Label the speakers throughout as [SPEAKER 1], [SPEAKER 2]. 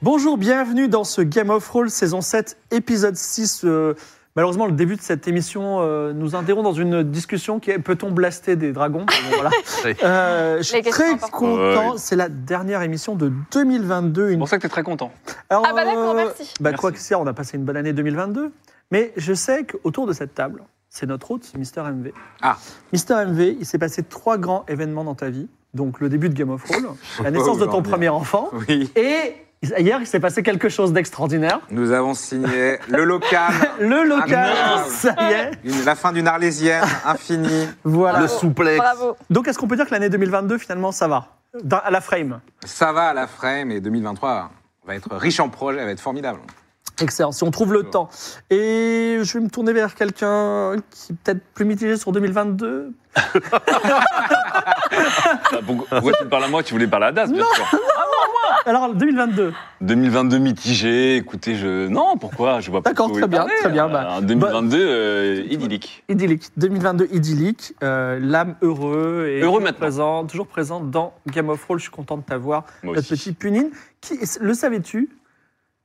[SPEAKER 1] Bonjour, bienvenue dans ce Game of Roll saison 7, épisode 6. Euh, malheureusement, le début de cette émission euh, nous interrompt dans une discussion qui est peut-on blaster des dragons Bon, voilà. Euh, Je suis
[SPEAKER 2] Les questions
[SPEAKER 1] très
[SPEAKER 2] importantes.
[SPEAKER 1] content,
[SPEAKER 3] Ouais.
[SPEAKER 1] c'est la dernière émission de 2022.
[SPEAKER 4] C'est
[SPEAKER 1] Une...
[SPEAKER 4] pour ça que t'es très content.
[SPEAKER 1] Alors,
[SPEAKER 2] Ah bah d'accord, merci.
[SPEAKER 1] Bah,
[SPEAKER 4] Merci.
[SPEAKER 1] quoi que ça, on a passé une bonne année 2022. Mais je sais qu'autour de cette table, c'est notre hôte, Mister MV.
[SPEAKER 4] Ah.
[SPEAKER 1] Mister MV, il s'est passé trois grands événements dans ta vie. Donc le début de Game of Thrones, la naissance de ton
[SPEAKER 3] Aujourd'hui.
[SPEAKER 1] premier enfant,
[SPEAKER 3] Oui.
[SPEAKER 1] et hier, il s'est passé quelque chose d'extraordinaire.
[SPEAKER 3] Nous avons signé le local,
[SPEAKER 1] Le local,
[SPEAKER 3] Ah, merde.
[SPEAKER 1] ça y est,
[SPEAKER 3] une- la fin d'une Arlésienne infinie.
[SPEAKER 1] voilà.
[SPEAKER 2] Le
[SPEAKER 5] Le
[SPEAKER 2] Bravo.
[SPEAKER 5] souplex.
[SPEAKER 2] Bravo.
[SPEAKER 1] Donc est-ce qu'on peut dire que l'année 2022, finalement, ça va Dans- À la frame
[SPEAKER 3] Ça va à la frame et 2023 va être riche en projets, va être formidable.
[SPEAKER 1] Excellent, si on trouve le temps. Et je vais me tourner vers quelqu'un qui est peut-être plus mitigé sur 2022.
[SPEAKER 5] Bah, pourquoi, pourquoi tu me parles à moi Tu voulais parler à Das, bien sûr.
[SPEAKER 1] Alors 2022,
[SPEAKER 5] 2022 mitigé, écoutez, je. Non, pourquoi Je vois pas.
[SPEAKER 1] D'accord, très
[SPEAKER 5] pourquoi vous
[SPEAKER 1] bien,
[SPEAKER 5] parlez.
[SPEAKER 1] très bien,
[SPEAKER 5] Euh,
[SPEAKER 1] bah.
[SPEAKER 5] un 2022, euh, idyllique.
[SPEAKER 1] idyllique. 2022 idyllique, euh, l'âme heureux et
[SPEAKER 5] Heureux
[SPEAKER 1] toujours
[SPEAKER 5] maintenant.
[SPEAKER 1] présent, toujours présente dans Game of Thrones. Je suis content de t'avoir,
[SPEAKER 5] Moi
[SPEAKER 1] notre
[SPEAKER 5] aussi.
[SPEAKER 1] petite punine. Qui, le savais-tu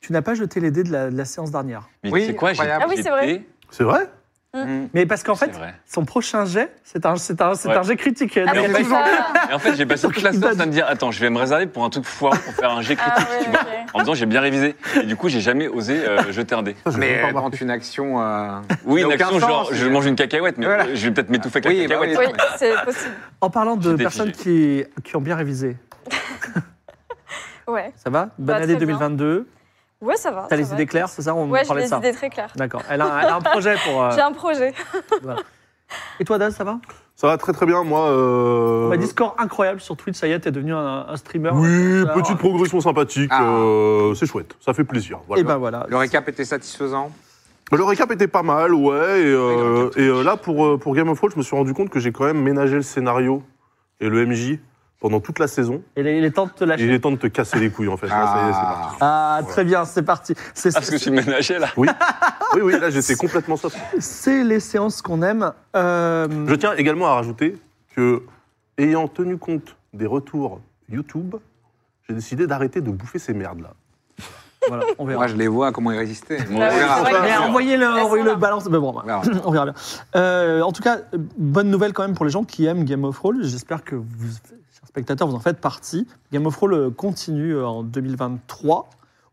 [SPEAKER 1] Tu n'as pas jeté les dés de la- de la séance dernière.
[SPEAKER 5] Mais
[SPEAKER 3] Oui,
[SPEAKER 5] tu sais quoi j'ai-
[SPEAKER 3] incroyable.
[SPEAKER 2] Ah oui, c'est
[SPEAKER 5] j'étais-
[SPEAKER 2] vrai.
[SPEAKER 5] C'est vrai
[SPEAKER 3] Mm.
[SPEAKER 1] Mais parce qu'en fait,
[SPEAKER 5] C'est vrai.
[SPEAKER 1] Son prochain jet, c'est un, c'est un, c'est
[SPEAKER 5] Ouais.
[SPEAKER 1] un jet critique.
[SPEAKER 2] Ah,
[SPEAKER 1] Donc,
[SPEAKER 5] mais
[SPEAKER 2] mais
[SPEAKER 5] en fait,
[SPEAKER 2] c'est ça.
[SPEAKER 5] Et en fait, j'ai passé toute la
[SPEAKER 1] Il
[SPEAKER 5] séance
[SPEAKER 1] donne-
[SPEAKER 5] à me dire Attends, je vais me réserver pour un truc foireux pour faire un jet
[SPEAKER 2] Ah
[SPEAKER 5] critique.
[SPEAKER 2] ouais,
[SPEAKER 5] tu vois.
[SPEAKER 2] ok.
[SPEAKER 5] En me disant, j'ai bien révisé. Et du coup, j'ai jamais osé euh, jeter un dé.
[SPEAKER 3] Mais euh, quand une action. euh,
[SPEAKER 5] Oui,
[SPEAKER 3] n'a
[SPEAKER 5] une
[SPEAKER 3] aucun
[SPEAKER 5] action,
[SPEAKER 3] sens,
[SPEAKER 5] genre, je
[SPEAKER 3] euh,
[SPEAKER 5] mange une cacahuète, mais
[SPEAKER 3] Voilà.
[SPEAKER 5] je vais peut-être m'étouffer avec la
[SPEAKER 3] Oui, bah
[SPEAKER 5] cacahuète.
[SPEAKER 3] oui.
[SPEAKER 2] Oui, c'est possible.
[SPEAKER 1] en parlant de
[SPEAKER 5] J'étais
[SPEAKER 1] personnes qui, qui ont bien révisé,
[SPEAKER 2] Ouais.
[SPEAKER 1] ça va Bonne
[SPEAKER 2] Bah, très
[SPEAKER 1] année
[SPEAKER 2] bien.
[SPEAKER 1] 2022.
[SPEAKER 2] Ouais, ça va.
[SPEAKER 1] T'as
[SPEAKER 2] ça
[SPEAKER 1] les
[SPEAKER 2] va.
[SPEAKER 1] idées claires, c'est ça On
[SPEAKER 2] Ouais, j'ai
[SPEAKER 1] parlait de
[SPEAKER 2] les
[SPEAKER 1] ça.
[SPEAKER 2] idées très claires.
[SPEAKER 1] D'accord. Elle a, elle a un projet pour. euh,
[SPEAKER 2] J'ai un projet.
[SPEAKER 1] voilà. Et toi, Daz, ça va
[SPEAKER 5] Ça va très très bien, moi.
[SPEAKER 1] On a des scores incroyables sur Twitch. Ça y est, t'es devenu un, un streamer.
[SPEAKER 6] Euh. Oui,
[SPEAKER 1] Alors,
[SPEAKER 6] petite progression sympathique,
[SPEAKER 3] Ah.
[SPEAKER 6] euh, c'est chouette, ça fait plaisir. voilà. Bah,
[SPEAKER 1] Et ben voilà.
[SPEAKER 3] Le récap était satisfaisant.
[SPEAKER 6] Le récap était pas mal, ouais, et,
[SPEAKER 3] le
[SPEAKER 6] euh,
[SPEAKER 3] récap.
[SPEAKER 6] et, euh, là pour, euh, pour Game of Thrones, je me suis rendu compte que j'ai quand même ménagé le scénario et le MJ pendant toute la saison.
[SPEAKER 1] Et les, les temps de te
[SPEAKER 6] Et il est
[SPEAKER 1] lâcher.
[SPEAKER 6] temps de te casser les couilles en fait. Là, ça y est, c'est parti.
[SPEAKER 3] Ah.
[SPEAKER 1] Ah, très bien, c'est parti. C'est
[SPEAKER 5] Parce que tu me ménageais là.
[SPEAKER 1] Ah.
[SPEAKER 6] Oui, oui, là j'étais complètement soft.
[SPEAKER 1] c'est les séances qu'on aime. Euh,
[SPEAKER 6] Je tiens également à rajouter que, ayant tenu compte des retours YouTube, j'ai décidé d'arrêter de bouffer ces merdes là.
[SPEAKER 1] Mm. Voilà, on verra.
[SPEAKER 3] Moi, je les vois comment ils résistaient.
[SPEAKER 1] Bah
[SPEAKER 5] Moi
[SPEAKER 2] Ah oui,
[SPEAKER 3] On verra.
[SPEAKER 2] c'est vrai
[SPEAKER 1] Mais
[SPEAKER 2] Bien sûr.
[SPEAKER 1] envoyez-le,
[SPEAKER 2] Elles sont
[SPEAKER 1] envoyez-le,
[SPEAKER 2] là.
[SPEAKER 1] balance. Mais bon,
[SPEAKER 3] On verra.
[SPEAKER 1] On verra bien. Euh, en tout cas, euh, bonne nouvelle quand même pour les gens qui aiment Game of Thrones. J'espère que vous, chers spectateurs, vous en faites partie. Game of Thrones euh, continue euh, en 2023,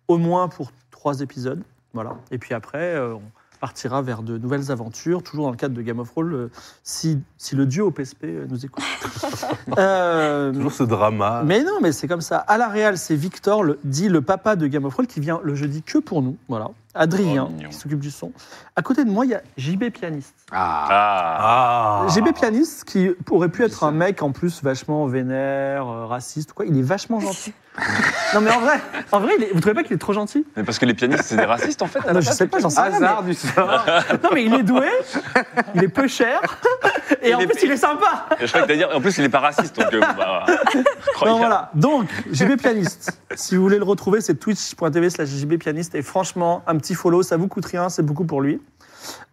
[SPEAKER 1] au moins pour trois épisodes. Voilà. Et puis après, euh, on partira vers de nouvelles aventures, toujours dans le cadre de Game of Thrones, euh, si, si le dieu OPSP euh, nous écoute. Euh,
[SPEAKER 6] Toujours ce drama.
[SPEAKER 1] mais non, mais c'est comme ça. À la Real, c'est Victor, le, dit le papa de Game of Thrones, qui vient le jeudi que pour nous. Voilà. Adrien,
[SPEAKER 5] Oh, mignon.
[SPEAKER 1] qui s'occupe du son. À côté de moi, il y a JB Pianiste.
[SPEAKER 3] Ah.
[SPEAKER 5] Ah,
[SPEAKER 6] Ah
[SPEAKER 1] JB Pianiste, qui aurait pu être
[SPEAKER 3] ça.
[SPEAKER 1] un mec en plus vachement vénère, euh, raciste, quoi. Il est vachement gentil. non, mais en vrai, en vrai il est- vous trouvez pas qu'il est trop gentil
[SPEAKER 5] mais parce que les pianistes, c'est des racistes en fait.
[SPEAKER 1] Ah, Non, Je sais pas, j'en sais rien.
[SPEAKER 3] Hasard du sort.
[SPEAKER 1] mais- Non, mais il est doué, il est peu cher, et
[SPEAKER 5] Il
[SPEAKER 1] en
[SPEAKER 5] est-
[SPEAKER 1] plus, il est sympa.
[SPEAKER 5] Et Je crois que t'as dit, en plus, il est pas raciste, donc. euh, bah,
[SPEAKER 1] Non,
[SPEAKER 5] incroyable.
[SPEAKER 1] voilà. Donc, JB Pianiste. Si vous voulez le retrouver, c'est twitch.tv slash JB Pianiste. Et franchement, un petit follow, ça vous coûte rien, c'est beaucoup pour lui.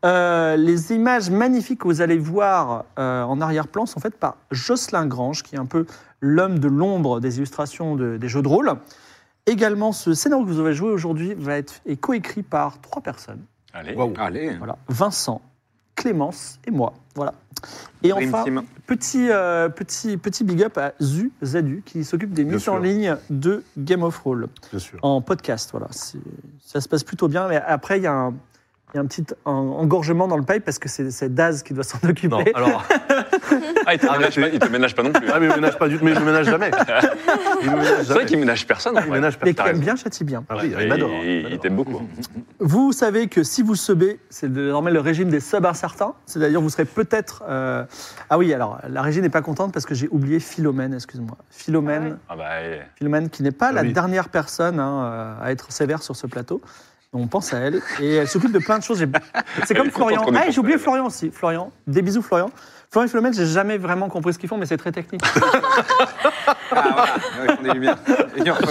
[SPEAKER 1] Euh, les images magnifiques que vous allez voir euh, en arrière-plan sont faites par Jocelyn Grange, qui est un peu l'homme de l'ombre des illustrations de- des jeux de rôle. Également, ce scénario que vous avez joué aujourd'hui va être est coécrit par trois personnes.
[SPEAKER 5] Allez.
[SPEAKER 3] Allez.
[SPEAKER 1] Voilà, Vincent, Clémence et moi. Voilà. Et
[SPEAKER 3] Dream
[SPEAKER 1] enfin,
[SPEAKER 3] Team.
[SPEAKER 1] Petit, euh, petit, petit big up à Zu Zadu qui s'occupe des
[SPEAKER 6] Bien
[SPEAKER 1] mises en
[SPEAKER 6] sûr.
[SPEAKER 1] ligne de Game of Roll
[SPEAKER 6] Bien sûr.
[SPEAKER 1] en podcast. Voilà, C'est- ça se passe plutôt bien. Mais après, il y a un, il y a un petit en- engorgement dans le pipe parce que c'est c'est Daz qui doit s'en occuper.
[SPEAKER 6] Non, alors,
[SPEAKER 5] Ah, il te, ménage
[SPEAKER 6] Arrêtez.
[SPEAKER 5] pas, il te ménage pas non plus.
[SPEAKER 6] Ah, mais il ménage pas du tout, mais je ménage jamais. Il me ménage
[SPEAKER 5] C'est vrai
[SPEAKER 6] jamais.
[SPEAKER 5] qu'il ménage personne. en
[SPEAKER 6] Il
[SPEAKER 5] vrai.
[SPEAKER 6] ménage pas.
[SPEAKER 1] Mais qui
[SPEAKER 5] raison.
[SPEAKER 1] aime bien, châtie bien.
[SPEAKER 6] Ah oui,
[SPEAKER 5] Ouais,
[SPEAKER 6] il m'adore.
[SPEAKER 5] il-
[SPEAKER 6] il m'adore.
[SPEAKER 5] Il t'aime beaucoup.
[SPEAKER 1] Vous savez que si vous subez, c'est désormais le régime des subs incertains, c'est-à-dire vous serez peut-être... euh, Ah oui, alors, la régie n'est pas contente parce que j'ai oublié Philomène, excuse-moi. Philomène,
[SPEAKER 2] Ah ouais.
[SPEAKER 5] Ah bah, eh.
[SPEAKER 1] Philomène qui n'est pas
[SPEAKER 6] Ah
[SPEAKER 1] la
[SPEAKER 6] oui.
[SPEAKER 1] dernière personne hein, euh, à être sévère sur ce plateau. On pense à elle et elle s'occupe de plein de choses. J'ai- C'est
[SPEAKER 5] Elle
[SPEAKER 1] comme
[SPEAKER 5] est contente
[SPEAKER 1] Florian.
[SPEAKER 5] qu'on ait
[SPEAKER 1] Ah,
[SPEAKER 5] pensé
[SPEAKER 1] j'ai oublié
[SPEAKER 5] à elle.
[SPEAKER 1] Florian aussi. Florian, des bisous Florian. Florian et Philomène, j'ai jamais vraiment compris ce qu'ils font, mais c'est très technique.
[SPEAKER 3] Ah, voilà, ouais, ils font des lumières. Et ils en font.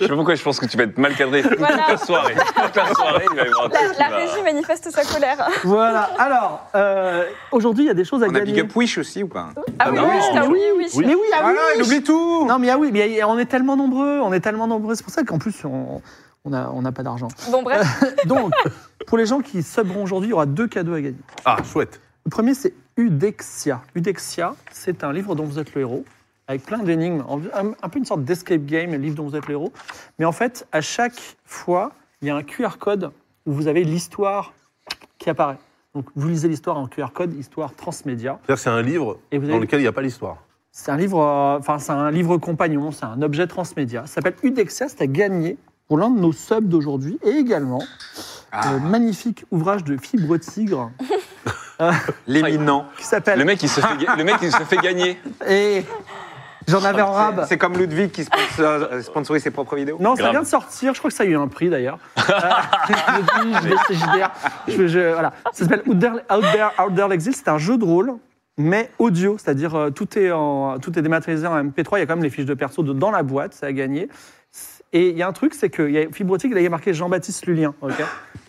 [SPEAKER 5] Je sais pas pourquoi je pense que tu vas être mal cadré.
[SPEAKER 2] Voilà.
[SPEAKER 5] Toute la soirée. Toute la soirée, il va y avoir un
[SPEAKER 2] La,
[SPEAKER 5] truc qui
[SPEAKER 2] la
[SPEAKER 5] va-
[SPEAKER 2] régie manifeste sa colère. Ah
[SPEAKER 1] voilà. Alors, euh, aujourd'hui, il y a des choses à
[SPEAKER 3] On a
[SPEAKER 1] gagner.
[SPEAKER 3] pick up Wish aussi ou pas
[SPEAKER 2] Ah oui,
[SPEAKER 5] non.
[SPEAKER 2] oui, ah oui, oui.
[SPEAKER 6] Oui.
[SPEAKER 1] Mais oui, ah
[SPEAKER 3] Ah
[SPEAKER 1] oui,
[SPEAKER 3] non, il oublie tout
[SPEAKER 1] Non, mais ah oui, mais on est tellement nombreux, on est tellement nombreux. C'est pour ça qu'en plus, on on a- on n'a pas d'argent.
[SPEAKER 2] Bon, bref,
[SPEAKER 1] Donc, pour les gens qui subront aujourd'hui, il y aura deux cadeaux à gagner.
[SPEAKER 6] Ah, chouette.
[SPEAKER 1] Le premier, c'est Udexia. Udexia, c'est un livre dont vous êtes le héros, avec plein d'énigmes, un, un peu une sorte d'escape game, le livre dont vous êtes le héros. Mais en fait, à chaque fois, il y a un QR code où vous avez l'histoire qui apparaît. Donc, vous lisez l'histoire en QR code, histoire transmédia.
[SPEAKER 6] C'est-à-dire que c'est un livre
[SPEAKER 1] Et vous
[SPEAKER 6] dans
[SPEAKER 1] avez-
[SPEAKER 6] lequel il n'y a pas l'histoire.
[SPEAKER 1] C'est un livre, euh, enfin c'est un livre compagnon, c'est un objet transmédia. Ça s'appelle Udexia, c'est à gagner pour l'un de nos subs d'aujourd'hui et également
[SPEAKER 3] Ah.
[SPEAKER 1] le magnifique ouvrage de Fibre Tigre
[SPEAKER 3] L'éminent.
[SPEAKER 1] qui
[SPEAKER 5] Le
[SPEAKER 1] s'appelle.
[SPEAKER 5] mec, il se fait, ga- le mec, il se fait gagner.
[SPEAKER 1] Et j'en avais en
[SPEAKER 3] C'est-
[SPEAKER 1] rab.
[SPEAKER 3] C'est comme Ludwig qui sponsor- euh, sponsorise ses propres vidéos.
[SPEAKER 1] Non, ça
[SPEAKER 5] Grave.
[SPEAKER 1] vient de sortir. Je crois que ça a eu un prix d'ailleurs. Euh, je le dis, je vais CJDR. Je- je- voilà. Ça s'appelle Out There, Out There, Out There Exil. C'est un jeu de rôle, mais audio, c'est-à-dire euh, tout est en, tout est dématérialisé en MP3. Il y a quand même les fiches de perso de- dans la boîte. C'est à gagner. Et il y a un truc, c'est que il y a Fibrotique, il y a marqué Jean-Baptiste Lulien. ok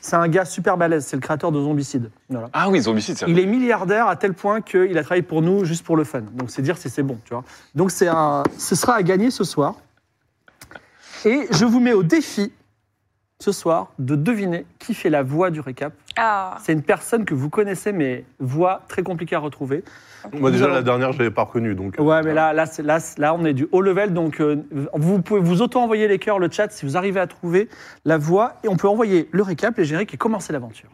[SPEAKER 1] c'est un gars super balèze. C'est le créateur de Zombicide. Voilà.
[SPEAKER 5] Ah oui, zombicide, c'est vrai.
[SPEAKER 1] Il est milliardaire à tel point qu'il a travaillé pour nous juste pour le fun. Donc c'est dire si c'est bon, tu vois. Donc c'est un, ce sera à gagner ce soir. Et je vous mets au défi ce soir de deviner qui fait la voix du récap.
[SPEAKER 2] ah,
[SPEAKER 1] C'est une personne que vous connaissez, mais voix très compliquée à retrouver.
[SPEAKER 6] Moi, déjà,
[SPEAKER 1] Nous
[SPEAKER 6] la
[SPEAKER 1] allons-
[SPEAKER 6] dernière, je l'avais pas reconnue. Donc, euh,
[SPEAKER 1] Ouais, mais là, là, c'est- là, c'est- là, on est du haut level, donc euh, vous pouvez vous auto-envoyer les cœurs, le chat, si vous arrivez à trouver la voix, et on peut envoyer le récap, les génériques et commencer l'aventure.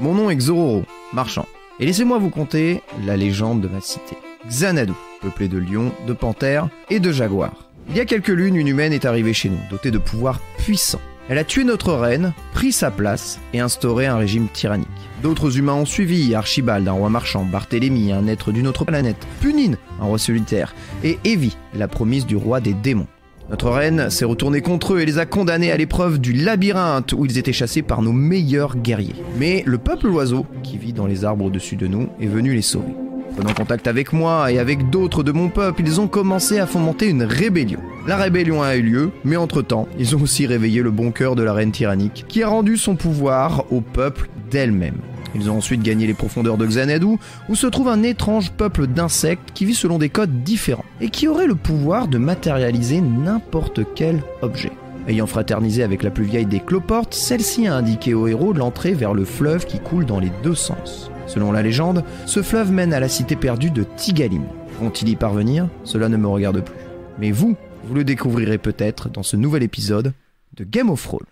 [SPEAKER 4] Mon nom est Xororo, marchand, et laissez-moi vous conter la légende de ma cité. Xanadu, peuplée de lions, de panthères et de jaguars. Il y a quelques lunes, une humaine est arrivée chez nous, dotée de pouvoirs puissants. Elle a tué notre reine, pris sa place et instauré un régime tyrannique. D'autres humains ont suivi, Archibald, un roi marchand, Barthélemy, un être d'une autre planète, Punine, un roi solitaire, et Evie, la promise du roi des démons. Notre reine s'est retournée contre eux et les a condamnés à l'épreuve du labyrinthe où ils étaient chassés par nos meilleurs guerriers. Mais le peuple oiseau, qui vit dans les arbres au-dessus de nous, est venu les sauver. Prenant contact avec moi et avec d'autres de mon peuple, ils ont commencé à fomenter une rébellion. La rébellion a eu lieu, mais entre-temps, ils ont aussi réveillé le bon cœur de la reine tyrannique, qui a rendu son pouvoir au peuple d'elle-même. Ils ont ensuite gagné les profondeurs de Xanadu, où se trouve un étrange peuple d'insectes qui vit selon des codes différents et qui aurait le pouvoir de matérialiser n'importe quel objet. Ayant fraternisé avec la plus vieille des cloportes, celle-ci a indiqué au héros l'entrée vers le fleuve qui coule dans les deux sens. Selon la légende, ce fleuve mène à la cité perdue de Tigaline. Vont-ils y parvenir Cela ne me regarde plus. Mais vous, vous le découvrirez peut-être dans ce nouvel épisode de Game of Thrones.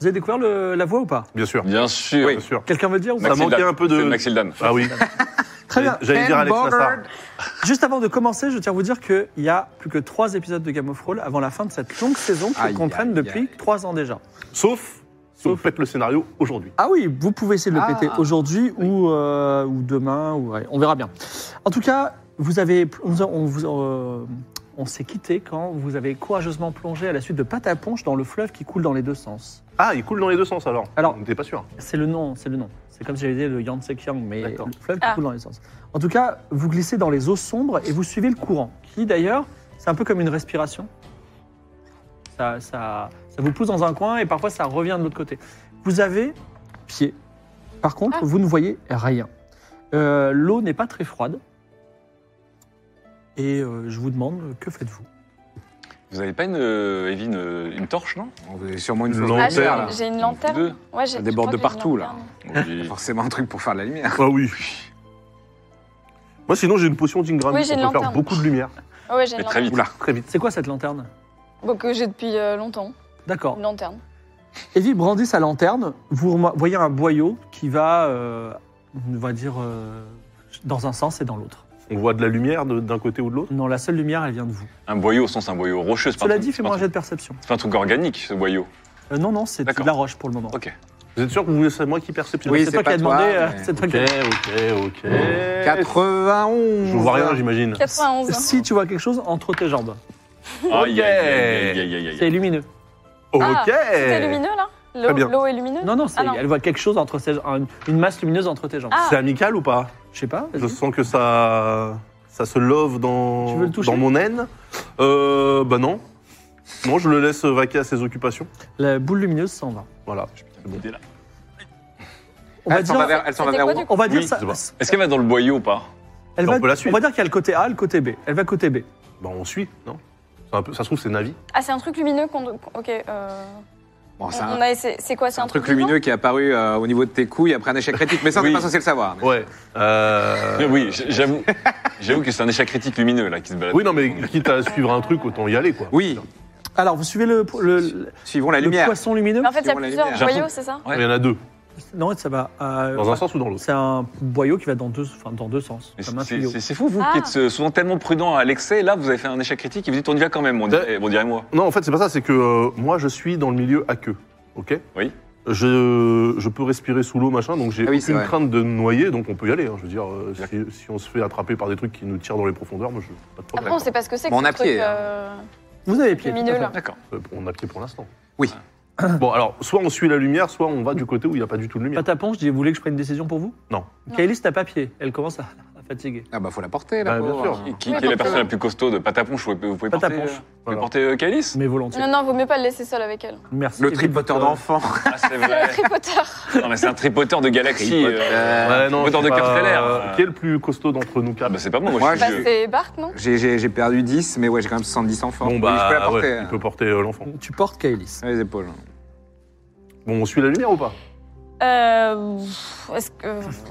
[SPEAKER 1] Vous avez découvert le- la voix ou pas
[SPEAKER 6] Bien sûr.
[SPEAKER 5] Bien sûr.
[SPEAKER 6] Bien sûr.
[SPEAKER 1] Quelqu'un veut dire ou ça
[SPEAKER 6] Maxime.
[SPEAKER 5] Maxildan.
[SPEAKER 6] manquait un peu de-
[SPEAKER 5] C'est Maxildan.
[SPEAKER 6] Ah oui.
[SPEAKER 1] Très bien.
[SPEAKER 6] J'allais dire Alex Nassar.
[SPEAKER 1] Juste avant de commencer, je tiens à vous dire qu'il y a plus que trois épisodes de Game of Thrones avant la fin de cette longue saison
[SPEAKER 3] Aïe,
[SPEAKER 1] qu'on traîne
[SPEAKER 3] aïe,
[SPEAKER 1] depuis
[SPEAKER 3] aïe.
[SPEAKER 1] trois ans déjà.
[SPEAKER 6] Sauf Si on pète le scénario aujourd'hui.
[SPEAKER 1] Ah oui, vous pouvez essayer de le
[SPEAKER 3] Ah.
[SPEAKER 1] péter aujourd'hui ou, euh, ou demain, ou, ouais, on verra bien. En tout cas, vous avez, on, vous a- on vous a- euh, on s'est quitté quand vous avez courageusement plongé à la suite de Pataponche dans le fleuve qui coule dans les deux sens.
[SPEAKER 6] Ah, il coule dans les deux sens alors.
[SPEAKER 1] Alors-
[SPEAKER 6] on n'était pas sûr.
[SPEAKER 1] C'est le nom, c'est le nom. C'est comme si j'avais dit le Yangtze-Kiang, mais le
[SPEAKER 6] D'accord.
[SPEAKER 1] fleuve qui
[SPEAKER 2] Ah.
[SPEAKER 1] coule dans les sens. En tout cas, vous glissez dans les eaux sombres et vous suivez le courant, qui d'ailleurs, c'est un peu comme une respiration. Ça, ça, ça vous pousse dans un coin et parfois ça revient de l'autre côté. Vous avez pied. Par contre,
[SPEAKER 2] Ah.
[SPEAKER 1] vous ne voyez rien. Euh, L'eau n'est pas très froide. Et euh, je vous demande, que faites-vous
[SPEAKER 5] Vous avez pas une, euh, Evie, une, une torche, non
[SPEAKER 3] Vous avez sûrement une chose
[SPEAKER 6] Lanterne.
[SPEAKER 2] Ah,
[SPEAKER 3] à
[SPEAKER 2] j'ai
[SPEAKER 3] faire, là.
[SPEAKER 2] j'ai une
[SPEAKER 5] Deux.
[SPEAKER 2] lanterne. Ouais, j'ai-
[SPEAKER 3] Ça
[SPEAKER 2] je crois
[SPEAKER 3] déborde
[SPEAKER 2] que
[SPEAKER 3] de
[SPEAKER 2] j'ai une
[SPEAKER 3] partout, là.
[SPEAKER 2] lanterne.
[SPEAKER 5] Oui.
[SPEAKER 3] Forcément un truc pour faire de la lumière.
[SPEAKER 6] Ah oui. Moi, sinon, j'ai une potion d'Ingram.
[SPEAKER 2] Oui, j'ai une
[SPEAKER 6] on peut faire
[SPEAKER 2] lanterne.
[SPEAKER 6] beaucoup de lumière.
[SPEAKER 2] Ah Ouais, j'ai une
[SPEAKER 5] Mais très
[SPEAKER 2] lanterne.
[SPEAKER 5] vite.
[SPEAKER 3] Oula.
[SPEAKER 6] Très vite.
[SPEAKER 1] C'est quoi cette lanterne
[SPEAKER 2] Bon, que j'ai depuis euh, longtemps.
[SPEAKER 1] D'accord.
[SPEAKER 2] Une lanterne.
[SPEAKER 1] Evie brandit sa lanterne, vous rema- voyez un boyau qui va, euh, on va dire, euh, dans un sens et dans l'autre.
[SPEAKER 6] On voit de la lumière de- d'un côté ou de l'autre.
[SPEAKER 1] Non, la seule lumière, elle vient de vous.
[SPEAKER 5] Un boyau, au sens un boyau rocheux. c'est pas un
[SPEAKER 1] Cela
[SPEAKER 5] truc-
[SPEAKER 1] dit,
[SPEAKER 5] c'est pas
[SPEAKER 1] fais-moi un
[SPEAKER 5] un
[SPEAKER 1] jet
[SPEAKER 5] truc-
[SPEAKER 1] de perception.
[SPEAKER 5] C'est pas un truc organique, ce boyau.
[SPEAKER 1] Euh, non, non, c'est de
[SPEAKER 5] D'accord.
[SPEAKER 1] la roche pour le moment.
[SPEAKER 5] Ok.
[SPEAKER 6] Vous êtes sûr que vous voulez c'est moi qui perceptionne
[SPEAKER 3] Oui,
[SPEAKER 1] c'est
[SPEAKER 3] c'est
[SPEAKER 1] toi qui
[SPEAKER 3] pas
[SPEAKER 1] as
[SPEAKER 3] toi,
[SPEAKER 1] demandé. euh,
[SPEAKER 3] mais-
[SPEAKER 1] c'est toi
[SPEAKER 6] Ok,
[SPEAKER 1] qui-
[SPEAKER 6] ok, ok.
[SPEAKER 3] 91
[SPEAKER 6] Je vois rien, j'imagine.
[SPEAKER 2] 91. hein.
[SPEAKER 1] Si tu vois quelque chose entre tes jambes,
[SPEAKER 5] Aïe, aïe, aïe, aïe, aïe, aïe,
[SPEAKER 1] c'est
[SPEAKER 5] aïe.
[SPEAKER 1] lumineux.
[SPEAKER 2] Ah,
[SPEAKER 6] Ok.
[SPEAKER 2] C'était lumineux, là L'eau-
[SPEAKER 6] bien.
[SPEAKER 2] L'eau est lumineuse
[SPEAKER 1] Non, non, c'est-
[SPEAKER 2] Ah, non.
[SPEAKER 1] elle voit quelque chose entre ses, un- une masse lumineuse entre tes jambes.
[SPEAKER 2] Ah.
[SPEAKER 6] C'est amical ou pas
[SPEAKER 1] Je sais pas. vas-y.
[SPEAKER 6] Je sens que ça, ça se love dans,
[SPEAKER 1] Tu veux le toucher
[SPEAKER 6] dans mon haine. Euh, bah non. Non, je le laisse vaquer à ses occupations.
[SPEAKER 1] La boule lumineuse s'en va.
[SPEAKER 6] Voilà.
[SPEAKER 5] Idée, là.
[SPEAKER 1] On va
[SPEAKER 3] Elle s'en va
[SPEAKER 1] dire,
[SPEAKER 3] vers, elle s'en va
[SPEAKER 2] C'était
[SPEAKER 3] vers
[SPEAKER 2] quoi,
[SPEAKER 3] où
[SPEAKER 2] du coup
[SPEAKER 1] on va dire
[SPEAKER 6] Oui,
[SPEAKER 1] ça.
[SPEAKER 6] c'est bon.
[SPEAKER 5] Est-ce qu'elle va dans le boyau ou pas
[SPEAKER 1] Elle
[SPEAKER 6] On
[SPEAKER 1] va,
[SPEAKER 6] peut la
[SPEAKER 1] on
[SPEAKER 6] suivre.
[SPEAKER 1] va dire qu'il y a le côté A, le côté B. Elle va côté B.
[SPEAKER 6] Bah on suit, non C'est un peu, Ça se trouve, c'est Navi.
[SPEAKER 2] Ah, c'est un truc lumineux qu'on. qu'on- Ok. euh,
[SPEAKER 3] Bon,
[SPEAKER 2] on-
[SPEAKER 3] c'est
[SPEAKER 2] on
[SPEAKER 3] un,
[SPEAKER 2] a essayé- C'est quoi C'est
[SPEAKER 3] c'est un truc lumineux qui est apparu euh, au niveau de tes couilles après un échec critique, mais ça, on n'est
[SPEAKER 5] Oui.
[SPEAKER 3] pas censé le savoir.
[SPEAKER 6] Ouais.
[SPEAKER 5] Mais
[SPEAKER 6] Euh...
[SPEAKER 5] Oui, j- j'avoue. J'avoue que c'est un échec critique lumineux, là, qui se balade.
[SPEAKER 6] Oui, non, mais quitte à suivre un truc, autant y aller, quoi.
[SPEAKER 3] Oui,
[SPEAKER 1] Alors, vous suivez le, le- le-
[SPEAKER 3] suivons la
[SPEAKER 1] le
[SPEAKER 3] lumière.
[SPEAKER 1] poisson lumineux
[SPEAKER 2] Mais en fait, il y a
[SPEAKER 3] Suivons la
[SPEAKER 2] plusieurs
[SPEAKER 5] lumière.
[SPEAKER 2] boyaux, c'est ça
[SPEAKER 6] Il y en a deux,
[SPEAKER 1] Non, ça va. euh,
[SPEAKER 6] dans un sens ou dans l'autre.
[SPEAKER 1] C'est un boyau qui va dans deux, enfin, dans deux sens,
[SPEAKER 5] Mais c'est-
[SPEAKER 1] comme un
[SPEAKER 5] c'est-
[SPEAKER 1] tuyau.
[SPEAKER 5] C'est c'est fou, vous
[SPEAKER 2] Ah.
[SPEAKER 5] qui êtes euh, souvent tellement prudent à l'excès, là vous avez fait un échec critique et vous dites on y va quand même,
[SPEAKER 6] Bah-
[SPEAKER 5] on dirait, on dirait moi.
[SPEAKER 6] Non, en fait, c'est pas ça, c'est que euh, moi, je suis dans le milieu aqueux, ok
[SPEAKER 5] Oui.
[SPEAKER 6] Je, je peux respirer sous l'eau, machin, donc j'ai
[SPEAKER 3] Ah oui, c'est
[SPEAKER 6] aucune
[SPEAKER 3] vrai.
[SPEAKER 6] crainte de noyer, donc on peut y aller. hein. Je veux dire, euh, si, si on se fait attraper par des trucs qui nous tirent dans les profondeurs, moi, je pas de problème.
[SPEAKER 2] Après, on sait pas ce que c'est que
[SPEAKER 3] Bon, on
[SPEAKER 2] ce
[SPEAKER 3] a
[SPEAKER 2] truc,
[SPEAKER 3] pied, hein.
[SPEAKER 2] euh,
[SPEAKER 1] Vous avez pied. tout
[SPEAKER 2] lumineux,
[SPEAKER 1] à fait.
[SPEAKER 2] là.
[SPEAKER 5] D'accord.
[SPEAKER 6] Euh, on a pied pour l'instant.
[SPEAKER 3] Oui.
[SPEAKER 6] Bon, alors, soit on suit la lumière, soit on va du côté où il n'y a pas du tout de lumière.
[SPEAKER 1] Patapon, je dis, vous voulez que je prenne une décision pour vous
[SPEAKER 6] Non.
[SPEAKER 2] Non.
[SPEAKER 1] Kailis n'a pas pied. Elle commence à, à fatiguer.
[SPEAKER 3] Ah bah faut la porter là.
[SPEAKER 6] Bah, bien sûr.
[SPEAKER 5] Qui, qui
[SPEAKER 2] Oui,
[SPEAKER 5] est la
[SPEAKER 2] donc,
[SPEAKER 5] personne
[SPEAKER 2] euh,
[SPEAKER 5] la plus costaud de Pataponche Vous pouvez, vous pouvez porter,
[SPEAKER 1] Pataponche,
[SPEAKER 5] euh, vous pouvez
[SPEAKER 6] voilà.
[SPEAKER 5] porter euh, Calice
[SPEAKER 1] Mais volontiers.
[SPEAKER 2] Non, non, vaut mieux pas le laisser seul avec elle.
[SPEAKER 1] Merci.
[SPEAKER 3] Le
[SPEAKER 1] Évite
[SPEAKER 3] tripoteur
[SPEAKER 1] votre-
[SPEAKER 3] d'enfant.
[SPEAKER 5] Ah, c'est
[SPEAKER 2] C'est
[SPEAKER 5] vrai.
[SPEAKER 2] le tripoteur.
[SPEAKER 5] non, mais c'est un tripoteur de galaxie.
[SPEAKER 3] Tripoteur.
[SPEAKER 5] euh,
[SPEAKER 6] Ouais, non,
[SPEAKER 5] Moteur
[SPEAKER 6] je sais
[SPEAKER 5] de
[SPEAKER 6] pas,
[SPEAKER 5] Capstellaire.
[SPEAKER 6] euh, Qui est le plus costaud d'entre nous
[SPEAKER 5] Ah,
[SPEAKER 6] quatre
[SPEAKER 5] bah c'est pas moi, moi,
[SPEAKER 3] Moi,
[SPEAKER 5] je
[SPEAKER 2] Bah,
[SPEAKER 5] suis vieux.
[SPEAKER 2] c'est Bart, non
[SPEAKER 3] J'ai- J'ai j'ai perdu 10, mais ouais, j'ai quand même 70 enfants.
[SPEAKER 6] Bon,
[SPEAKER 3] Oui,
[SPEAKER 6] bah,
[SPEAKER 3] je peux la porter.
[SPEAKER 6] ouais, il peut porter euh, l'enfant.
[SPEAKER 1] Tu portes Kailis.
[SPEAKER 3] hein. Les épaules.
[SPEAKER 6] Bon, on suit la lumière ou pas
[SPEAKER 2] Euh. pff, Est-ce que.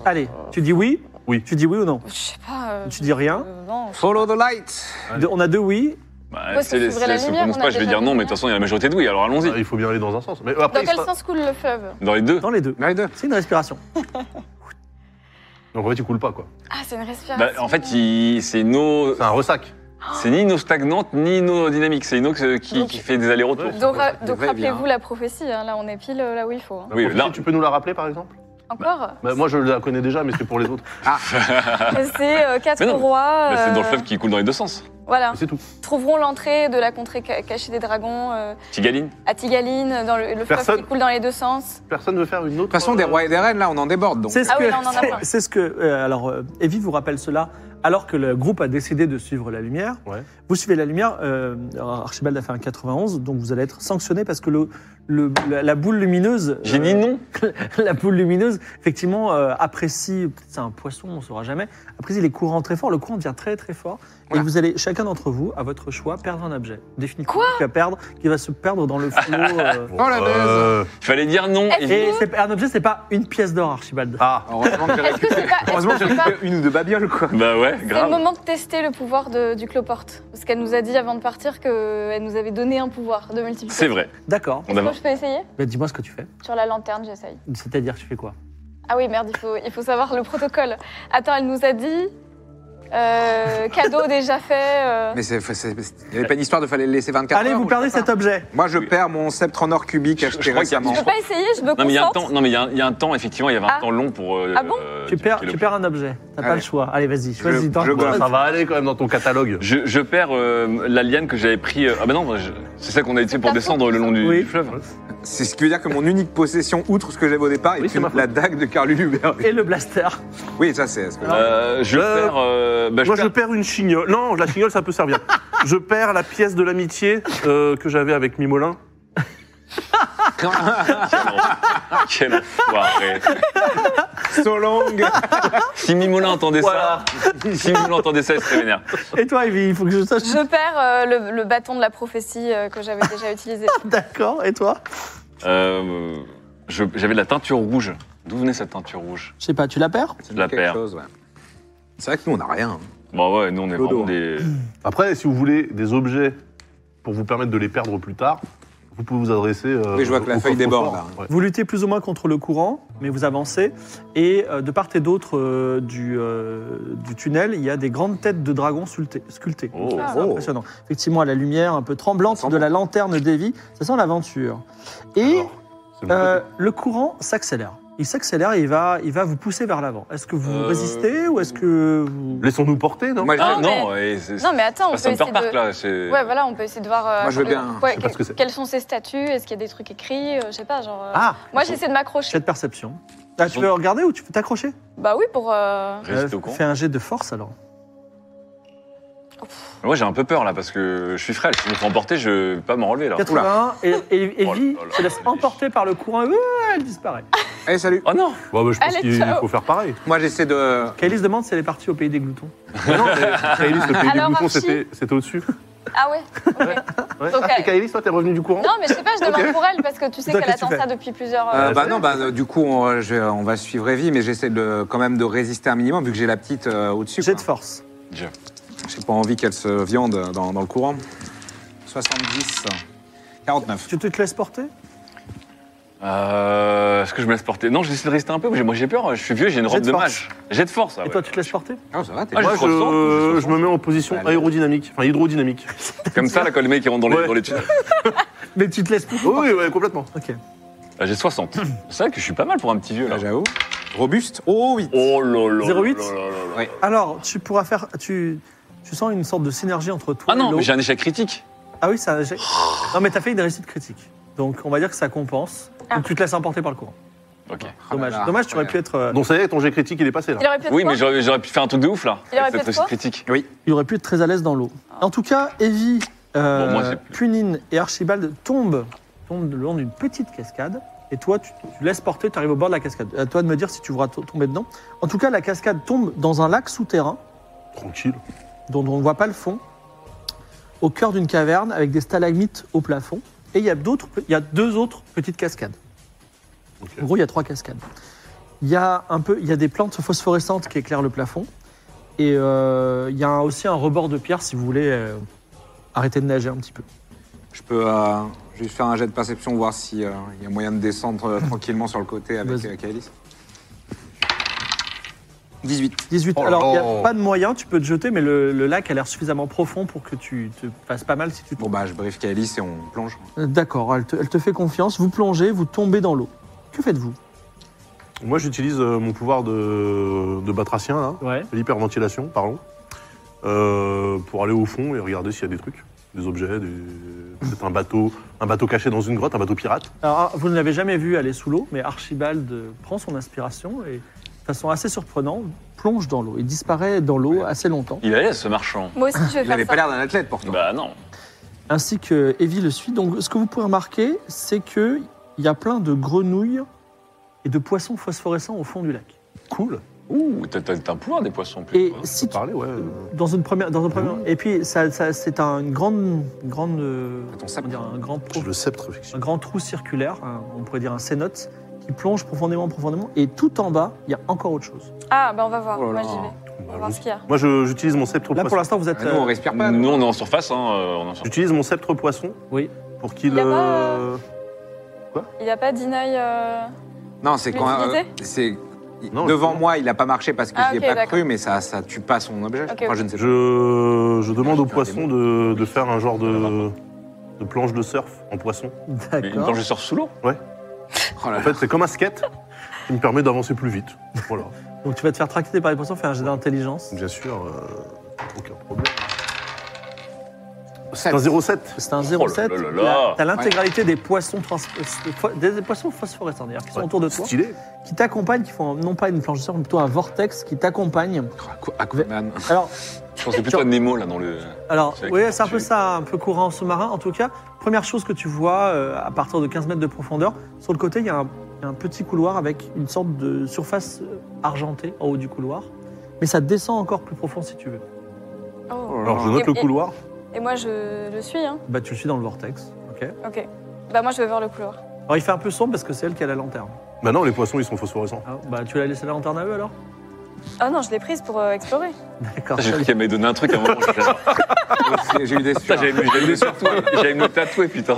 [SPEAKER 1] Allez, tu dis oui
[SPEAKER 6] Oui.
[SPEAKER 1] Tu dis oui ou non
[SPEAKER 2] Je sais pas. euh,
[SPEAKER 1] Tu dis rien
[SPEAKER 2] euh, Non.
[SPEAKER 3] Follow the light.
[SPEAKER 6] Allez.
[SPEAKER 1] De- On a deux oui.
[SPEAKER 5] Bah,
[SPEAKER 2] Parce
[SPEAKER 5] si
[SPEAKER 2] que
[SPEAKER 5] elle
[SPEAKER 2] c'est vrai, la
[SPEAKER 5] si elle se
[SPEAKER 2] lumière,
[SPEAKER 5] prononce
[SPEAKER 2] on a
[SPEAKER 5] pas, je vais
[SPEAKER 2] déjà
[SPEAKER 5] dire
[SPEAKER 2] la
[SPEAKER 5] non, mais de
[SPEAKER 2] lumière.
[SPEAKER 5] toute façon, il y a la majorité de oui, alors
[SPEAKER 6] Ah,
[SPEAKER 5] allons-y.
[SPEAKER 6] Il faut bien aller dans un sens. Mais après,
[SPEAKER 2] Dans
[SPEAKER 6] il
[SPEAKER 2] quel
[SPEAKER 6] sera-
[SPEAKER 2] sens coule le fleuve
[SPEAKER 5] Dans les deux
[SPEAKER 1] Dans les deux.
[SPEAKER 3] Les deux.
[SPEAKER 1] C'est une respiration.
[SPEAKER 6] Donc en fait, il coule pas, quoi.
[SPEAKER 2] Ah, c'est une
[SPEAKER 5] Bah,
[SPEAKER 2] respiration.
[SPEAKER 5] En fait, il- c'est une eau-
[SPEAKER 6] C'est un ressac.
[SPEAKER 5] c'est ni une eau stagnante, ni une eau dynamique. C'est une eau que- euh, qui,
[SPEAKER 2] Donc-
[SPEAKER 5] qui fait des allers-retours.
[SPEAKER 2] Donc, ra-
[SPEAKER 3] C'est
[SPEAKER 2] donc
[SPEAKER 3] vrai, bien,
[SPEAKER 2] rappelez-vous la prophétie, hein, là on est pile euh, là où il faut. hein.
[SPEAKER 5] Oui,
[SPEAKER 6] Bon,
[SPEAKER 5] là-
[SPEAKER 6] si tu peux nous la rappeler, par exemple
[SPEAKER 2] Encore
[SPEAKER 6] Bah, Moi, je la connais déjà, mais c'est pour les autres.
[SPEAKER 2] C'est euh, quatre
[SPEAKER 5] Mais bah. non,
[SPEAKER 2] rois.
[SPEAKER 5] Bah, c'est dans le
[SPEAKER 2] euh,
[SPEAKER 5] fleuve qui coule dans les deux sens.
[SPEAKER 2] Voilà.
[SPEAKER 6] Mais C'est tout.
[SPEAKER 2] Trouveront l'entrée de la contrée ca- cachée des dragons euh,
[SPEAKER 5] Tigaline
[SPEAKER 2] à Tigaline, dans le, le fleuve
[SPEAKER 6] Personne.
[SPEAKER 2] qui coule dans les deux sens.
[SPEAKER 6] Personne veut faire une autre. euh,
[SPEAKER 3] De toute façon, des rois et des reines, là, on en déborde. Donc.
[SPEAKER 1] C'est ce
[SPEAKER 2] Ah
[SPEAKER 1] que.
[SPEAKER 2] oui, là, on en a
[SPEAKER 1] c'est-
[SPEAKER 2] plein.
[SPEAKER 1] c'est ce que. euh, alors, euh, Evie vous rappelle cela. Alors que le groupe a décidé de suivre la lumière,
[SPEAKER 6] Ouais.
[SPEAKER 1] vous suivez la lumière. euh, alors, Archibald a fait un 91, donc vous allez être sanctionné parce que le, le- la, la boule lumineuse.
[SPEAKER 5] J'ai
[SPEAKER 1] euh,
[SPEAKER 5] dit non.
[SPEAKER 1] la boule lumineuse, effectivement, euh, apprécie, c'est un poisson, on ne saura jamais, apprécie les courants très forts, le courant devient très très fort, et
[SPEAKER 3] Voilà.
[SPEAKER 1] vous allez, chacun d'entre vous, à votre choix, perdre un objet, définitivement,
[SPEAKER 2] Quoi
[SPEAKER 1] qui va, perdre, qui va se perdre dans le flot. euh.
[SPEAKER 6] Oh
[SPEAKER 3] Oh, la
[SPEAKER 5] Il fallait dire non.
[SPEAKER 2] Est-ce
[SPEAKER 5] Et-
[SPEAKER 1] Et c'est- un objet, c'est pas une pièce d'or, Archibald.
[SPEAKER 6] Ah
[SPEAKER 3] Heureusement que j'ai
[SPEAKER 2] Est-ce que c'est pas, est-ce
[SPEAKER 3] Heureusement
[SPEAKER 2] que
[SPEAKER 3] que j'ai
[SPEAKER 2] c'est pas-
[SPEAKER 3] récupéré une ou deux babioles, quoi.
[SPEAKER 5] Bah ouais,
[SPEAKER 2] c'est le
[SPEAKER 5] grave.
[SPEAKER 2] moment de tester le pouvoir de- du cloporte Parce qu'elle nous a dit avant de partir qu'elle nous avait donné un pouvoir de multiplication.
[SPEAKER 5] C'est vrai.
[SPEAKER 1] D'accord,
[SPEAKER 5] On
[SPEAKER 2] Est-ce que
[SPEAKER 5] avance.
[SPEAKER 2] je peux essayer
[SPEAKER 1] mais dis-moi ce que tu fais.
[SPEAKER 2] Sur la lanterne, j'essaye.
[SPEAKER 1] C'est-à-dire, tu fais quoi
[SPEAKER 2] Ah oui, merde, il faut, il faut savoir le protocole. Attends, elle nous a dit Euh, cadeau déjà fait. euh,
[SPEAKER 3] Mais c'est- c'est- c'est- il n'y avait pas une histoire de fallait le laisser 24
[SPEAKER 1] Allez,
[SPEAKER 3] heures
[SPEAKER 1] vous Bah,
[SPEAKER 3] ou je
[SPEAKER 1] perdez
[SPEAKER 3] sais pas.
[SPEAKER 1] cet objet.
[SPEAKER 3] Moi, je perds mon sceptre en or cubique
[SPEAKER 5] Je- je
[SPEAKER 3] acheté
[SPEAKER 5] crois qu'il y a-
[SPEAKER 3] récemment.
[SPEAKER 2] Je peux pas essayer, je me
[SPEAKER 5] Non mais il y a un
[SPEAKER 2] concentre.
[SPEAKER 5] temps, non mais il y a un- il y a un temps effectivement, il y avait un
[SPEAKER 2] Ah.
[SPEAKER 5] temps long pour. euh,
[SPEAKER 2] Ah bon
[SPEAKER 5] euh,
[SPEAKER 1] Tu perds,
[SPEAKER 5] calculer
[SPEAKER 1] tu
[SPEAKER 5] le-
[SPEAKER 1] perds un objet. T'as
[SPEAKER 3] Allez.
[SPEAKER 1] pas le choix. Allez, vas-y, choisis.
[SPEAKER 3] Je-
[SPEAKER 1] tente.
[SPEAKER 3] je gosse.
[SPEAKER 6] Ça va aller quand même dans ton catalogue.
[SPEAKER 5] Je, je perds euh, l'alien que j'avais pris. euh, ah ben non, je- c'est celle qu'on a été pour
[SPEAKER 2] Ta
[SPEAKER 5] descendre
[SPEAKER 2] faute.
[SPEAKER 5] le long du,
[SPEAKER 1] Oui.
[SPEAKER 5] du fleuve.
[SPEAKER 3] C'est ce qui veut dire que mon unique possession, outre ce que j'avais au départ, est
[SPEAKER 6] Oui, c'est ma
[SPEAKER 3] une- la dague de Carl Hubert.
[SPEAKER 1] Et le blaster.
[SPEAKER 3] Oui, ça, c'est ce que
[SPEAKER 5] Euh, je
[SPEAKER 6] Euh,
[SPEAKER 5] perds. euh, bah, je
[SPEAKER 6] Moi,
[SPEAKER 5] perds-
[SPEAKER 6] je perds une chignole. Non, la chignole, ça peut servir. je perds la pièce de l'amitié euh, que j'avais avec Mimolin.
[SPEAKER 5] Quel enfoiré.
[SPEAKER 3] So long
[SPEAKER 5] Si Mimolin entendait
[SPEAKER 6] Voilà.
[SPEAKER 5] ça, si Mimolin entendait ça, il serait vénère.
[SPEAKER 1] Et toi, Evie, il faut que je sache.
[SPEAKER 2] Je perds euh, le, le bâton de la prophétie euh, que j'avais déjà utilisé.
[SPEAKER 1] D'accord, et toi
[SPEAKER 5] Euh, je- J'avais de la teinture rouge. D'où venait cette teinture rouge
[SPEAKER 1] Je sais pas, tu la perds
[SPEAKER 3] Ça
[SPEAKER 5] La
[SPEAKER 3] me dit quelque
[SPEAKER 5] paire.
[SPEAKER 3] chose, ouais. C'est vrai que nous, on n'a rien.
[SPEAKER 5] Bon Bah ouais, nous on est
[SPEAKER 3] Dodo,
[SPEAKER 5] vraiment des.
[SPEAKER 6] Après, si vous voulez des objets pour vous permettre de les perdre plus tard, vous pouvez vous adresser. euh,
[SPEAKER 3] Oui, je vois que la
[SPEAKER 6] au
[SPEAKER 3] feuille
[SPEAKER 6] coffre-fort.
[SPEAKER 3] déborde,
[SPEAKER 6] Ouais.
[SPEAKER 1] Vous luttez plus ou moins contre le courant, mais vous avancez. Et euh, de part et d'autre euh, du, euh, du tunnel, il y a des grandes têtes de dragons sculptées. sculptées.
[SPEAKER 5] Oh.
[SPEAKER 1] C'est
[SPEAKER 3] Oh.
[SPEAKER 1] impressionnant. Effectivement, à la lumière un peu
[SPEAKER 3] Ça
[SPEAKER 1] tremblante
[SPEAKER 3] sent
[SPEAKER 1] de
[SPEAKER 3] bon.
[SPEAKER 1] la lanterne d'Evie, ça sent l'aventure. Et
[SPEAKER 6] Alors, c'est bon.
[SPEAKER 1] euh, le courant s'accélère. Il s'accélère et il va, il va vous pousser vers l'avant. Est-ce que vous
[SPEAKER 5] Euh,
[SPEAKER 1] résistez ou est-ce que vous...
[SPEAKER 6] Laissons-nous porter, non
[SPEAKER 3] Moi, je,
[SPEAKER 5] Ah,
[SPEAKER 2] Non,
[SPEAKER 5] non, et c'est-
[SPEAKER 2] Non mais attends, on
[SPEAKER 5] Bah,
[SPEAKER 2] peut
[SPEAKER 5] ça me
[SPEAKER 2] essayer
[SPEAKER 5] fait
[SPEAKER 2] de...
[SPEAKER 5] parc là. c'est-
[SPEAKER 2] Ouais, voilà, on peut essayer de voir. euh,
[SPEAKER 3] Moi, je veux bien.
[SPEAKER 2] ouais,
[SPEAKER 6] Je sais pas ce que c'est.
[SPEAKER 2] quels sont ses statuts Est-ce qu'il y a des trucs écrits Euh, Je sais pas, genre. euh,
[SPEAKER 1] Ah
[SPEAKER 2] Moi, j'essaie de m'accrocher.
[SPEAKER 1] Jet de perception. Ah, tu veux regarder ou tu peux t'accrocher
[SPEAKER 2] Bah oui, pour. euh,
[SPEAKER 5] Résister au
[SPEAKER 1] Euh,
[SPEAKER 5] courant.
[SPEAKER 1] Fais un jet de force alors.
[SPEAKER 5] Moi j'ai un peu peur là parce que je suis frêle. Si je me fais emporter, je vais pas m'en relever là.
[SPEAKER 1] 81 et, et,
[SPEAKER 5] Oh là
[SPEAKER 1] Evie
[SPEAKER 5] là
[SPEAKER 1] se laisse
[SPEAKER 5] là là.
[SPEAKER 1] emporter par le courant et euh, elle disparaît.
[SPEAKER 3] Allez, Eh, salut.
[SPEAKER 5] Oh non
[SPEAKER 6] Bon, bah, Je pense
[SPEAKER 2] Allez,
[SPEAKER 6] qu'il
[SPEAKER 2] ciao.
[SPEAKER 6] faut faire pareil.
[SPEAKER 3] Moi, j'essaie de. euh,
[SPEAKER 1] Kailis demande si elle est partie au pays des gloutons.
[SPEAKER 6] Mais non, mais Kaelis, le pays des
[SPEAKER 2] Alors,
[SPEAKER 6] boutons,
[SPEAKER 2] Archie
[SPEAKER 6] c'était c'était au-dessus.
[SPEAKER 2] Ah ouais ok.
[SPEAKER 6] Ouais.
[SPEAKER 2] Donc,
[SPEAKER 6] ah, c'est
[SPEAKER 2] euh,
[SPEAKER 6] Kaelis, toi, t'es revenu du courant
[SPEAKER 2] Non, mais je sais pas, je demande pour elle parce que tu sais
[SPEAKER 1] Toi,
[SPEAKER 2] qu'elle
[SPEAKER 1] qu'est-ce que
[SPEAKER 2] attend
[SPEAKER 1] tu
[SPEAKER 2] ça
[SPEAKER 1] fais
[SPEAKER 2] depuis plusieurs.
[SPEAKER 3] Euh,
[SPEAKER 1] Ah,
[SPEAKER 2] euh,
[SPEAKER 3] bah non, bah, euh, du coup, on, je- on va suivre Evie, mais j'essaie de, quand même de résister un minimum, vu que j'ai la petite euh, au-dessus.
[SPEAKER 1] Jet de
[SPEAKER 3] quoi.
[SPEAKER 1] force.
[SPEAKER 3] J'ai pas envie qu'elle se viande dans, dans le courant. 70, 49.
[SPEAKER 1] Tu te te laisses porter
[SPEAKER 5] Euh, Est-ce que je me laisse porter Non, je décide de rester un peu. mais Moi j'ai peur, je suis vieux, j'ai une robe
[SPEAKER 1] de
[SPEAKER 5] de
[SPEAKER 1] force.
[SPEAKER 5] mage. J'ai de force. ah
[SPEAKER 1] Et
[SPEAKER 5] ouais.
[SPEAKER 1] toi, tu te laisses porter
[SPEAKER 3] Ah, ça va, t'es
[SPEAKER 5] Ah,
[SPEAKER 3] bien.
[SPEAKER 6] Moi,
[SPEAKER 5] je ressens que
[SPEAKER 6] je,
[SPEAKER 5] je
[SPEAKER 6] je me mets en position
[SPEAKER 3] Allez.
[SPEAKER 6] aérodynamique, enfin hydrodynamique.
[SPEAKER 5] Comme ça, là, quand les mecs ils rentrent dans les,
[SPEAKER 6] Ouais.
[SPEAKER 5] dans les tunnels.
[SPEAKER 1] Mais tu te laisses porter
[SPEAKER 6] oui, ouais, complètement.
[SPEAKER 1] Ok.
[SPEAKER 5] Ah, J'ai 60. C'est vrai que je suis pas mal pour un petit vieux là.
[SPEAKER 3] Là, j'avoue. Robuste. Oh, oui.
[SPEAKER 5] Oh là là.
[SPEAKER 1] 08?
[SPEAKER 5] là là là là.
[SPEAKER 3] Ouais.
[SPEAKER 1] Alors, tu pourras faire. Tu, tu sens une sorte de synergie entre toi
[SPEAKER 5] Ah
[SPEAKER 1] et
[SPEAKER 5] non, mais
[SPEAKER 1] l'eau.
[SPEAKER 5] j'ai un échec critique.
[SPEAKER 1] Ah oui, ça. j'ai-
[SPEAKER 5] Oh.
[SPEAKER 1] Non, mais t'as fait une réussite critique. Donc, on va dire que ça compense.
[SPEAKER 2] Ah.
[SPEAKER 1] Donc, tu te laisses emporter par le
[SPEAKER 5] Ah
[SPEAKER 1] courant.
[SPEAKER 5] Ok.
[SPEAKER 3] Ah,
[SPEAKER 1] Dommage. Dommage, tu aurais pu être. euh,
[SPEAKER 6] Donc ça y est, ton jet critique, il est passé là.
[SPEAKER 2] Il aurait pu être
[SPEAKER 5] Oui,
[SPEAKER 2] quoi
[SPEAKER 5] mais j'aurais j'aurais pu faire un truc de ouf là.
[SPEAKER 2] Il aurait
[SPEAKER 5] Avec
[SPEAKER 2] pu
[SPEAKER 5] cette
[SPEAKER 2] être quoi
[SPEAKER 5] critique.
[SPEAKER 1] Il aurait pu être très à l'aise dans l'eau. En tout cas, Evie, euh,
[SPEAKER 5] Bon, moi, c'est plus-
[SPEAKER 1] Punine et Archibald tombent, tombent le long d'une petite cascade. Et toi, tu, tu laisses porter, tu arrives au bord de la cascade. À toi de me dire si tu voudras to- tomber dedans. En tout cas, la cascade tombe dans un lac souterrain
[SPEAKER 6] Tranquille.
[SPEAKER 1] dont on ne voit pas le fond, au cœur d'une caverne avec des stalagmites au plafond. Et il y a, d'autres, il y a deux autres petites cascades.
[SPEAKER 6] Ok.
[SPEAKER 1] En gros, il y a trois cascades. Il y a, un peu, il y a des plantes phosphorescentes qui éclairent le plafond. Et euh, il y a un- aussi un rebord de pierre si vous voulez euh, arrêter de nager un petit peu.
[SPEAKER 3] Je peux euh, juste faire un jet de perception, voir s'il y a moyen de descendre euh, tranquillement sur le côté avec
[SPEAKER 1] Vas-y.
[SPEAKER 3] euh, Kaelis. 18.
[SPEAKER 1] 18.
[SPEAKER 6] Oh là
[SPEAKER 1] Alors, il n'y
[SPEAKER 6] là.
[SPEAKER 1] a pas de moyen, tu peux te jeter, mais le, le lac a l'air suffisamment profond pour que tu te fasses pas mal si tu
[SPEAKER 3] Bon,
[SPEAKER 1] tombes.
[SPEAKER 3] bah, je briefe Kaelis et on plonge.
[SPEAKER 1] D'accord, elle te, elle te fait confiance. Vous plongez, vous tombez dans l'eau. Que faites-vous
[SPEAKER 6] Moi, j'utilise euh, mon pouvoir de, de batracien, là,
[SPEAKER 1] Ouais.
[SPEAKER 6] l'hyperventilation, pardon, euh, pour aller au fond et regarder s'il y a des trucs, des objets, des- peut-être un bateau, un bateau caché dans une grotte, un bateau pirate.
[SPEAKER 1] Alors, ah, vous ne l'avez jamais vu aller sous l'eau, mais Archibald euh, prend son inspiration et, de façon assez surprenante, plonge dans l'eau. Il disparaît dans l'eau assez longtemps.
[SPEAKER 5] Il est à l'aise, ce marchand.
[SPEAKER 2] Moi aussi, je vais
[SPEAKER 3] Il n'avait
[SPEAKER 2] faire
[SPEAKER 3] pas
[SPEAKER 2] ça.
[SPEAKER 3] l'air d'un athlète, pourtant.
[SPEAKER 5] Bah non.
[SPEAKER 1] Ainsi que Evie le suit. Donc, ce que vous pouvez remarquer, c'est qu'il y a plein de grenouilles et de poissons phosphorescents au fond du lac.
[SPEAKER 6] Cool.
[SPEAKER 5] Ouh, t'as- t'as t'as un pouvoir des poissons
[SPEAKER 1] Et
[SPEAKER 5] plus.
[SPEAKER 1] si tu-
[SPEAKER 6] Parler, ouais. euh,
[SPEAKER 1] dans une première, dans un premier, et puis ça, ça- c'est un, une grande, une grande, euh,
[SPEAKER 3] Attends,
[SPEAKER 1] comment
[SPEAKER 3] ça-
[SPEAKER 1] dire, un grand, pro-
[SPEAKER 6] J'ai le cèptre,
[SPEAKER 1] un
[SPEAKER 6] effectivement.
[SPEAKER 1] grand trou circulaire, un- on pourrait dire un cénote, qui plonge profondément, profondément. Et tout en bas, il y a encore autre chose.
[SPEAKER 2] Ah, bah on va voir.
[SPEAKER 3] Oh
[SPEAKER 2] Moi,
[SPEAKER 3] là
[SPEAKER 2] j'y
[SPEAKER 3] là.
[SPEAKER 2] vais. On va
[SPEAKER 6] Bah,
[SPEAKER 2] voir ce qu'il y a.
[SPEAKER 6] Moi, je- j'utilise mon sceptre
[SPEAKER 1] Là,
[SPEAKER 6] poisson.
[SPEAKER 1] pour l'instant, vous êtes.
[SPEAKER 3] Ah, nous,
[SPEAKER 1] euh,
[SPEAKER 3] on respire pas.
[SPEAKER 5] Nous,
[SPEAKER 3] nous.
[SPEAKER 5] on est en surface, hein. euh, On est en surface.
[SPEAKER 6] J'utilise mon sceptre poisson
[SPEAKER 1] Oui.
[SPEAKER 6] pour qu'il.
[SPEAKER 2] Il y a pas,
[SPEAKER 6] euh,
[SPEAKER 2] Il n'y a pas d'inail. euh,
[SPEAKER 3] Non, c'est quand
[SPEAKER 2] L'utilité
[SPEAKER 3] euh, c'est
[SPEAKER 6] Non,
[SPEAKER 3] Devant moi, il n'a pas marché parce que
[SPEAKER 2] Ah,
[SPEAKER 3] je n'y ai
[SPEAKER 2] ok,
[SPEAKER 3] pas
[SPEAKER 2] d'accord.
[SPEAKER 3] cru, mais ça ça tue pas son objet. je
[SPEAKER 2] Ok,
[SPEAKER 3] crois,
[SPEAKER 2] ok.
[SPEAKER 3] Je ne sais pas.
[SPEAKER 6] Je, je demande au poisson de, de faire un genre de, de planche de surf en poisson.
[SPEAKER 5] Mais Une
[SPEAKER 1] D'accord.
[SPEAKER 5] planche de surf sous l'eau
[SPEAKER 3] Oh là
[SPEAKER 6] En
[SPEAKER 3] là.
[SPEAKER 6] fait, c'est comme un skate qui me permet d'avancer plus vite. Voilà,
[SPEAKER 1] Donc tu vas te faire tracter par les poissons, faire un jet d'intelligence.
[SPEAKER 6] bien sûr, euh, aucun problème. C'est
[SPEAKER 3] Sept.
[SPEAKER 6] un 07.
[SPEAKER 1] C'est un
[SPEAKER 5] Oh là
[SPEAKER 1] 0,7.
[SPEAKER 5] là là là.
[SPEAKER 1] Là, T'as l'intégralité des poissons trans- euh, fo- des, des poissons phosphorescents d'ailleurs qui sont
[SPEAKER 6] Ouais,
[SPEAKER 1] autour de toi,
[SPEAKER 6] Stylé.
[SPEAKER 1] qui t'accompagnent, qui font non pas une planche de surf, mais plutôt un vortex qui t'accompagne.
[SPEAKER 3] Aqu- Aquaman.
[SPEAKER 1] Alors,
[SPEAKER 5] Je pensais plutôt à Nemo là dans le. Ah,
[SPEAKER 1] alors
[SPEAKER 5] C'est
[SPEAKER 1] oui,
[SPEAKER 5] avec-
[SPEAKER 1] c'est un peu ça, un peu courant en sous-marin. En tout cas, première chose que tu vois euh, à partir de 15 mètres de profondeur, sur le côté, il y, a un- il y a un petit couloir avec une sorte de surface euh, argentée en haut du couloir. Mais ça descend encore plus profond si tu veux.
[SPEAKER 2] Oh.
[SPEAKER 6] Alors, je note le couloir.
[SPEAKER 2] Et moi, je le suis, hein.
[SPEAKER 1] Bah, tu suis dans le vortex. ok
[SPEAKER 2] Ok. Bah, moi, je vais vers le couloir.
[SPEAKER 1] Alors, il fait un peu sombre parce que c'est elle qui a la lanterne.
[SPEAKER 6] Bah non, les poissons, ils sont phosphorescents.
[SPEAKER 1] Ah, bah, tu l'as laissé la lanterne à eux alors
[SPEAKER 2] Ah non, je l'ai prise pour euh, explorer.
[SPEAKER 1] D'accord.
[SPEAKER 5] J'ai cru qu'elle m'avait donné un truc à un moment. j'ai-
[SPEAKER 3] J'ai- J'ai eu des
[SPEAKER 5] Putain,
[SPEAKER 3] sueurs.
[SPEAKER 5] J'allais me j'allais me tatouer, j'allais me tatouer, putain.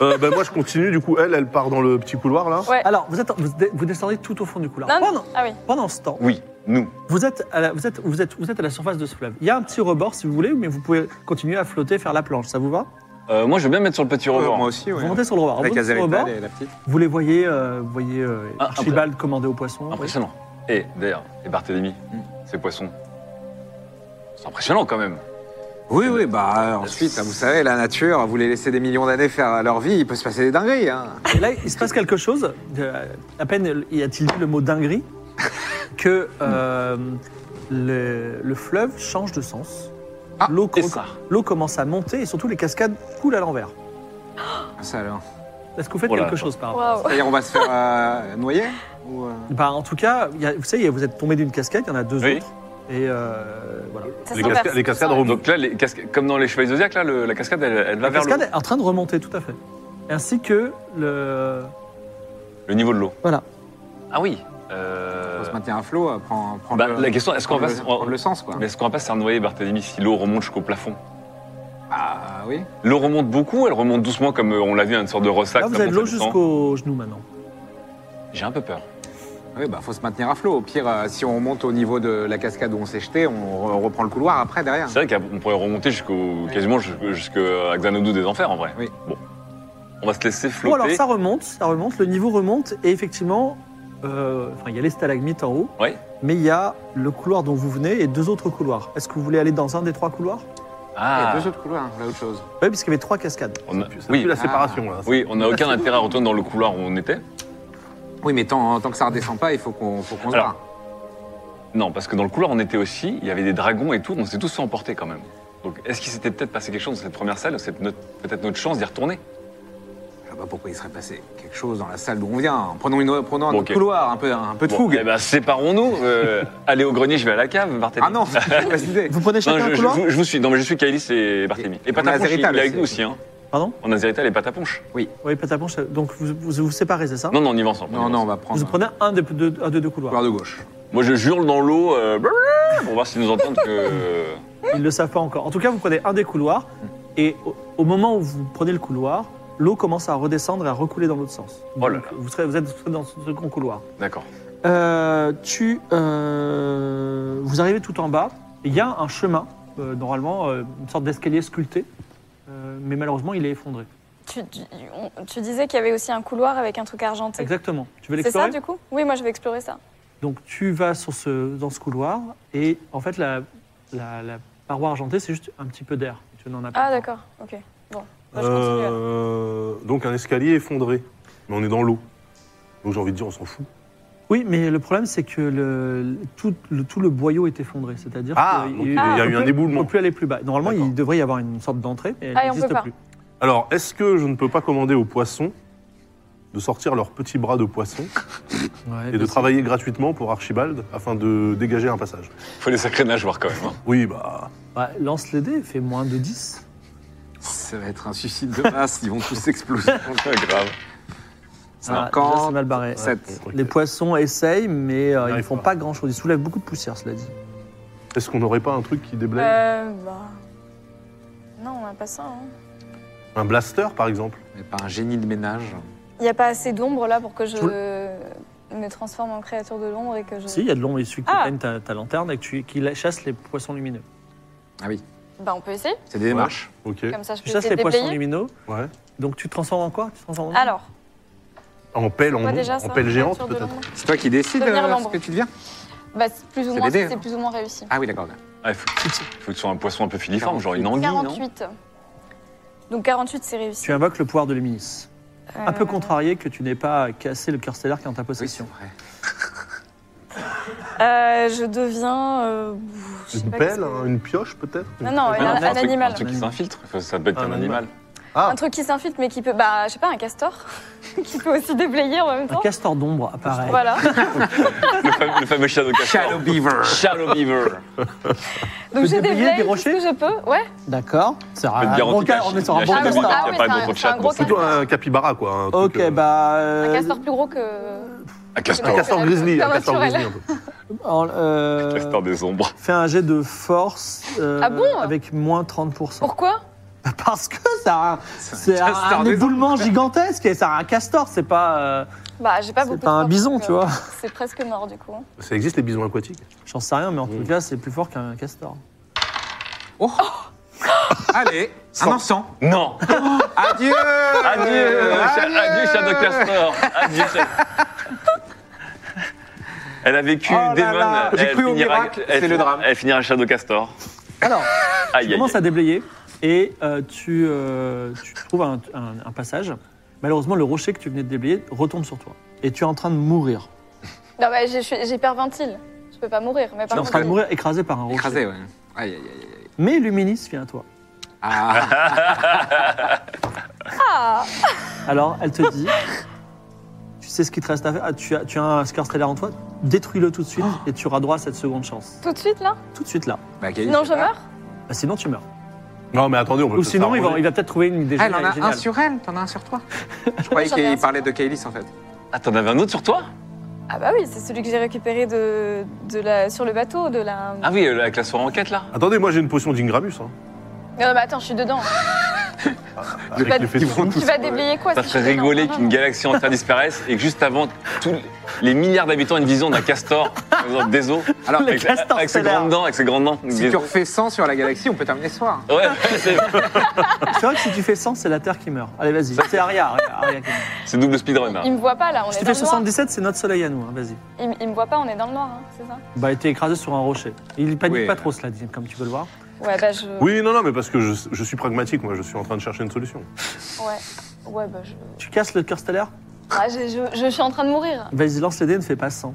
[SPEAKER 6] Euh, bah, moi, je continue. Du coup, elle, elle part dans le petit couloir, là.
[SPEAKER 2] Ouais.
[SPEAKER 1] Alors, vous, êtes, vous, dé- vous descendez tout au fond du couloir.
[SPEAKER 2] Non, non.
[SPEAKER 1] Pendant,
[SPEAKER 2] Ah oui.
[SPEAKER 1] pendant ce temps,
[SPEAKER 5] Oui, nous.
[SPEAKER 1] vous êtes, à la, vous, êtes, vous, êtes, vous êtes à la surface de ce fleuve. Il y a un petit rebord si vous voulez, mais vous pouvez continuer à flotter, faire la planche. Ça vous va
[SPEAKER 5] Euh, moi, je veux bien me mettre sur le petit
[SPEAKER 3] Euh,
[SPEAKER 5] rebord.
[SPEAKER 3] Moi aussi,
[SPEAKER 1] Vous
[SPEAKER 3] oui.
[SPEAKER 1] montez sur le rebord. Vous,
[SPEAKER 3] Avec
[SPEAKER 1] montez sur le
[SPEAKER 3] Azerita
[SPEAKER 1] rebord,
[SPEAKER 3] et la petite.
[SPEAKER 1] vous les voyez, euh, vous voyez euh,
[SPEAKER 5] Ah,
[SPEAKER 1] Archibald commander aux poissons. oui.
[SPEAKER 5] Impressionnant. Et d'ailleurs, et Barthélemy,
[SPEAKER 3] Mm.
[SPEAKER 5] ces poissons. C'est impressionnant quand même.
[SPEAKER 3] Oui, oui, bah euh, ensuite, vous savez, la nature, vous les laissez des millions d'années faire leur vie, il peut se passer des dingueries. Hein.
[SPEAKER 1] Et là, il se passe quelque chose. euh, à peine y a-t-il dit le mot dinguerie que euh, le, le fleuve change de sens.
[SPEAKER 3] Ah,
[SPEAKER 1] L'eau
[SPEAKER 5] Et
[SPEAKER 1] co-
[SPEAKER 5] ça.
[SPEAKER 1] l'eau commence à monter et surtout les cascades coulent à l'envers.
[SPEAKER 3] Ça alors.
[SPEAKER 1] Est-ce que vous faites
[SPEAKER 5] Oh là
[SPEAKER 1] quelque
[SPEAKER 5] là.
[SPEAKER 1] chose par rapport
[SPEAKER 2] Waouh.
[SPEAKER 3] D'ailleurs, on va se faire euh, noyer ou, euh,
[SPEAKER 1] Bah, en tout cas, il y a- vous savez, vous êtes tombé d'une cascade, il y en a deux
[SPEAKER 5] Oui.
[SPEAKER 1] autres. Et euh, voilà.
[SPEAKER 2] Ça
[SPEAKER 6] Les,
[SPEAKER 2] s'inverse.
[SPEAKER 6] casca- les cascades remontent.
[SPEAKER 5] Donc là, les casca- comme dans les Chevaliers Zodiac, là, le- la cascade, elle, elle va
[SPEAKER 1] La
[SPEAKER 5] vers le,
[SPEAKER 1] cascade est en train de remonter, tout à fait. Ainsi que le.
[SPEAKER 5] le niveau de l'eau.
[SPEAKER 1] Voilà.
[SPEAKER 5] Ah oui.
[SPEAKER 3] on
[SPEAKER 5] euh,
[SPEAKER 3] se maintient à flot, euh, prend, prend
[SPEAKER 5] bah,
[SPEAKER 3] le,
[SPEAKER 5] la question, est-ce qu'on
[SPEAKER 3] prend
[SPEAKER 5] va
[SPEAKER 3] le-
[SPEAKER 5] se-
[SPEAKER 3] prend le sens quoi
[SPEAKER 5] Hein. Mais est-ce qu'on va pas se faire noyer, Barthélemy, si l'eau remonte jusqu'au plafond
[SPEAKER 3] Ah oui.
[SPEAKER 5] L'eau remonte beaucoup, elle remonte doucement, comme euh, on l'a vu, à une sorte de ressac.
[SPEAKER 1] Là, vous
[SPEAKER 5] ça
[SPEAKER 1] avez de
[SPEAKER 5] monte,
[SPEAKER 1] l'eau
[SPEAKER 5] ça descend.
[SPEAKER 1] jusqu'au genou maintenant.
[SPEAKER 5] J'ai un peu peur.
[SPEAKER 3] Oui, bah faut se maintenir à flot. Au pire, euh, si on remonte au niveau de la cascade où on s'est jeté, on re- reprend le couloir après derrière.
[SPEAKER 5] C'est vrai qu'on pourrait remonter jusqu'au quasiment jusqu'à Xanadu des Enfers, en vrai.
[SPEAKER 3] Oui.
[SPEAKER 5] Bon. On va se laisser flotter.
[SPEAKER 1] Bon, Oh, alors ça remonte, ça remonte, le niveau remonte, et effectivement, euh, enfin, il y a les stalagmites en haut,
[SPEAKER 5] Ouais.
[SPEAKER 1] mais il y a le couloir dont vous venez et deux autres couloirs. Est-ce que vous voulez aller dans un des trois couloirs
[SPEAKER 3] Il y
[SPEAKER 5] Ah,
[SPEAKER 3] a deux autres couloirs, là autre chose.
[SPEAKER 1] Oui, puisqu'il y avait trois cascades.
[SPEAKER 5] on a-
[SPEAKER 6] Ça pue
[SPEAKER 5] oui,
[SPEAKER 6] la séparation, là.
[SPEAKER 5] oui, on n'a aucun intérêt à retourner dans le couloir où on était.
[SPEAKER 3] Oui, mais tant, tant que ça redescend pas, il faut qu'on faut qu'on se
[SPEAKER 5] Alors.
[SPEAKER 3] barre.
[SPEAKER 5] Non, parce que dans le couloir, on était aussi, il y avait des dragons et tout, on s'est tous fait emporter quand même. Donc est-ce qu'il s'était peut-être passé quelque chose dans cette première salle C'est notre- peut-être notre chance d'y retourner.
[SPEAKER 3] Je sais pas pourquoi il serait passé quelque chose dans la salle d'où on vient. Prenons, une, prenons un
[SPEAKER 5] Bon,
[SPEAKER 3] autre
[SPEAKER 5] ok.
[SPEAKER 3] couloir, un peu, un peu de
[SPEAKER 5] Bon,
[SPEAKER 3] fougue.
[SPEAKER 5] eh ben, séparons-nous. euh, allez au grenier, je vais à la cave, Barthélemy.
[SPEAKER 3] Ah non, c'est pas cette idée.
[SPEAKER 1] Vous prenez
[SPEAKER 5] Non,
[SPEAKER 1] chacun
[SPEAKER 5] je,
[SPEAKER 1] un
[SPEAKER 5] je-
[SPEAKER 1] couloir
[SPEAKER 5] je vous- je vous suis. Non, mais je suis Kaelis et Barthélemy. Et,
[SPEAKER 3] Et on a
[SPEAKER 5] Pataponche, il il est
[SPEAKER 3] Azerital
[SPEAKER 5] avec
[SPEAKER 3] aussi.
[SPEAKER 5] nous aussi. Hein.
[SPEAKER 1] Pardon
[SPEAKER 5] On a Zerital et Pataponche.
[SPEAKER 1] Oui, peut-être la planche, donc vous vous, vous séparez, c'est ça
[SPEAKER 5] Ah. Non, non, on y va ensemble. on y va
[SPEAKER 3] Non, non, on
[SPEAKER 5] ensemble.
[SPEAKER 3] va
[SPEAKER 1] Vous prenez
[SPEAKER 3] prendre
[SPEAKER 1] un des deux, un des deux couloirs.
[SPEAKER 3] couloir de gauche.
[SPEAKER 5] Moi, je jure dans l'eau euh, pour voir s'ils nous entendent que.
[SPEAKER 1] Ils ne le savent pas encore. En tout cas, vous prenez un des couloirs et au, au moment où vous prenez le couloir, l'eau commence à redescendre et à recouler dans l'autre sens.
[SPEAKER 5] Oh là
[SPEAKER 1] Donc,
[SPEAKER 5] là.
[SPEAKER 1] Vous, serez- vous êtes vous serez dans ce second couloir.
[SPEAKER 5] D'accord.
[SPEAKER 1] Euh, tu, euh, vous arrivez tout en bas. Il y a un chemin, euh, normalement, euh, une sorte d'escalier sculpté, euh, mais malheureusement, il est effondré.
[SPEAKER 2] Tu, tu- on- tu disais qu'il y avait aussi un couloir avec un truc argenté.
[SPEAKER 1] Exactement. Tu veux
[SPEAKER 2] C'est ça,
[SPEAKER 1] l'explorer
[SPEAKER 2] du coup Oui, moi, je vais explorer ça.
[SPEAKER 1] Donc, tu vas sur ce, dans ce couloir et en fait, la, la, la paroi argentée, c'est juste un petit peu d'air. Tu n'en as pas.
[SPEAKER 2] Ah, d'accord. Ok. Bon. Moi, je continue. alors.
[SPEAKER 6] Euh, donc, un escalier effondré. Mais on est dans l'eau. Donc, j'ai envie de dire, on s'en fout.
[SPEAKER 1] Oui, mais le problème, c'est que le, tout, le, tout le boyau est effondré. C'est-à-dire
[SPEAKER 6] Ah,
[SPEAKER 1] qu'il
[SPEAKER 6] donc il y a eu un éboulement.
[SPEAKER 1] On ne peut plus aller plus bas. Normalement,
[SPEAKER 6] D'accord.
[SPEAKER 1] il devrait y avoir une sorte d'entrée, mais elle
[SPEAKER 2] Ah, et on
[SPEAKER 1] n'existe
[SPEAKER 2] peut pas.
[SPEAKER 1] plus.
[SPEAKER 6] Alors, est-ce que je ne peux pas commander aux poissons de sortir leurs petits bras de poisson
[SPEAKER 1] Ouais,
[SPEAKER 6] et de travailler gratuitement pour Archibald afin de dégager un passage
[SPEAKER 5] Faut des sacrés nageoires quand même. hein.
[SPEAKER 6] Oui, bah.
[SPEAKER 1] bah, lance les dés, fait moins de 10.
[SPEAKER 3] Ça va être un suicide de masse, ils vont tous s'exploser.
[SPEAKER 5] Ouais, grave.
[SPEAKER 1] Ah,
[SPEAKER 3] 50,
[SPEAKER 1] déjà, c'est mal barré.
[SPEAKER 3] sept.
[SPEAKER 6] bon, ok.
[SPEAKER 1] Les poissons essayent, mais euh, ils ne
[SPEAKER 6] N'arrive
[SPEAKER 1] font
[SPEAKER 6] pas.
[SPEAKER 1] pas grand-chose. Ils soulèvent beaucoup de poussière, cela dit.
[SPEAKER 6] Est-ce qu'on n'aurait pas un truc qui déblaye
[SPEAKER 2] Euh, bah. Non, on n'a pas ça. hein.
[SPEAKER 6] Un blaster, par exemple
[SPEAKER 3] Mais pas un génie de ménage.
[SPEAKER 2] Il n'y a pas assez d'ombre là pour que je.
[SPEAKER 1] Je vous-
[SPEAKER 2] il me transforme en créature de l'ombre et que je.
[SPEAKER 1] Si, il y a de l'ombre, il suffit que
[SPEAKER 2] Ah.
[SPEAKER 1] tu ta, ta lanterne et que tu qu'il chasse les poissons lumineux.
[SPEAKER 3] Ah oui,
[SPEAKER 2] Bah, on peut essayer.
[SPEAKER 3] c'est des démarches.
[SPEAKER 6] Ok.
[SPEAKER 2] Comme ça, je
[SPEAKER 1] Tu
[SPEAKER 2] peux
[SPEAKER 1] chasses
[SPEAKER 2] essayer
[SPEAKER 1] les
[SPEAKER 2] de
[SPEAKER 1] poissons
[SPEAKER 2] déblayer.
[SPEAKER 1] lumineux,
[SPEAKER 6] Ouais.
[SPEAKER 1] donc tu te transformes en quoi Tu te transformes en
[SPEAKER 2] Alors,
[SPEAKER 6] En pelle, en,
[SPEAKER 2] quoi déjà ça
[SPEAKER 6] en pelle géante
[SPEAKER 2] créature de
[SPEAKER 6] peut-être.
[SPEAKER 2] l'ombre
[SPEAKER 3] C'est toi qui décides
[SPEAKER 2] Devenir
[SPEAKER 3] euh, ce
[SPEAKER 2] l'ombre.
[SPEAKER 3] que tu deviens
[SPEAKER 2] Bah, c'est plus ou
[SPEAKER 3] C'est
[SPEAKER 2] moins,
[SPEAKER 3] des dés,
[SPEAKER 2] c'est
[SPEAKER 3] hein.
[SPEAKER 2] plus ou moins réussi.
[SPEAKER 3] Ah oui, d'accord. d'accord.
[SPEAKER 5] Ah, il faut, faut que ce soit un poisson un peu filiforme, genre une anguille, non
[SPEAKER 2] 48. Donc 48, c'est réussi.
[SPEAKER 1] Tu invoques le pouvoir de Luminis. Un
[SPEAKER 2] Euh.
[SPEAKER 1] peu contrarié que tu n'aies pas cassé le cœur stellaire qui est en ta
[SPEAKER 3] Oui, c'est
[SPEAKER 1] possession.
[SPEAKER 3] vrai.
[SPEAKER 2] Euh, je deviens. euh, je sais
[SPEAKER 6] Une
[SPEAKER 2] pas qu'est-ce
[SPEAKER 6] pelle,
[SPEAKER 2] que-
[SPEAKER 6] hein, une pioche peut-être
[SPEAKER 5] Ah,
[SPEAKER 2] Non, non, un,
[SPEAKER 5] non,
[SPEAKER 2] un
[SPEAKER 5] c'est truc-
[SPEAKER 2] animal.
[SPEAKER 5] Un truc qui s'infiltre. Faut- Ça peut être
[SPEAKER 6] Un
[SPEAKER 5] un
[SPEAKER 6] animal.
[SPEAKER 5] animal.
[SPEAKER 6] Ah.
[SPEAKER 2] Un truc qui s'infiltre mais qui peut. Bah, je sais pas, un castor qui peut aussi déblayer en même
[SPEAKER 1] Un
[SPEAKER 2] temps.
[SPEAKER 1] castor d'ombre apparaît.
[SPEAKER 2] Voilà.
[SPEAKER 5] Le fameux, le fameux Shadow Castor.
[SPEAKER 3] Shadow Beaver.
[SPEAKER 5] Shadow Beaver.
[SPEAKER 2] Donc
[SPEAKER 1] déblayer
[SPEAKER 2] j'ai déblayé
[SPEAKER 1] des
[SPEAKER 2] tout ce que
[SPEAKER 1] rochers
[SPEAKER 2] je peux. Ouais.
[SPEAKER 1] D'accord. C'est
[SPEAKER 5] Je peux te
[SPEAKER 1] un
[SPEAKER 5] garantir
[SPEAKER 1] bon
[SPEAKER 5] que
[SPEAKER 1] cas-
[SPEAKER 5] la
[SPEAKER 1] on est sur un
[SPEAKER 5] Chine-
[SPEAKER 1] bon
[SPEAKER 5] la Chine
[SPEAKER 2] castor.
[SPEAKER 5] ne
[SPEAKER 1] castor.
[SPEAKER 2] Ah
[SPEAKER 5] marque
[SPEAKER 2] ouais,
[SPEAKER 5] pas
[SPEAKER 2] c'est un-
[SPEAKER 5] d'autre
[SPEAKER 2] c'est un
[SPEAKER 5] chat
[SPEAKER 2] gros
[SPEAKER 5] dans cette-
[SPEAKER 6] Plutôt un capybara quoi. un truc,
[SPEAKER 1] Ok,
[SPEAKER 6] euh,
[SPEAKER 1] bah.
[SPEAKER 2] Un
[SPEAKER 1] euh,
[SPEAKER 2] castor plus gros que.
[SPEAKER 5] Un
[SPEAKER 6] Un
[SPEAKER 5] castor.
[SPEAKER 6] castor grizzly, un castor
[SPEAKER 2] Naturel.
[SPEAKER 6] grizzly un peu.
[SPEAKER 1] en- euh,
[SPEAKER 5] Castor des ombres.
[SPEAKER 1] Fais un jet de force euh,
[SPEAKER 2] Ah bon
[SPEAKER 1] avec moins 30%.
[SPEAKER 2] Pourquoi
[SPEAKER 1] Parce que ça, c'est un,
[SPEAKER 3] castor
[SPEAKER 1] un
[SPEAKER 3] des
[SPEAKER 1] éboulement gigantesque et ça a un castor, c'est pas, euh,
[SPEAKER 2] Bah, j'ai pas
[SPEAKER 1] c'est
[SPEAKER 2] beaucoup.
[SPEAKER 1] pas
[SPEAKER 2] de
[SPEAKER 1] un
[SPEAKER 2] force,
[SPEAKER 1] bison,
[SPEAKER 2] donc,
[SPEAKER 1] tu
[SPEAKER 2] euh,
[SPEAKER 1] vois.
[SPEAKER 2] C'est presque mort du coup.
[SPEAKER 6] Ça existe les bisons aquatiques
[SPEAKER 1] J'en sais rien, mais en tout
[SPEAKER 6] Mm.
[SPEAKER 1] cas, c'est plus fort qu'un castor.
[SPEAKER 3] Oh. Allez, un encens.
[SPEAKER 5] Non
[SPEAKER 3] Adieu
[SPEAKER 5] Adieu
[SPEAKER 3] Ah.
[SPEAKER 5] Cha- Adieu Shadow Castor Adieu Shadow- Elle a vécu
[SPEAKER 3] Oh là
[SPEAKER 5] Demon.
[SPEAKER 3] là, j'ai
[SPEAKER 5] elle
[SPEAKER 3] cru au
[SPEAKER 5] finira-
[SPEAKER 3] miracle,
[SPEAKER 5] elle
[SPEAKER 3] c'est le
[SPEAKER 5] finira-
[SPEAKER 3] drame.
[SPEAKER 5] Elle finira Shadow Castor.
[SPEAKER 1] Alors,
[SPEAKER 5] Aïe,
[SPEAKER 1] tu
[SPEAKER 5] aïe,
[SPEAKER 1] commences
[SPEAKER 5] aïe.
[SPEAKER 1] à déblayer et euh, tu, euh, tu trouves un, un- un passage. Malheureusement, le rocher que tu venais de déblayer retombe sur toi et tu es en train de mourir.
[SPEAKER 2] Non, bah, j'ai- je suis- j'hyperventile. Je peux pas mourir. Mais
[SPEAKER 1] Tu es
[SPEAKER 2] par
[SPEAKER 1] en train de
[SPEAKER 2] contre.
[SPEAKER 1] mourir écrasé par un rocher.
[SPEAKER 3] Écrasé, ouais. Aïe, aïe, aïe.
[SPEAKER 1] Mais Luminis vient à toi.
[SPEAKER 3] Ah,
[SPEAKER 2] Ah
[SPEAKER 1] Alors, elle te dit Tu sais ce qu'il te reste à faire Ah, tu, as, tu as un scar stellaire en toi, détruis-le tout de suite
[SPEAKER 3] Oh.
[SPEAKER 1] et tu auras droit à cette seconde chance.
[SPEAKER 2] Tout de suite là
[SPEAKER 1] Tout de suite là.
[SPEAKER 3] bah, Gaïa,
[SPEAKER 2] Non,
[SPEAKER 3] c'est
[SPEAKER 2] je
[SPEAKER 3] pas-
[SPEAKER 2] meurs
[SPEAKER 1] Bah, sinon, tu meurs.
[SPEAKER 6] Non mais attendez, on peut
[SPEAKER 1] Ou
[SPEAKER 6] peut-être
[SPEAKER 1] sinon, il va,
[SPEAKER 6] s'arranger.
[SPEAKER 1] il va peut-être trouver une idée
[SPEAKER 3] Elle en
[SPEAKER 1] géniale-
[SPEAKER 3] a un
[SPEAKER 1] géniale.
[SPEAKER 3] sur elle, t'en as un sur toi. Je croyais
[SPEAKER 2] J'en ai un
[SPEAKER 3] qu'il
[SPEAKER 2] sur
[SPEAKER 3] parlait de Kailis en fait.
[SPEAKER 5] Ah, t'en avais un autre sur toi
[SPEAKER 2] Ah, bah oui, c'est celui que j'ai récupéré de, de la, sur le bateau. de la.
[SPEAKER 5] Ah oui, euh, avec la soirée enquête là
[SPEAKER 6] Attendez, moi j'ai une potion d'Ingramus. Hein,
[SPEAKER 2] Non, mais attends, je suis dedans.
[SPEAKER 6] avec
[SPEAKER 2] vas-
[SPEAKER 6] les faisceaux.
[SPEAKER 2] Tu vas déblayer quoi
[SPEAKER 5] Ça
[SPEAKER 2] Ah, si
[SPEAKER 5] ferait
[SPEAKER 2] je suis dedans
[SPEAKER 5] rigoler
[SPEAKER 2] Non,
[SPEAKER 5] qu'une
[SPEAKER 2] non.
[SPEAKER 5] galaxie entière disparaisse et que juste avant, tous les milliards d'habitants aient une vision d'un castor des eaux.
[SPEAKER 3] Alors,
[SPEAKER 1] Le
[SPEAKER 5] Avec,
[SPEAKER 1] castor
[SPEAKER 5] avec ses
[SPEAKER 1] stellaire.
[SPEAKER 5] grandes dents, avec ses grandes dents.
[SPEAKER 3] si tu refais 100 sur la galaxie, on peut terminer ce soir.
[SPEAKER 5] Ouais, ouais, c'est-
[SPEAKER 1] C'est vrai que si tu fais 100, c'est la Terre qui meurt. Allez, vas-y. C'est Aria. Aria, Aria qui meurt.
[SPEAKER 5] c'est double speedrun. hein.
[SPEAKER 2] Il me voit pas là, on
[SPEAKER 1] Si
[SPEAKER 2] est
[SPEAKER 1] tu
[SPEAKER 2] dans
[SPEAKER 1] fais
[SPEAKER 2] le noir.
[SPEAKER 1] 77, c'est notre soleil à nous. hein, vas-y.
[SPEAKER 2] Il, il me voit pas, on est dans le noir, hein, c'est ça
[SPEAKER 1] Bah, il était écrasé sur un rocher. Il panique
[SPEAKER 3] Oui.
[SPEAKER 1] pas trop, cela dit, comme tu peux le voir.
[SPEAKER 2] Ouais, bah je.
[SPEAKER 6] Oui, non, non, mais parce que je, je suis pragmatique, moi, je suis en train de chercher une solution.
[SPEAKER 2] Ouais. Ouais, bah je.
[SPEAKER 1] Tu casses le cœur stellaire
[SPEAKER 2] Ah, je, je- je suis en train de mourir.
[SPEAKER 1] Vas-y, lance les dés, ne fais pas 100.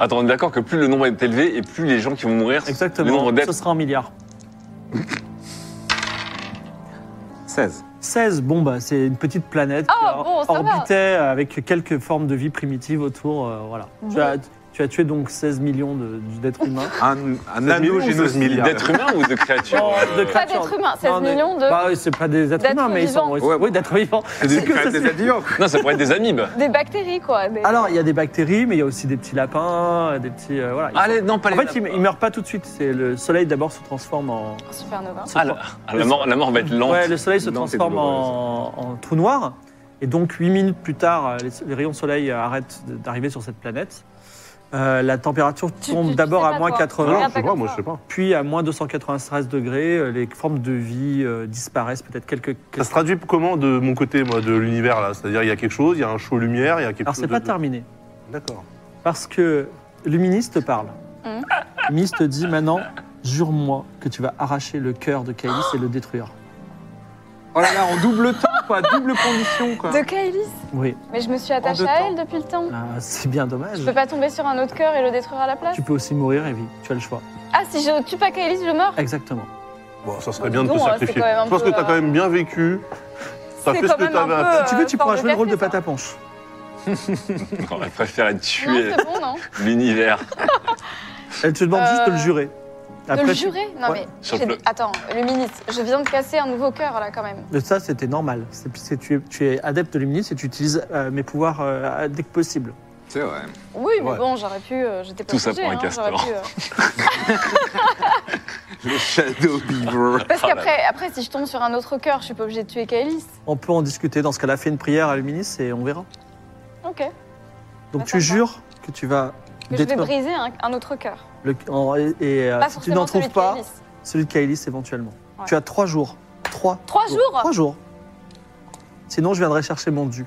[SPEAKER 5] Attends, on est d'accord que plus le nombre est élevé et plus les gens qui vont mourir, le
[SPEAKER 1] Exactement.
[SPEAKER 5] nombre
[SPEAKER 1] Ce
[SPEAKER 5] d'êtres.
[SPEAKER 1] sera en milliards.
[SPEAKER 3] 16.
[SPEAKER 1] 16, bon, bah, c'est une petite planète qui
[SPEAKER 2] Ah, bon, ça va.
[SPEAKER 1] orbitait euh, avec quelques formes de vie primitives autour. euh, voilà. Tu, as, tu as tué donc 16 millions de- d'êtres humains.
[SPEAKER 3] Un, un nanogénocide.
[SPEAKER 6] milliards.
[SPEAKER 5] D'êtres humains ou de créatures euh,
[SPEAKER 1] Oh, de
[SPEAKER 2] Pas
[SPEAKER 1] créatures.
[SPEAKER 2] d'êtres humains, 16
[SPEAKER 1] Non, mais-
[SPEAKER 2] millions de.
[SPEAKER 1] Bah, c'est pas des êtres
[SPEAKER 2] d'êtres
[SPEAKER 1] humains, mais ils sont.
[SPEAKER 2] vivants.
[SPEAKER 3] Ouais,
[SPEAKER 1] oui, d'êtres vivants.
[SPEAKER 3] C'est des,
[SPEAKER 1] C'est que ça,
[SPEAKER 3] c'est des
[SPEAKER 1] c'est-
[SPEAKER 3] adios.
[SPEAKER 5] Non, ça pourrait être des amibes.
[SPEAKER 2] Des bactéries, quoi. des-
[SPEAKER 1] Alors, il y a des bactéries, mais il y a aussi des petits lapins, des petits. euh, voilà. Ils
[SPEAKER 5] Allez, non, pas
[SPEAKER 1] En
[SPEAKER 5] les
[SPEAKER 1] fait, ils, ils meurent pas tout de suite. C'est le soleil d'abord se transforme en.
[SPEAKER 2] Supernova.
[SPEAKER 5] Ah, la, ah, la mort, la mort va être lente.
[SPEAKER 1] Ouais, le soleil se
[SPEAKER 3] Lente et
[SPEAKER 1] transforme en, en trou noir. Et donc, 8 minutes plus tard, euh, les, les rayons de soleil euh, arrêtent de- d'arriver sur cette planète. Euh, la température
[SPEAKER 2] Tu- tu-
[SPEAKER 1] tombe
[SPEAKER 2] tu
[SPEAKER 1] d'abord
[SPEAKER 2] sais
[SPEAKER 1] à
[SPEAKER 2] pas,
[SPEAKER 1] moins
[SPEAKER 2] toi.
[SPEAKER 6] Non,
[SPEAKER 1] 80,
[SPEAKER 6] non,
[SPEAKER 2] Regarde
[SPEAKER 6] je sais
[SPEAKER 2] pas
[SPEAKER 6] pas,
[SPEAKER 2] comme
[SPEAKER 6] moi,
[SPEAKER 2] ça.
[SPEAKER 6] je sais pas.
[SPEAKER 1] puis à moins 293 degrés. euh, Les formes de vie euh, disparaissent, peut-être quelques.
[SPEAKER 6] Ça se traduit comment de mon côté, moi, de l'univers, là C'est-à-dire, il y a quelque chose, il y a un show lumière, il y a
[SPEAKER 3] Ah,
[SPEAKER 6] quelque
[SPEAKER 1] Alors,
[SPEAKER 6] chose.
[SPEAKER 1] c'est pas
[SPEAKER 6] de-
[SPEAKER 1] terminé.
[SPEAKER 6] D'accord.
[SPEAKER 1] Parce que Luminis te parle.
[SPEAKER 2] Mhm.
[SPEAKER 1] Luminis te dit maintenant, jure-moi que tu vas arracher le cœur de Kailis et le détruire.
[SPEAKER 3] Oh là là, en double temps, quoi, double condition, quoi.
[SPEAKER 2] De Kaelis
[SPEAKER 1] Oui,
[SPEAKER 2] Mais je me suis attachée
[SPEAKER 3] deux
[SPEAKER 2] à
[SPEAKER 3] temps.
[SPEAKER 2] elle depuis le temps.
[SPEAKER 1] Ah, c'est bien dommage.
[SPEAKER 2] Je peux pas tomber sur un autre cœur et le détruire à la place
[SPEAKER 1] Tu peux aussi mourir, Evie. Tu as le choix.
[SPEAKER 2] Ah, si je tue pas Kaelis, je meurs
[SPEAKER 1] Exactement.
[SPEAKER 6] Bon, ça serait bien de
[SPEAKER 2] Dis
[SPEAKER 6] te
[SPEAKER 2] donc, c'est
[SPEAKER 6] sacrifier.
[SPEAKER 2] quand même un
[SPEAKER 6] Je pense que
[SPEAKER 2] peu,
[SPEAKER 6] t'as quand même bien vécu. T'as
[SPEAKER 2] C'est
[SPEAKER 6] fait ce
[SPEAKER 2] quand
[SPEAKER 6] que
[SPEAKER 2] même un
[SPEAKER 6] t'avais à faire.
[SPEAKER 2] peu,
[SPEAKER 1] si tu veux,
[SPEAKER 2] euh,
[SPEAKER 1] tu
[SPEAKER 2] forme
[SPEAKER 1] pourras
[SPEAKER 2] de
[SPEAKER 1] jouer le rôle de
[SPEAKER 2] café, ça.
[SPEAKER 1] Pataponche.
[SPEAKER 5] Non, Elle préfère être
[SPEAKER 2] Non,
[SPEAKER 5] tuée,
[SPEAKER 2] c'est bon, non
[SPEAKER 5] l'univers.
[SPEAKER 1] Elle te demande juste de le
[SPEAKER 2] Euh,
[SPEAKER 1] jurer.
[SPEAKER 2] De
[SPEAKER 1] tu-
[SPEAKER 2] le jurer Non,
[SPEAKER 1] Ouais.
[SPEAKER 2] mais.
[SPEAKER 5] Sur
[SPEAKER 2] j'ai-
[SPEAKER 5] le-
[SPEAKER 2] Attends, le ministre, je viens de casser un nouveau cœur, là, quand même.
[SPEAKER 1] Mais ça, c'était normal. C'est- c'est- tu, es, tu es adepte de Luminis et tu utilises euh, mes pouvoirs euh, dès que possible.
[SPEAKER 3] C'est vrai.
[SPEAKER 2] Oui, mais
[SPEAKER 6] Ouais.
[SPEAKER 2] bon, j'aurais pu. euh, J'étais pas
[SPEAKER 5] Tout ça
[SPEAKER 2] obligée,
[SPEAKER 5] pour un
[SPEAKER 2] hein, j'aurais
[SPEAKER 5] castor.
[SPEAKER 2] pu, euh,
[SPEAKER 3] Le Shadow Beaver.
[SPEAKER 2] Parce
[SPEAKER 5] Oh là
[SPEAKER 2] qu'après, après, si je tombe sur un autre cœur, je suis pas obligée de tuer Kaelis.
[SPEAKER 1] On peut en discuter. Dans ce cas-là, fais une prière à Luminis et on verra.
[SPEAKER 2] Ok.
[SPEAKER 1] Donc
[SPEAKER 2] Attends,
[SPEAKER 1] tu
[SPEAKER 2] attends.
[SPEAKER 1] jures que tu vas
[SPEAKER 2] Que je vais
[SPEAKER 1] détruire
[SPEAKER 2] briser un, un autre cœur.
[SPEAKER 1] le, en- et, et, euh,
[SPEAKER 2] Pas
[SPEAKER 1] si tu
[SPEAKER 2] forcément
[SPEAKER 1] n'en trouves
[SPEAKER 2] celui de
[SPEAKER 1] pas,
[SPEAKER 2] Calice.
[SPEAKER 1] celui de Kailis éventuellement.
[SPEAKER 2] Ouais.
[SPEAKER 1] Tu as trois jours. Trois,
[SPEAKER 2] Trois jours
[SPEAKER 1] Oh. Trois jours. Sinon, je viendrai chercher mon dû.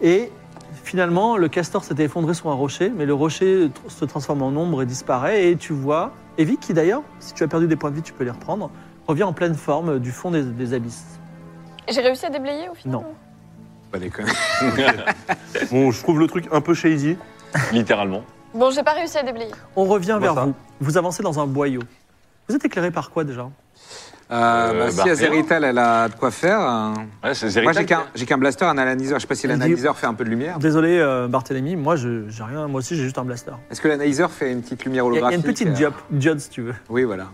[SPEAKER 1] Et finalement, le castor s'était effondré sur un rocher, mais le rocher tr- se transforme en ombre et disparaît. Et tu vois Evie, qui d'ailleurs, si tu as perdu des points de vie, tu peux les reprendre, revient en pleine forme euh, du fond des, des abysses.
[SPEAKER 2] J'ai réussi à déblayer au final
[SPEAKER 1] Non.
[SPEAKER 5] Pas déconne.
[SPEAKER 6] Bon, je trouve le truc un peu shady.
[SPEAKER 5] Littéralement.
[SPEAKER 2] Bon, j'ai pas réussi à déblayer.
[SPEAKER 1] On revient
[SPEAKER 6] Bon,
[SPEAKER 1] vers
[SPEAKER 6] ça.
[SPEAKER 1] vous. Vous avancez dans un boyau. Vous êtes éclairé par quoi déjà
[SPEAKER 3] Euh, bah,
[SPEAKER 5] bah,
[SPEAKER 3] si Azerital, elle a de quoi faire. hein.
[SPEAKER 5] Ouais, c'est
[SPEAKER 3] Moi,
[SPEAKER 5] Zerital
[SPEAKER 3] j'ai
[SPEAKER 5] qui-
[SPEAKER 3] qu'un j'ai qu'un blaster, un analyseur. Je sais pas si
[SPEAKER 1] Il dit-
[SPEAKER 3] l'analyseur fait un peu de lumière.
[SPEAKER 1] Désolé, euh, Barthélemy, moi je- j'ai rien. Moi aussi, j'ai juste un blaster.
[SPEAKER 3] Est-ce que l'analyseur fait une petite lumière
[SPEAKER 1] Il y a- il y
[SPEAKER 3] holographique
[SPEAKER 1] a une petite
[SPEAKER 3] euh,
[SPEAKER 1] diop, diode si tu veux.
[SPEAKER 3] Oui, voilà.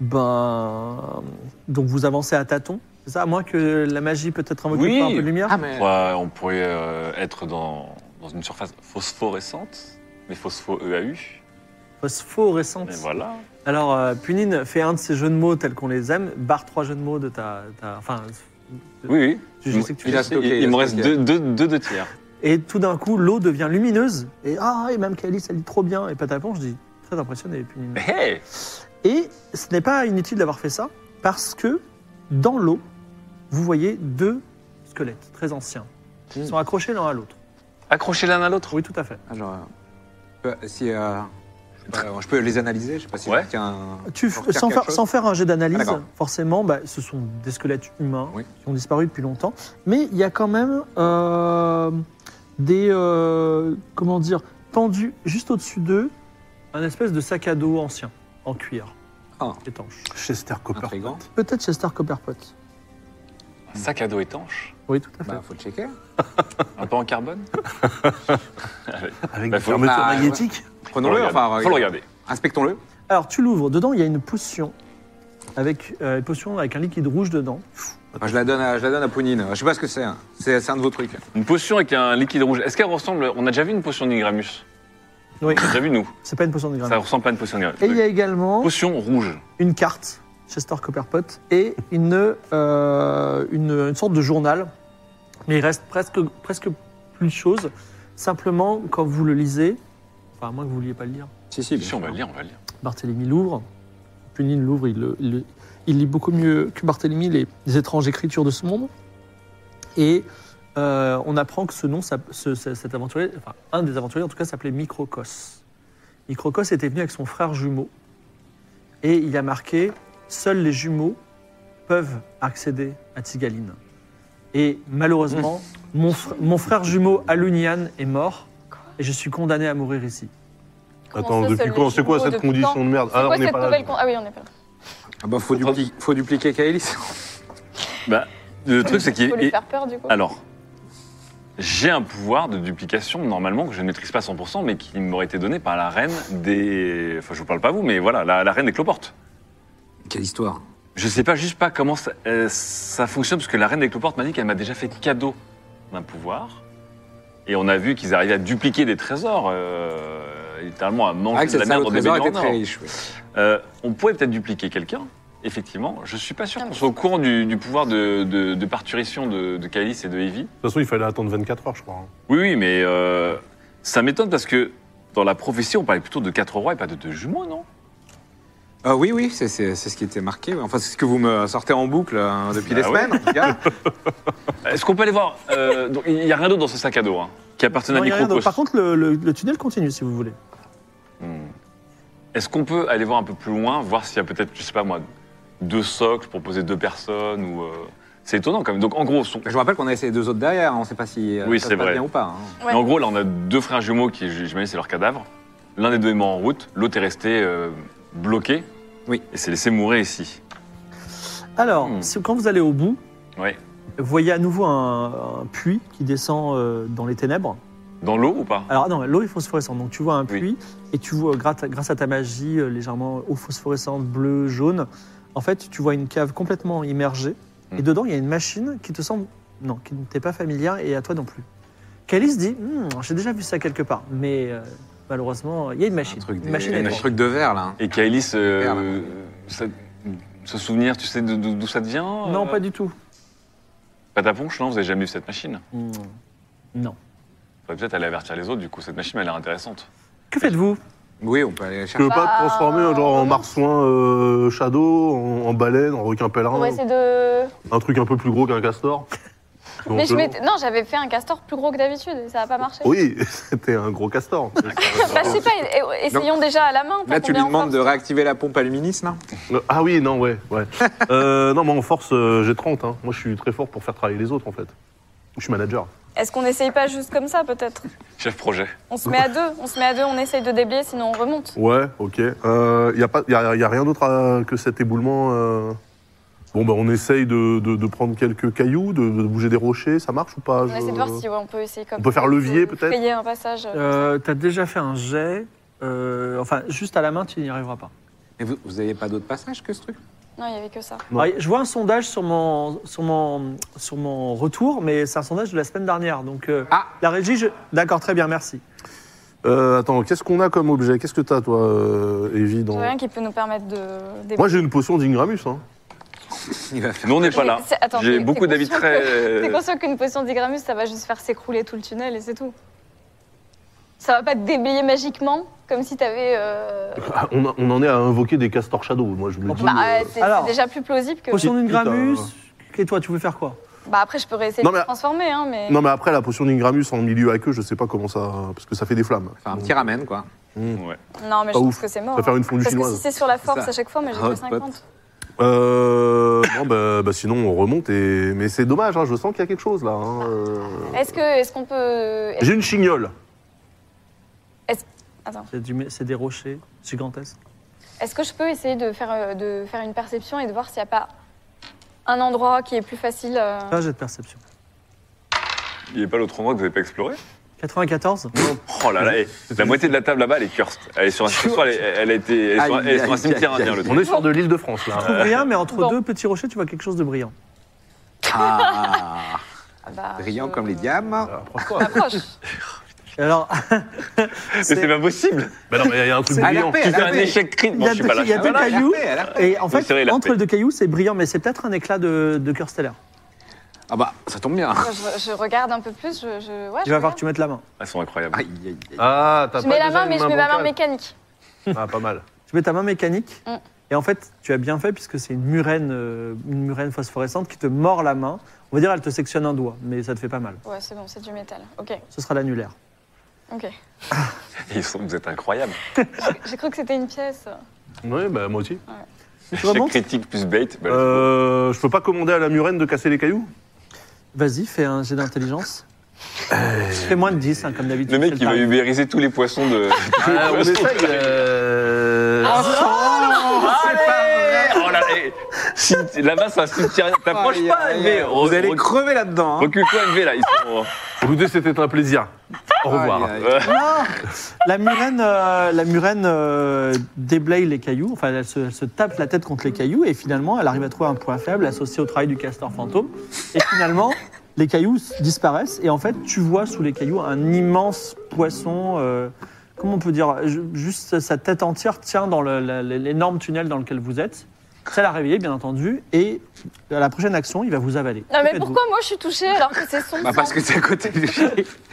[SPEAKER 1] Ben. Donc vous avancez à tâtons, c'est ça À moins que la magie peut-être invoque
[SPEAKER 5] Oui.
[SPEAKER 1] un peu de lumière
[SPEAKER 3] Ah, mais.
[SPEAKER 5] Ouais, on pourrait euh, être dans, dans une surface phosphorescente, mais phospho-EAU.
[SPEAKER 1] phosphorescente.
[SPEAKER 5] Mais voilà.
[SPEAKER 1] Alors, euh, Punine fait un de ces jeux de mots tels qu'on les aime, barre trois jeux de mots de ta. ta- enfin,
[SPEAKER 5] Oui, oui.
[SPEAKER 1] je, je sais que tu
[SPEAKER 5] Il,
[SPEAKER 3] a
[SPEAKER 1] l'as.
[SPEAKER 3] sais. stocké,
[SPEAKER 5] il-
[SPEAKER 3] il a
[SPEAKER 5] il me reste
[SPEAKER 3] stocké.
[SPEAKER 5] deux, deux, deux, deux tiers.
[SPEAKER 1] Et tout d'un coup, l'eau devient lumineuse. Et ah, et même Calice, elle dit trop bien. Et Patapon, je dis très impressionné, Punine.
[SPEAKER 5] Hey
[SPEAKER 1] Et ce n'est pas inutile d'avoir fait ça, parce que dans l'eau, vous voyez deux squelettes très anciens.
[SPEAKER 5] Hmm.
[SPEAKER 1] Ils sont accrochés l'un à l'autre.
[SPEAKER 5] Accrochez l'un à l'autre.
[SPEAKER 1] Oui, tout à fait.
[SPEAKER 3] Ah, genre, euh, je peux- si, euh, je, sais pas, je peux les analyser, je sais pas si
[SPEAKER 5] Ouais.
[SPEAKER 3] il y a un-
[SPEAKER 1] Tu,
[SPEAKER 3] faut faire
[SPEAKER 1] sans,
[SPEAKER 3] quelque
[SPEAKER 1] faire,
[SPEAKER 3] chose.
[SPEAKER 1] sans faire un jet d'analyse,
[SPEAKER 3] Ah, d'accord.
[SPEAKER 1] forcément, bah, ce sont des squelettes humains
[SPEAKER 3] Oui.
[SPEAKER 1] qui ont disparu depuis longtemps. Mais il y a quand même euh, des. euh, comment dire Pendus juste au-dessus d'eux, un espèce de sac à dos ancien, en cuir,
[SPEAKER 3] Ah.
[SPEAKER 1] étanche.
[SPEAKER 6] Chester Copper.
[SPEAKER 3] Intrigant.
[SPEAKER 1] Peut-être chez Star Copperpot.
[SPEAKER 5] Un sac à dos étanche,
[SPEAKER 1] Oui, tout à fait.
[SPEAKER 3] Bah, faut checker.
[SPEAKER 5] un peu en carbone.
[SPEAKER 6] Avec
[SPEAKER 5] Bah,
[SPEAKER 6] des
[SPEAKER 5] faut-
[SPEAKER 6] fermetures
[SPEAKER 3] bah,
[SPEAKER 6] magnétiques.
[SPEAKER 3] Prenons-le,
[SPEAKER 5] Faut
[SPEAKER 3] enfin,
[SPEAKER 5] Faut le regarder.
[SPEAKER 3] inspectons-le.
[SPEAKER 1] Alors, tu l'ouvres. Dedans, il y a une potion. Avec, euh, une potion avec un liquide rouge dedans.
[SPEAKER 3] Enfin, je, la donne à, je la donne à Pounine. Je sais pas ce que c'est. hein. C'est c'est un de vos trucs.
[SPEAKER 5] Une potion avec un liquide rouge. Est-ce qu'elle ressemble On a déjà vu une potion d'Igramus.
[SPEAKER 1] Oui,
[SPEAKER 5] On a déjà vu nous.
[SPEAKER 1] c'est pas une potion de
[SPEAKER 5] Ça
[SPEAKER 1] granit.
[SPEAKER 5] ressemble pas à une potion d'Igramus.
[SPEAKER 1] Et il y
[SPEAKER 5] Une
[SPEAKER 1] a également.
[SPEAKER 5] Potion rouge.
[SPEAKER 1] une carte, Chester Copperpot, et une, euh, une, une sorte de journal. Mais il reste presque, presque plus de choses. Simplement, quand vous le lisez, enfin, à moins que vous ne vouliez pas le lire,
[SPEAKER 3] Si, si.
[SPEAKER 5] Si on va le lire, on va le lire.
[SPEAKER 1] Barthélemy l'ouvre. Punine l'ouvre, il, le- il le- il lit beaucoup mieux que Barthélemy les, les étranges écritures de ce monde. Et euh, on apprend que ce nom, s'app- ce- ce- cet aventurier, enfin un des aventuriers en tout cas, s'appelait Microcos. Microcos était venu avec son frère jumeau. Et il a marqué Seuls les jumeaux peuvent accéder à Tigaline. Et malheureusement, mon, fr- mon frère jumeau Alunian est mort. Et je suis condamné à mourir ici.
[SPEAKER 6] Attends, depuis quand C'est quoi cette condition de merde
[SPEAKER 2] Ah,
[SPEAKER 6] Ah, on n'est
[SPEAKER 2] cette
[SPEAKER 6] pas là.
[SPEAKER 2] nouvelle con- Ah oui, on n'est pas là.
[SPEAKER 3] Ah bah, faut, dupli- faut dupliquer Kaelis.
[SPEAKER 5] Bah, le truc c'est qu'il.
[SPEAKER 2] Faut lui
[SPEAKER 5] il-
[SPEAKER 2] faire peur du coup.
[SPEAKER 5] Alors, j'ai un pouvoir de duplication normalement que je ne maîtrise pas à 100%, mais qui m'aurait été donné par la reine des. Enfin, je vous parle pas vous, mais voilà, la, la reine des cloportes.
[SPEAKER 3] Quelle histoire.
[SPEAKER 5] Je sais pas juste pas comment ça, euh, ça fonctionne, parce que la reine des cloportes m'a dit qu'elle m'a déjà fait cadeau d'un pouvoir. Et on a vu qu'ils arrivaient à dupliquer des trésors, euh, littéralement à
[SPEAKER 3] Ah,
[SPEAKER 5] manger
[SPEAKER 3] que
[SPEAKER 5] de
[SPEAKER 3] cette
[SPEAKER 5] la
[SPEAKER 3] salle
[SPEAKER 5] merde
[SPEAKER 3] au
[SPEAKER 5] dans des
[SPEAKER 3] trésor
[SPEAKER 5] bébés
[SPEAKER 3] était
[SPEAKER 5] en
[SPEAKER 3] très
[SPEAKER 5] or.
[SPEAKER 3] riche. oui.
[SPEAKER 5] Euh, on pourrait peut-être dupliquer quelqu'un, effectivement. Je suis
[SPEAKER 1] Ah,
[SPEAKER 5] pas sûr qu'on soit au courant du, du pouvoir de, de, de parturition de, de Kailis et de Evie.
[SPEAKER 6] De toute façon, il fallait attendre 24 heures, je crois. hein.
[SPEAKER 2] Ah.
[SPEAKER 5] Oui, oui, mais euh, ça m'étonne parce que dans la prophétie, on parlait plutôt de quatre rois et pas de deux jumeaux, non
[SPEAKER 3] Ah oui, oui, c'est c'est- c'est ce qui était marqué. oui. Enfin, c'est ce que vous me sortez en boucle hein, depuis des
[SPEAKER 5] Bah ouais.
[SPEAKER 3] semaines. en tout cas.
[SPEAKER 5] Est-ce qu'on peut aller voir euh, donc, Il n'y a rien d'autre dans ce sac à dos hein, qui appartenait
[SPEAKER 1] Non, il y a
[SPEAKER 5] à
[SPEAKER 1] rien d'autre. Par
[SPEAKER 5] Microcos.
[SPEAKER 1] contre, le- le- le tunnel continue si vous voulez.
[SPEAKER 5] Hmm. Est-ce qu'on peut aller voir un peu plus loin, voir s'il y a peut-être, je sais pas moi, deux socles pour poser deux personnes ou euh, C'est étonnant quand même. Donc en gros, son-
[SPEAKER 3] Je vous rappelle qu'on a essayé deux autres derrière. On ne sait pas si euh,
[SPEAKER 5] Oui,
[SPEAKER 3] ça
[SPEAKER 5] c'est
[SPEAKER 3] se passe
[SPEAKER 5] vrai.
[SPEAKER 3] bien ou pas. hein.
[SPEAKER 2] Ouais.
[SPEAKER 5] Mais en gros, là, on a deux frères jumeaux qui, j- j'imagine, c'est leur cadavre. L'un des deux est mort en route, l'autre est resté euh, bloqué.
[SPEAKER 3] Oui.
[SPEAKER 5] Et s'est laissé mourir ici.
[SPEAKER 1] Alors,
[SPEAKER 5] Hmm.
[SPEAKER 1] si- quand vous allez au bout,
[SPEAKER 5] Ouais.
[SPEAKER 1] vous voyez à nouveau un, un puits qui descend euh, dans les ténèbres.
[SPEAKER 5] Dans l'eau ou pas
[SPEAKER 1] Alors non, l'eau est phosphorescente, donc tu vois un
[SPEAKER 5] Oui.
[SPEAKER 1] puits et tu vois, grâce à, grâce à ta magie euh, légèrement eau phosphorescente, bleu, jaune, en fait, tu vois une cave complètement immergée et
[SPEAKER 5] Hmm.
[SPEAKER 1] dedans, il y a une machine qui te semble, non, qui ne t'est pas familière et à toi non plus. Calice dit, Hmm, j'ai déjà vu ça quelque part, mais euh, malheureusement, il y a une
[SPEAKER 3] Un
[SPEAKER 1] machine.
[SPEAKER 3] truc,
[SPEAKER 1] une
[SPEAKER 3] des-
[SPEAKER 1] machine
[SPEAKER 3] un
[SPEAKER 1] étrange.
[SPEAKER 3] truc de verre, là. hein.
[SPEAKER 5] Et Kaelis,
[SPEAKER 3] Merde.
[SPEAKER 5] euh, ça- ce souvenir, tu sais d'o- d'o- d'où ça devient euh?
[SPEAKER 1] Non, pas du tout.
[SPEAKER 5] Pas ta ponche, non Vous avez jamais vu cette machine
[SPEAKER 1] Hmm. Non.
[SPEAKER 5] faudrait peut-être aller avertir les autres, du coup, cette machine, elle est intéressante.
[SPEAKER 1] Que faites-vous
[SPEAKER 3] Oui, on peut aller la
[SPEAKER 6] Tu
[SPEAKER 3] chercher.
[SPEAKER 6] veux
[SPEAKER 2] Bah,
[SPEAKER 6] pas te transformer genre, en
[SPEAKER 2] Ah.
[SPEAKER 6] marsouin euh, shadow, en, en baleine, en requin
[SPEAKER 2] On
[SPEAKER 6] pèlerin
[SPEAKER 2] va essayer de.
[SPEAKER 6] Un truc un peu plus gros qu'un castor Donc,
[SPEAKER 2] Mais je
[SPEAKER 6] euh,
[SPEAKER 2] m'étais- Non, j'avais fait un castor plus gros que d'habitude et ça n'a pas marché.
[SPEAKER 6] Oui, c'était un gros castor.
[SPEAKER 2] Bah, je sais pas, et- et- essayons déjà à la main. tant
[SPEAKER 3] Là,
[SPEAKER 2] qu'on
[SPEAKER 3] tu lui
[SPEAKER 2] est en
[SPEAKER 3] demandes
[SPEAKER 2] force.
[SPEAKER 3] de réactiver la pompe à luminis, là
[SPEAKER 6] Euh, Ah oui, non, ouais. ouais. Euh, non, moi en force, euh, j'ai 30. hein. Moi, je suis très fort pour faire travailler les autres, en fait. Je suis manager.
[SPEAKER 2] Est-ce qu'on n'essaye pas juste comme ça, peut-être
[SPEAKER 5] Chef projet.
[SPEAKER 2] On se met à deux, on se met à deux, on essaye de déblayer, sinon on remonte.
[SPEAKER 6] Ouais, ok. Il n'y a, pas- Euh, y a, y a rien d'autre à- que cet éboulement. euh. Bon, ben, on essaye de, de- de prendre quelques cailloux, de, de bouger des rochers. Ça marche ou pas
[SPEAKER 2] On
[SPEAKER 6] je-
[SPEAKER 2] essaie de voir si ouais, on peut essayer comme
[SPEAKER 6] On peut faire levier,
[SPEAKER 2] de
[SPEAKER 6] peut-être
[SPEAKER 2] frayer un passage.
[SPEAKER 1] Euh, T'as déjà fait un jet. euh, enfin, juste à la main, tu n'y arriveras pas.
[SPEAKER 3] Et vous, vous avez pas d'autre passage que ce truc
[SPEAKER 2] Non, il n'y avait que ça.
[SPEAKER 6] Non.
[SPEAKER 1] Alors, je vois un sondage sur mon, sur mon, sur mon retour, mais c'est un sondage de la semaine dernière. Donc, euh,
[SPEAKER 3] Ah.
[SPEAKER 1] la régie, je- d'accord, très bien, merci.
[SPEAKER 6] Euh, attends, qu'est-ce qu'on a comme objet Qu'est-ce que t'as, toi, euh, Evie dans-
[SPEAKER 2] J'ai rien qui peut nous permettre de déblayer.
[SPEAKER 6] Moi, j'ai une potion d'Ingramus. hein.
[SPEAKER 3] Il va faire.
[SPEAKER 5] Nous, on n'est pas là.
[SPEAKER 2] C'est- attends,
[SPEAKER 5] J'ai
[SPEAKER 2] t'es-
[SPEAKER 5] beaucoup
[SPEAKER 2] t'es
[SPEAKER 5] d'avis
[SPEAKER 2] conscient
[SPEAKER 5] très. euh,
[SPEAKER 2] T'es conscient qu'une potion d'Igramus, ça va juste faire s'écrouler tout le tunnel et c'est tout. Ça va pas te déblayer magiquement, comme si t'avais. euh,
[SPEAKER 6] Ah, on, a- on en est à invoquer des castors shadow. Moi, je me dis.
[SPEAKER 2] Bah, euh,
[SPEAKER 6] euh,
[SPEAKER 2] c'est
[SPEAKER 1] Alors,
[SPEAKER 2] c'est déjà plus plausible que.
[SPEAKER 1] Potion d'une
[SPEAKER 6] Putain.
[SPEAKER 1] gramus. Et toi, tu veux faire quoi
[SPEAKER 2] Bah, après, je peux réessayer
[SPEAKER 6] Non,
[SPEAKER 2] de
[SPEAKER 6] mais-
[SPEAKER 2] me transformer, hein, mais.
[SPEAKER 6] Non, mais après, la potion d'Ingramus en milieu aqueux, je sais pas comment ça. Parce que ça fait des flammes.
[SPEAKER 3] Enfin, un petit ramen, quoi.
[SPEAKER 5] Ouais.
[SPEAKER 2] Non, mais je
[SPEAKER 6] Pas
[SPEAKER 2] trouve
[SPEAKER 6] ouf.
[SPEAKER 2] que c'est mort.
[SPEAKER 6] Ça va faire
[SPEAKER 2] hein.
[SPEAKER 6] une fondue
[SPEAKER 2] Parce que
[SPEAKER 6] chinoise. Ah,
[SPEAKER 2] si c'est sur la force
[SPEAKER 3] ça.
[SPEAKER 2] à chaque fois, mais j'ai
[SPEAKER 3] Hot
[SPEAKER 2] que
[SPEAKER 3] pot.
[SPEAKER 2] 50.
[SPEAKER 6] Euh, non, bah, bah, sinon, on remonte. Et... Mais c'est dommage, hein, je sens qu'il y a quelque chose là. hein, euh.
[SPEAKER 2] Est-ce que, est-ce qu'on peut,
[SPEAKER 6] J'ai une chignole.
[SPEAKER 1] C'est du- c'est des rochers gigantesques.
[SPEAKER 2] est-ce que je peux essayer de faire, euh, de faire une perception et de voir s'il n'y a pas un endroit qui est plus facile euh,
[SPEAKER 1] Pas un jet de perception.
[SPEAKER 5] Il n'y a pas l'autre endroit que vous n'avez pas exploré
[SPEAKER 1] 94
[SPEAKER 5] Oh là là, et la moitié de la table là-bas, elle est cursed. Elle est sur un, ce soir, elle, est- elle a été, elle est sur, elle est sur un cimetière indien, le
[SPEAKER 6] On
[SPEAKER 5] truc.
[SPEAKER 6] est sur de l'île de France là.
[SPEAKER 1] Trouve rien, mais entre
[SPEAKER 2] Bon.
[SPEAKER 1] deux petits rochers, tu vois quelque chose de brillant.
[SPEAKER 3] Ah
[SPEAKER 2] bah,
[SPEAKER 3] Brillant
[SPEAKER 2] je-
[SPEAKER 3] comme les diamants.
[SPEAKER 6] Approche-toi.
[SPEAKER 2] Approche.
[SPEAKER 1] Et Alors,
[SPEAKER 5] Mais
[SPEAKER 1] c'est-
[SPEAKER 5] c'est pas possible.
[SPEAKER 6] Bah non, mais il y a un truc
[SPEAKER 3] C'est
[SPEAKER 6] brillant.
[SPEAKER 3] l'ARP.
[SPEAKER 5] Tu fais un
[SPEAKER 3] avait-
[SPEAKER 5] échec crit.
[SPEAKER 1] il y
[SPEAKER 5] Bon,
[SPEAKER 1] a
[SPEAKER 5] je suis pas là.
[SPEAKER 1] deux- il y a
[SPEAKER 5] Ah,
[SPEAKER 1] deux
[SPEAKER 5] voilà.
[SPEAKER 1] cailloux. Et en
[SPEAKER 5] Oui,
[SPEAKER 1] fait,
[SPEAKER 5] c'est vrai, il a
[SPEAKER 1] entre
[SPEAKER 5] fait.
[SPEAKER 1] les deux cailloux, c'est brillant, mais c'est peut-être un éclat de, de cœur stellaire.
[SPEAKER 3] Ah bah, ça tombe bien.
[SPEAKER 2] Moi, je, je regarde un peu plus. Je, je, ouais,
[SPEAKER 1] Il
[SPEAKER 2] je
[SPEAKER 1] va falloir
[SPEAKER 2] regarde.
[SPEAKER 1] que tu mettes la main.
[SPEAKER 5] Elles sont incroyables.
[SPEAKER 3] Aïe, aïe, aïe.
[SPEAKER 6] Ah, t'as
[SPEAKER 2] Je mets
[SPEAKER 6] pas
[SPEAKER 2] la
[SPEAKER 6] déjà
[SPEAKER 2] main,
[SPEAKER 6] une
[SPEAKER 2] mais je mets ma main
[SPEAKER 6] bancale
[SPEAKER 2] mécanique.
[SPEAKER 6] Ah, pas mal.
[SPEAKER 1] Tu mets ta main mécanique.
[SPEAKER 2] Mm.
[SPEAKER 1] Et en fait, tu as bien fait puisque c'est une murène, euh, une murène phosphorescente qui te mord la main. On va dire, elle te sectionne un doigt, mais ça te fait pas mal.
[SPEAKER 2] Ouais, c'est bon, c'est du métal. Ok,
[SPEAKER 1] Ce sera l'annulaire.
[SPEAKER 2] ok.
[SPEAKER 5] Ils sont, vous êtes incroyables.
[SPEAKER 2] J'ai cru que c'était une pièce.
[SPEAKER 6] Oui, bah moi aussi.
[SPEAKER 1] Tu
[SPEAKER 5] Échec
[SPEAKER 1] remontes
[SPEAKER 5] critique plus bait. bah,
[SPEAKER 6] Euh, je peux pas commander à la murène de casser les cailloux
[SPEAKER 1] Vas-y, fais un jet d'intelligence. fais moins de 10, hein, comme d'habitude.
[SPEAKER 5] Euh, le mec,
[SPEAKER 1] c'est
[SPEAKER 5] il va
[SPEAKER 1] tarif.
[SPEAKER 5] ubériser tous les poissons de. tous les
[SPEAKER 6] Ah, On
[SPEAKER 5] poissons.
[SPEAKER 6] essaye. euh,
[SPEAKER 2] Ah,
[SPEAKER 5] Allez Oh là là, eh, cimetière- Là-bas, c'est un cimetière. T'approches
[SPEAKER 3] Aïe,
[SPEAKER 5] pas,
[SPEAKER 3] aïe,
[SPEAKER 5] MV.
[SPEAKER 3] aïe. Vous allez crever là-dedans. hein.
[SPEAKER 5] Recule-toi, MV, là. Ils sont.
[SPEAKER 6] Écoutez, c'était un plaisir. Au revoir.
[SPEAKER 3] Aïe, aïe.
[SPEAKER 5] euh,
[SPEAKER 1] Non Ah, La murène, euh, la murène euh, déblaye les cailloux, enfin elle se, elle se tape la tête contre les cailloux et finalement elle arrive à trouver un point faible associé au travail du castor fantôme. Et finalement, les cailloux s- disparaissent et en fait tu vois sous les cailloux un immense poisson, euh, comment on peut dire, euh, ju- juste sa tête entière tient dans le- la- l'énorme tunnel dans lequel vous êtes. Ça l'a réveillé bien entendu et à la prochaine action il va vous avaler.
[SPEAKER 2] Non, Ah, mais
[SPEAKER 1] Faites-vous.
[SPEAKER 2] pourquoi moi je suis touchée alors que c'est son
[SPEAKER 3] Bah parce que c'est à côté de lui.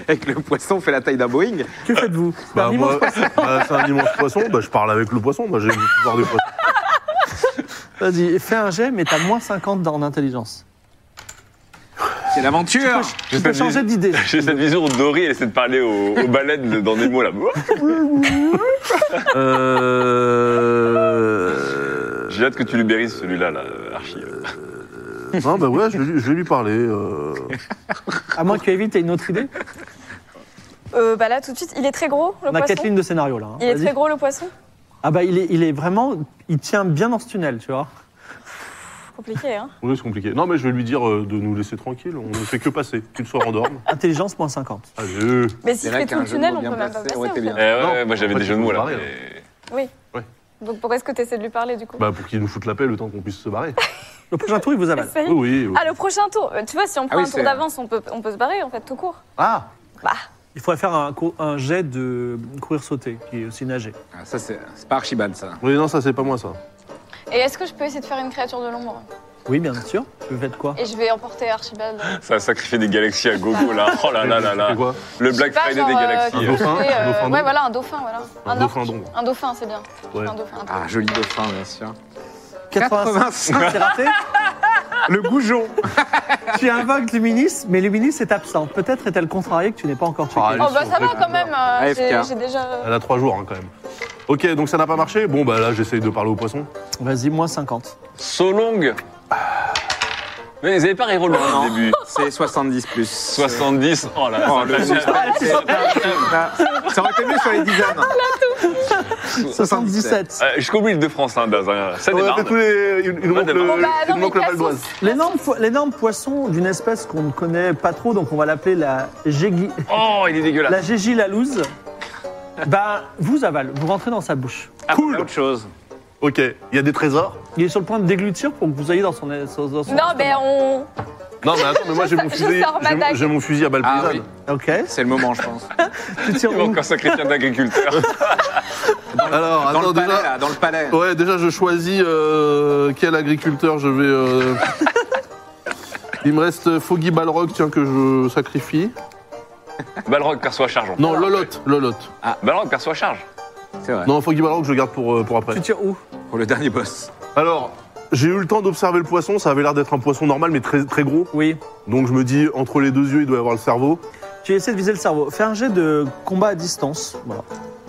[SPEAKER 3] Avec le poisson fait la taille d'un Boeing.
[SPEAKER 1] Que faites-vous C'est
[SPEAKER 6] Bah,
[SPEAKER 1] un immense
[SPEAKER 6] moi, bah, c'est un immense poisson. Bah, je parle avec le poisson. Bah, j'ai le pouvoir des poissons.
[SPEAKER 1] Vas-y, fais un jet, mais t'as moins 50 en intelligence.
[SPEAKER 3] C'est l'aventure.
[SPEAKER 1] Tu peux changer d'idée.
[SPEAKER 5] J'ai cette vision où Dory elle essaie de parler aux, aux baleines de- dans des mots là.
[SPEAKER 6] Euh...
[SPEAKER 5] J'ai hâte que tu l'ubérises celui-là, là, Archie.
[SPEAKER 6] Non, bah ouais, je vais, lui- je vais lui parler. euh.
[SPEAKER 1] À moins que Evie t'aies une autre idée.
[SPEAKER 2] Euh, bah là, tout de suite, il est très gros
[SPEAKER 1] On
[SPEAKER 2] le
[SPEAKER 1] a
[SPEAKER 2] poisson.
[SPEAKER 1] quatre lignes de scénario là. hein.
[SPEAKER 2] Il est
[SPEAKER 1] Vas-y.
[SPEAKER 2] très gros le poisson
[SPEAKER 1] Ah bah il est, il est vraiment, il tient bien dans ce tunnel, tu vois.
[SPEAKER 2] Compliqué, hein
[SPEAKER 6] Oui, c'est compliqué. Non, mais je vais lui dire euh, de nous laisser tranquille. On ne fait que passer. Qu'il se rendorme.
[SPEAKER 1] Intelligence moins 50.
[SPEAKER 6] Allez.
[SPEAKER 2] Mais si
[SPEAKER 3] C'est
[SPEAKER 2] je
[SPEAKER 3] vrai
[SPEAKER 2] fais tout
[SPEAKER 3] qu'un
[SPEAKER 2] le
[SPEAKER 3] jeu de
[SPEAKER 2] tunnel,
[SPEAKER 3] mots
[SPEAKER 2] on
[SPEAKER 3] bien
[SPEAKER 2] peut même pas
[SPEAKER 3] placé
[SPEAKER 2] passer.
[SPEAKER 3] aurait
[SPEAKER 2] en
[SPEAKER 3] été
[SPEAKER 2] fait.
[SPEAKER 5] Eh ouais,
[SPEAKER 6] Non,
[SPEAKER 5] ouais, moi j'avais
[SPEAKER 6] en fait,
[SPEAKER 5] des jeux de
[SPEAKER 6] il faut
[SPEAKER 5] mots là.
[SPEAKER 6] parler,
[SPEAKER 5] mais-
[SPEAKER 2] Oui.
[SPEAKER 6] Ouais.
[SPEAKER 2] Donc pourquoi est-ce que tu essaies de lui parler du coup
[SPEAKER 6] Bah, pour qu'il nous foute la paix le temps qu'on puisse se barrer.
[SPEAKER 1] Le prochain tour, il vous avale.
[SPEAKER 2] Essaye.
[SPEAKER 6] Oui, oui. oui.
[SPEAKER 2] Ah, le prochain tour Euh, Tu vois, si on prend
[SPEAKER 3] oui,
[SPEAKER 2] un
[SPEAKER 3] c'est-
[SPEAKER 2] tour d'avance, on peut, on peut se barrer en fait tout court.
[SPEAKER 6] Ah
[SPEAKER 1] Il faudrait faire un, cou- un jet de courir-sauter, qui est aussi nager.
[SPEAKER 3] Ah, Ça, c'est c'est pas Archibald, ça.
[SPEAKER 6] Oui, non, ça, c'est pas moi, ça.
[SPEAKER 2] Et est-ce que je peux essayer de faire une créature de l'ombre
[SPEAKER 1] Oui, bien sûr. Tu veux faire quoi
[SPEAKER 2] Et je vais emporter Archibald.
[SPEAKER 5] Ça a sacrifié des galaxies à gogo là. Oh là là là là.
[SPEAKER 6] C'est quoi
[SPEAKER 5] Le
[SPEAKER 2] Je sais
[SPEAKER 5] Black
[SPEAKER 2] pas,
[SPEAKER 5] Friday
[SPEAKER 2] genre,
[SPEAKER 5] des
[SPEAKER 2] euh,
[SPEAKER 5] galaxies.
[SPEAKER 6] Un dauphin,
[SPEAKER 2] Et, euh,
[SPEAKER 6] un dauphin
[SPEAKER 2] Ouais,
[SPEAKER 6] d'ombre.
[SPEAKER 2] voilà, un dauphin, voilà.
[SPEAKER 6] Un dauphin
[SPEAKER 2] orque.
[SPEAKER 6] d'ombre.
[SPEAKER 2] Un dauphin, c'est bien. Je
[SPEAKER 6] Ouais.
[SPEAKER 2] fais Un dauphin. un
[SPEAKER 3] Ah, joli dauphin, bien sûr.
[SPEAKER 1] 85, c'est raté.
[SPEAKER 3] Le goujon
[SPEAKER 1] Tu invoques Luminis, mais Luminis est absent. Peut-être est-elle contrariée que tu n'es pas encore checké.
[SPEAKER 6] Ah,
[SPEAKER 2] Oh bah ça va quand même, euh, j'ai
[SPEAKER 3] AFK.
[SPEAKER 2] j'ai déjà...
[SPEAKER 6] Elle a trois jours hein, quand même. Ok, donc ça n'a pas marché. Bon, bah là, j'essaye de parler au poisson.
[SPEAKER 1] Vas-y, moins 50.
[SPEAKER 5] So long. Mais vous avez pas reroll au début.
[SPEAKER 3] C'est 70 plus.
[SPEAKER 5] 70. Oh là là.
[SPEAKER 3] Oh,
[SPEAKER 5] ça
[SPEAKER 3] le
[SPEAKER 5] fait-
[SPEAKER 3] Ça aurait été mieux sur les dizaines.
[SPEAKER 1] 77.
[SPEAKER 5] Euh, Jusqu'au build de France, hein, Daz. hein. Ça
[SPEAKER 6] Ouais,
[SPEAKER 5] démarre.
[SPEAKER 6] fais tous les- Il il nous
[SPEAKER 5] Ouais,
[SPEAKER 6] manque le,
[SPEAKER 5] démarre.
[SPEAKER 2] Oh bah
[SPEAKER 6] il
[SPEAKER 2] non,
[SPEAKER 6] nous
[SPEAKER 2] mais
[SPEAKER 6] manque le
[SPEAKER 2] casse-
[SPEAKER 6] Valdoise.
[SPEAKER 1] L'énorme po- l'énorme poisson d'une espèce qu'on ne connaît pas trop, donc on va l'appeler la jégui-
[SPEAKER 5] Oh, il est dégueulasse.
[SPEAKER 1] la jégilalouse, bah, vous avale, vous rentrez dans sa bouche.
[SPEAKER 5] Ah,
[SPEAKER 6] Cool.
[SPEAKER 5] Autre chose.
[SPEAKER 6] Ok, il y a des trésors.
[SPEAKER 1] Il est sur le point de déglutir pour que vous ayez dans son. dans son-
[SPEAKER 2] Non mais on...
[SPEAKER 6] Non, mais attends, mais moi j'ai mon
[SPEAKER 2] Je
[SPEAKER 6] fusil,
[SPEAKER 2] sors ma
[SPEAKER 6] j'ai mon-
[SPEAKER 2] dague.
[SPEAKER 6] j'ai mon fusil à balle
[SPEAKER 3] Ah
[SPEAKER 6] paysanne.
[SPEAKER 3] oui,
[SPEAKER 1] Ok.
[SPEAKER 3] c'est le moment, je pense.
[SPEAKER 1] Tu tires
[SPEAKER 5] Il va
[SPEAKER 1] où
[SPEAKER 5] encore sacré un d'agriculteur.
[SPEAKER 6] Alors,
[SPEAKER 3] Dans
[SPEAKER 6] Ah,
[SPEAKER 3] le
[SPEAKER 6] attends,
[SPEAKER 3] palais,
[SPEAKER 6] déjà, Oh.
[SPEAKER 3] là, dans le palais.
[SPEAKER 6] ouais, déjà je choisis euh, quel agriculteur je vais. euh, Il me reste euh, Foggy Balrog, tiens, que je sacrifie.
[SPEAKER 5] Balrog perçoit charge. en fait.
[SPEAKER 6] Non, Lolotte, Lolotte.
[SPEAKER 5] Balrog perçoit charge.
[SPEAKER 3] C'est vrai.
[SPEAKER 6] Non, Foggy Balrog, je le garde pour, euh, pour après.
[SPEAKER 1] Tu tires où
[SPEAKER 3] Pour le dernier boss.
[SPEAKER 6] Alors, j'ai eu le temps d'observer le poisson, ça avait l'air d'être un poisson normal, mais très, très gros.
[SPEAKER 1] Oui.
[SPEAKER 6] Donc je me dis, entre les deux yeux, il doit y avoir le cerveau.
[SPEAKER 1] Tu essaies de viser le cerveau. Fais un jet de combat à distance. Voilà.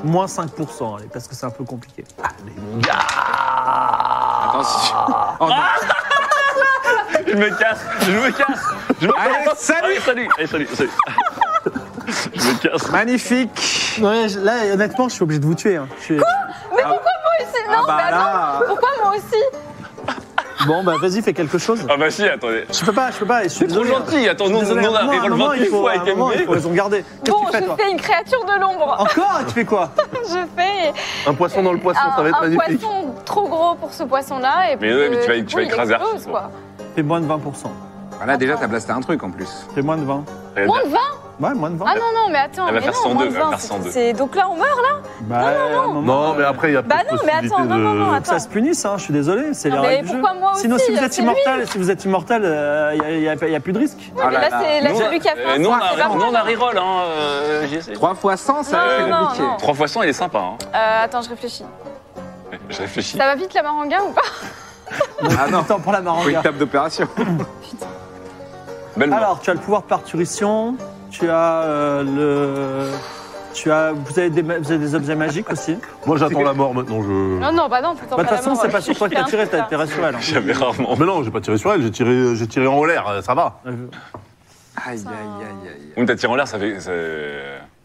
[SPEAKER 1] Moins 5%, allez, parce que c'est un peu compliqué.
[SPEAKER 3] Attends, si tu- Oh, non.
[SPEAKER 5] Je me casse. Je me casse. Je me
[SPEAKER 3] Allez, salut.
[SPEAKER 5] Allez, salut. Allez, salut. salut. Je me casse.
[SPEAKER 3] Magnifique
[SPEAKER 1] Ouais, je- là, honnêtement, je suis obligé de vous tuer. hein. Je suis- Ah, bah,
[SPEAKER 2] Aussi, non, bah, mais attends, pourquoi moi aussi
[SPEAKER 1] Bon, bah vas-y, fais quelque chose.
[SPEAKER 5] Ah bah si, attendez.
[SPEAKER 1] Je peux pas, je peux pas. Je suis
[SPEAKER 5] C'est trop
[SPEAKER 1] désolé, hein.
[SPEAKER 5] gentil. Attends, nous,
[SPEAKER 1] Je suis
[SPEAKER 5] nous,
[SPEAKER 1] désolé,
[SPEAKER 5] on a
[SPEAKER 1] à un moment,
[SPEAKER 5] reroll
[SPEAKER 1] à un moment,
[SPEAKER 5] 28
[SPEAKER 1] il faut-
[SPEAKER 5] fois
[SPEAKER 1] à un
[SPEAKER 5] avec
[SPEAKER 1] moment, il
[SPEAKER 5] MD.
[SPEAKER 1] faut les regarder. Qu'est-ce que
[SPEAKER 2] Bon,
[SPEAKER 1] tu fais,
[SPEAKER 2] je
[SPEAKER 1] toi
[SPEAKER 2] fais une créature de l'ombre.
[SPEAKER 1] Encore Tu fais quoi
[SPEAKER 2] Je fais
[SPEAKER 6] Un poisson dans le poisson,
[SPEAKER 2] un,
[SPEAKER 6] ça va être
[SPEAKER 2] un
[SPEAKER 6] magnifique.
[SPEAKER 2] poisson trop gros pour ce poisson-là.
[SPEAKER 5] Mais
[SPEAKER 2] et puis,
[SPEAKER 5] ouais, mais tu
[SPEAKER 2] euh,
[SPEAKER 5] vas-
[SPEAKER 2] du
[SPEAKER 5] tu
[SPEAKER 2] coup,
[SPEAKER 5] vas
[SPEAKER 2] il
[SPEAKER 5] écraser
[SPEAKER 2] explose,
[SPEAKER 5] Archie,
[SPEAKER 2] quoi.
[SPEAKER 1] Fais moins de 20%.
[SPEAKER 3] Voilà, Ah, déjà, t'as blasté un truc en plus.
[SPEAKER 1] Fais moins de 20.
[SPEAKER 2] Moins de 20
[SPEAKER 1] Ouais, moins de 20.
[SPEAKER 2] Ah non, non, mais attends,
[SPEAKER 5] Elle va
[SPEAKER 2] mais
[SPEAKER 5] faire
[SPEAKER 2] non,
[SPEAKER 5] 102,
[SPEAKER 2] moins de
[SPEAKER 5] elle va
[SPEAKER 2] 20,
[SPEAKER 5] faire 102.
[SPEAKER 2] c'est- c'est- Donc là, on meurt, là
[SPEAKER 1] Bah, à un moment,
[SPEAKER 6] Non, mais après, il y a
[SPEAKER 2] Bah
[SPEAKER 6] peut-être
[SPEAKER 2] non, mais
[SPEAKER 6] possibilité
[SPEAKER 2] attends, non, non, non,
[SPEAKER 6] de-
[SPEAKER 1] faut que ça
[SPEAKER 2] attends.
[SPEAKER 1] se punisse, hein, je suis désolé, c'est les
[SPEAKER 2] Non, mais
[SPEAKER 1] règles du jeu.
[SPEAKER 2] pourquoi moi aussi euh,
[SPEAKER 1] Sinon, si vous êtes
[SPEAKER 2] C'est
[SPEAKER 1] immortel, si vous êtes immortel, il n'y a, plus de risque.
[SPEAKER 2] Oui, mais
[SPEAKER 3] Ah là
[SPEAKER 2] là,
[SPEAKER 3] là.
[SPEAKER 2] c'est là,
[SPEAKER 5] Nous, on
[SPEAKER 2] c'est
[SPEAKER 5] a-
[SPEAKER 2] lui qui a fait
[SPEAKER 5] euh,
[SPEAKER 2] un
[SPEAKER 5] Nous, on
[SPEAKER 2] sens, c'est
[SPEAKER 5] a
[SPEAKER 2] pas
[SPEAKER 5] nous, on
[SPEAKER 2] moi.
[SPEAKER 5] a reroll. Hein. euh, j'y essaie.
[SPEAKER 3] 3 fois 100, ça
[SPEAKER 2] Non,
[SPEAKER 3] c'est
[SPEAKER 2] non,
[SPEAKER 3] compliqué.
[SPEAKER 2] non.
[SPEAKER 5] 3 fois 100, il est sympa. Hein.
[SPEAKER 2] Euh, Attends, je réfléchis.
[SPEAKER 5] Je réfléchis.
[SPEAKER 2] Ça va vite, la maranga, ou pas
[SPEAKER 3] Ah non,
[SPEAKER 1] Attends pour la
[SPEAKER 3] faut une
[SPEAKER 1] maranga.
[SPEAKER 3] table d'opération.
[SPEAKER 5] Belle mort.
[SPEAKER 1] Alors, tu as le pouvoir par turition, tu as euh, le. Tu as, vous, avez des, ma- vous avez des objets magiques aussi.
[SPEAKER 6] Moi, j'attends la mort maintenant.
[SPEAKER 5] Mm.
[SPEAKER 6] Je...
[SPEAKER 2] Non, non, bah non, t'attends
[SPEAKER 1] Bah, De
[SPEAKER 2] pas
[SPEAKER 1] toute
[SPEAKER 2] la
[SPEAKER 1] façon,
[SPEAKER 2] mort,
[SPEAKER 1] c'est
[SPEAKER 2] ouais.
[SPEAKER 1] pas sur toi qui as
[SPEAKER 2] Putain,
[SPEAKER 1] tiré, t'as
[SPEAKER 2] putain.
[SPEAKER 1] tiré sur elle. hein.
[SPEAKER 5] J'avais
[SPEAKER 2] Oh.
[SPEAKER 5] rarement.
[SPEAKER 6] Mais non, j'ai pas tiré sur elle, j'ai tiré, j'ai tiré en l'air, euh, ça va.
[SPEAKER 1] Euh,
[SPEAKER 3] Aïe, aïe, aïe, aïe.
[SPEAKER 5] On t'a tiré en l'air, ça fait. ça-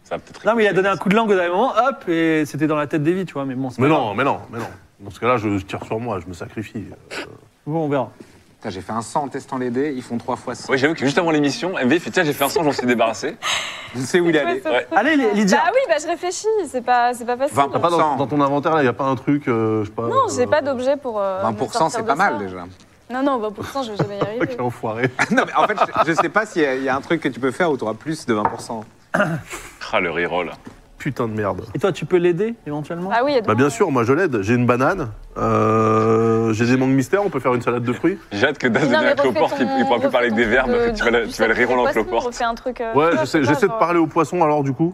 [SPEAKER 5] Ça a peut-être.
[SPEAKER 1] Non, mais il a donné un coup de langue au dernier moment, hop, et c'était dans la tête d'Evie, tu vois. Mais bon, c'est
[SPEAKER 6] Mais
[SPEAKER 1] pas
[SPEAKER 6] non, mais non, mais non. Dans ce cas-là, je tire sur moi, je me sacrifie.
[SPEAKER 1] grave. Bon, on verra.
[SPEAKER 3] Putain, j'ai fait un 100 en testant les dés, ils font 3 fois 100.
[SPEAKER 5] Oui, j'avoue que juste avant l'émission, MV fait tiens, j'ai fait un sang, j'en suis débarrassé.
[SPEAKER 3] Je sais où il est allé.
[SPEAKER 5] Ouais.
[SPEAKER 1] Allez, Ly- Lydia,
[SPEAKER 2] Bah oui, bah je réfléchis, c'est pas, c'est pas facile.
[SPEAKER 3] 20
[SPEAKER 6] T'as pas dans,
[SPEAKER 3] 100.
[SPEAKER 6] Ah, dans ton inventaire, là, il a pas un truc, euh, je sais pas...
[SPEAKER 2] Non, j'ai
[SPEAKER 6] euh,
[SPEAKER 2] pas d'objet pour. euh, me
[SPEAKER 3] 20%,
[SPEAKER 2] sortir
[SPEAKER 3] c'est
[SPEAKER 2] de
[SPEAKER 3] pas mal
[SPEAKER 2] ça.
[SPEAKER 3] déjà.
[SPEAKER 2] Non, non, 20%, je vais jamais y
[SPEAKER 6] Ah,
[SPEAKER 2] arriver.
[SPEAKER 6] Quel enfoiré.
[SPEAKER 3] non, mais en fait, je- je sais pas s'il y, a- il y a un truc que tu peux faire où tu auras plus de 20%.
[SPEAKER 5] Ah, le reroll.
[SPEAKER 6] Putain de merde.
[SPEAKER 1] et toi, tu peux l'aider éventuellement
[SPEAKER 2] Ah oui, il y a de
[SPEAKER 6] Bah bien
[SPEAKER 2] moins.
[SPEAKER 6] sûr, moi je l'aide. J'ai une banane, euh, j'ai des mangues mystères, on peut faire une salade de fruits.
[SPEAKER 5] J'ai hâte que Daz
[SPEAKER 2] Non,
[SPEAKER 5] devienne
[SPEAKER 2] mais
[SPEAKER 5] un cloporte,
[SPEAKER 2] refais
[SPEAKER 5] il
[SPEAKER 2] ton-
[SPEAKER 5] il pourra plus
[SPEAKER 2] refais
[SPEAKER 5] parler avec
[SPEAKER 2] ton
[SPEAKER 5] des verbes,
[SPEAKER 2] truc
[SPEAKER 5] parce
[SPEAKER 2] de-
[SPEAKER 5] que tu vas le-
[SPEAKER 2] du
[SPEAKER 5] tu vas le
[SPEAKER 2] sacrifice
[SPEAKER 5] reroll en
[SPEAKER 2] poisson,
[SPEAKER 5] cloporte.
[SPEAKER 2] refais un truc. euh,
[SPEAKER 6] Ouais,
[SPEAKER 2] tu vois,
[SPEAKER 6] j'essaie
[SPEAKER 2] je sais
[SPEAKER 6] j'essaie
[SPEAKER 2] pas,
[SPEAKER 6] de
[SPEAKER 2] genre,
[SPEAKER 6] parler au poisson alors du coup.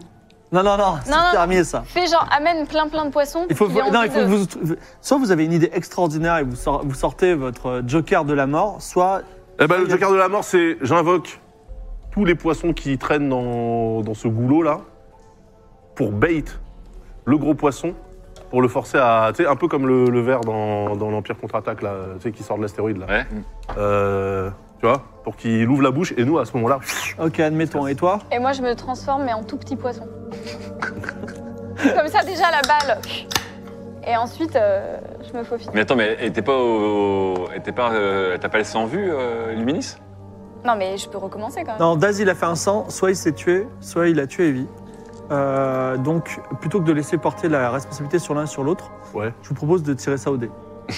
[SPEAKER 1] Non, non, non, c'est
[SPEAKER 2] non.
[SPEAKER 1] terminé ça.
[SPEAKER 2] Fais genre, amène plein plein de poissons.
[SPEAKER 1] Il faut,
[SPEAKER 2] qu'il ait
[SPEAKER 1] non,
[SPEAKER 2] envie
[SPEAKER 1] il faut
[SPEAKER 2] de-
[SPEAKER 1] que vous, soit vous avez une idée extraordinaire et vous, sor- vous sortez votre joker de la mort, soit
[SPEAKER 6] Eh ben le joker de la mort, c'est j'invoque tous les poissons qui traînent dans, dans ce goulot là pour bait le gros poisson pour le forcer à, tu sais, un peu comme le, le ver dans, dans l'Empire contre-attaque là, tu sais, qui sort de l'astéroïde là.
[SPEAKER 5] Ouais.
[SPEAKER 6] Euh, tu vois, pour qu'il ouvre la bouche et nous à ce moment-là,
[SPEAKER 1] Ok, admettons. Et toi
[SPEAKER 2] Et moi, je me transforme, mais en tout petit poisson. Comme ça, déjà, la balle. Et ensuite, euh, je me faufile.
[SPEAKER 5] Mais attends, mais elle était pas au. elle était pas. euh, T'as pas laissé en vue, euh, Luminis
[SPEAKER 2] Non, mais je peux recommencer quand même.
[SPEAKER 1] Non, Daz, il a fait un sang. Soit il s'est tué, soit il a tué Evie. Euh, donc, plutôt que de laisser porter la responsabilité sur l'un et sur l'autre,
[SPEAKER 6] Ouais.
[SPEAKER 1] je vous propose de tirer ça au dé.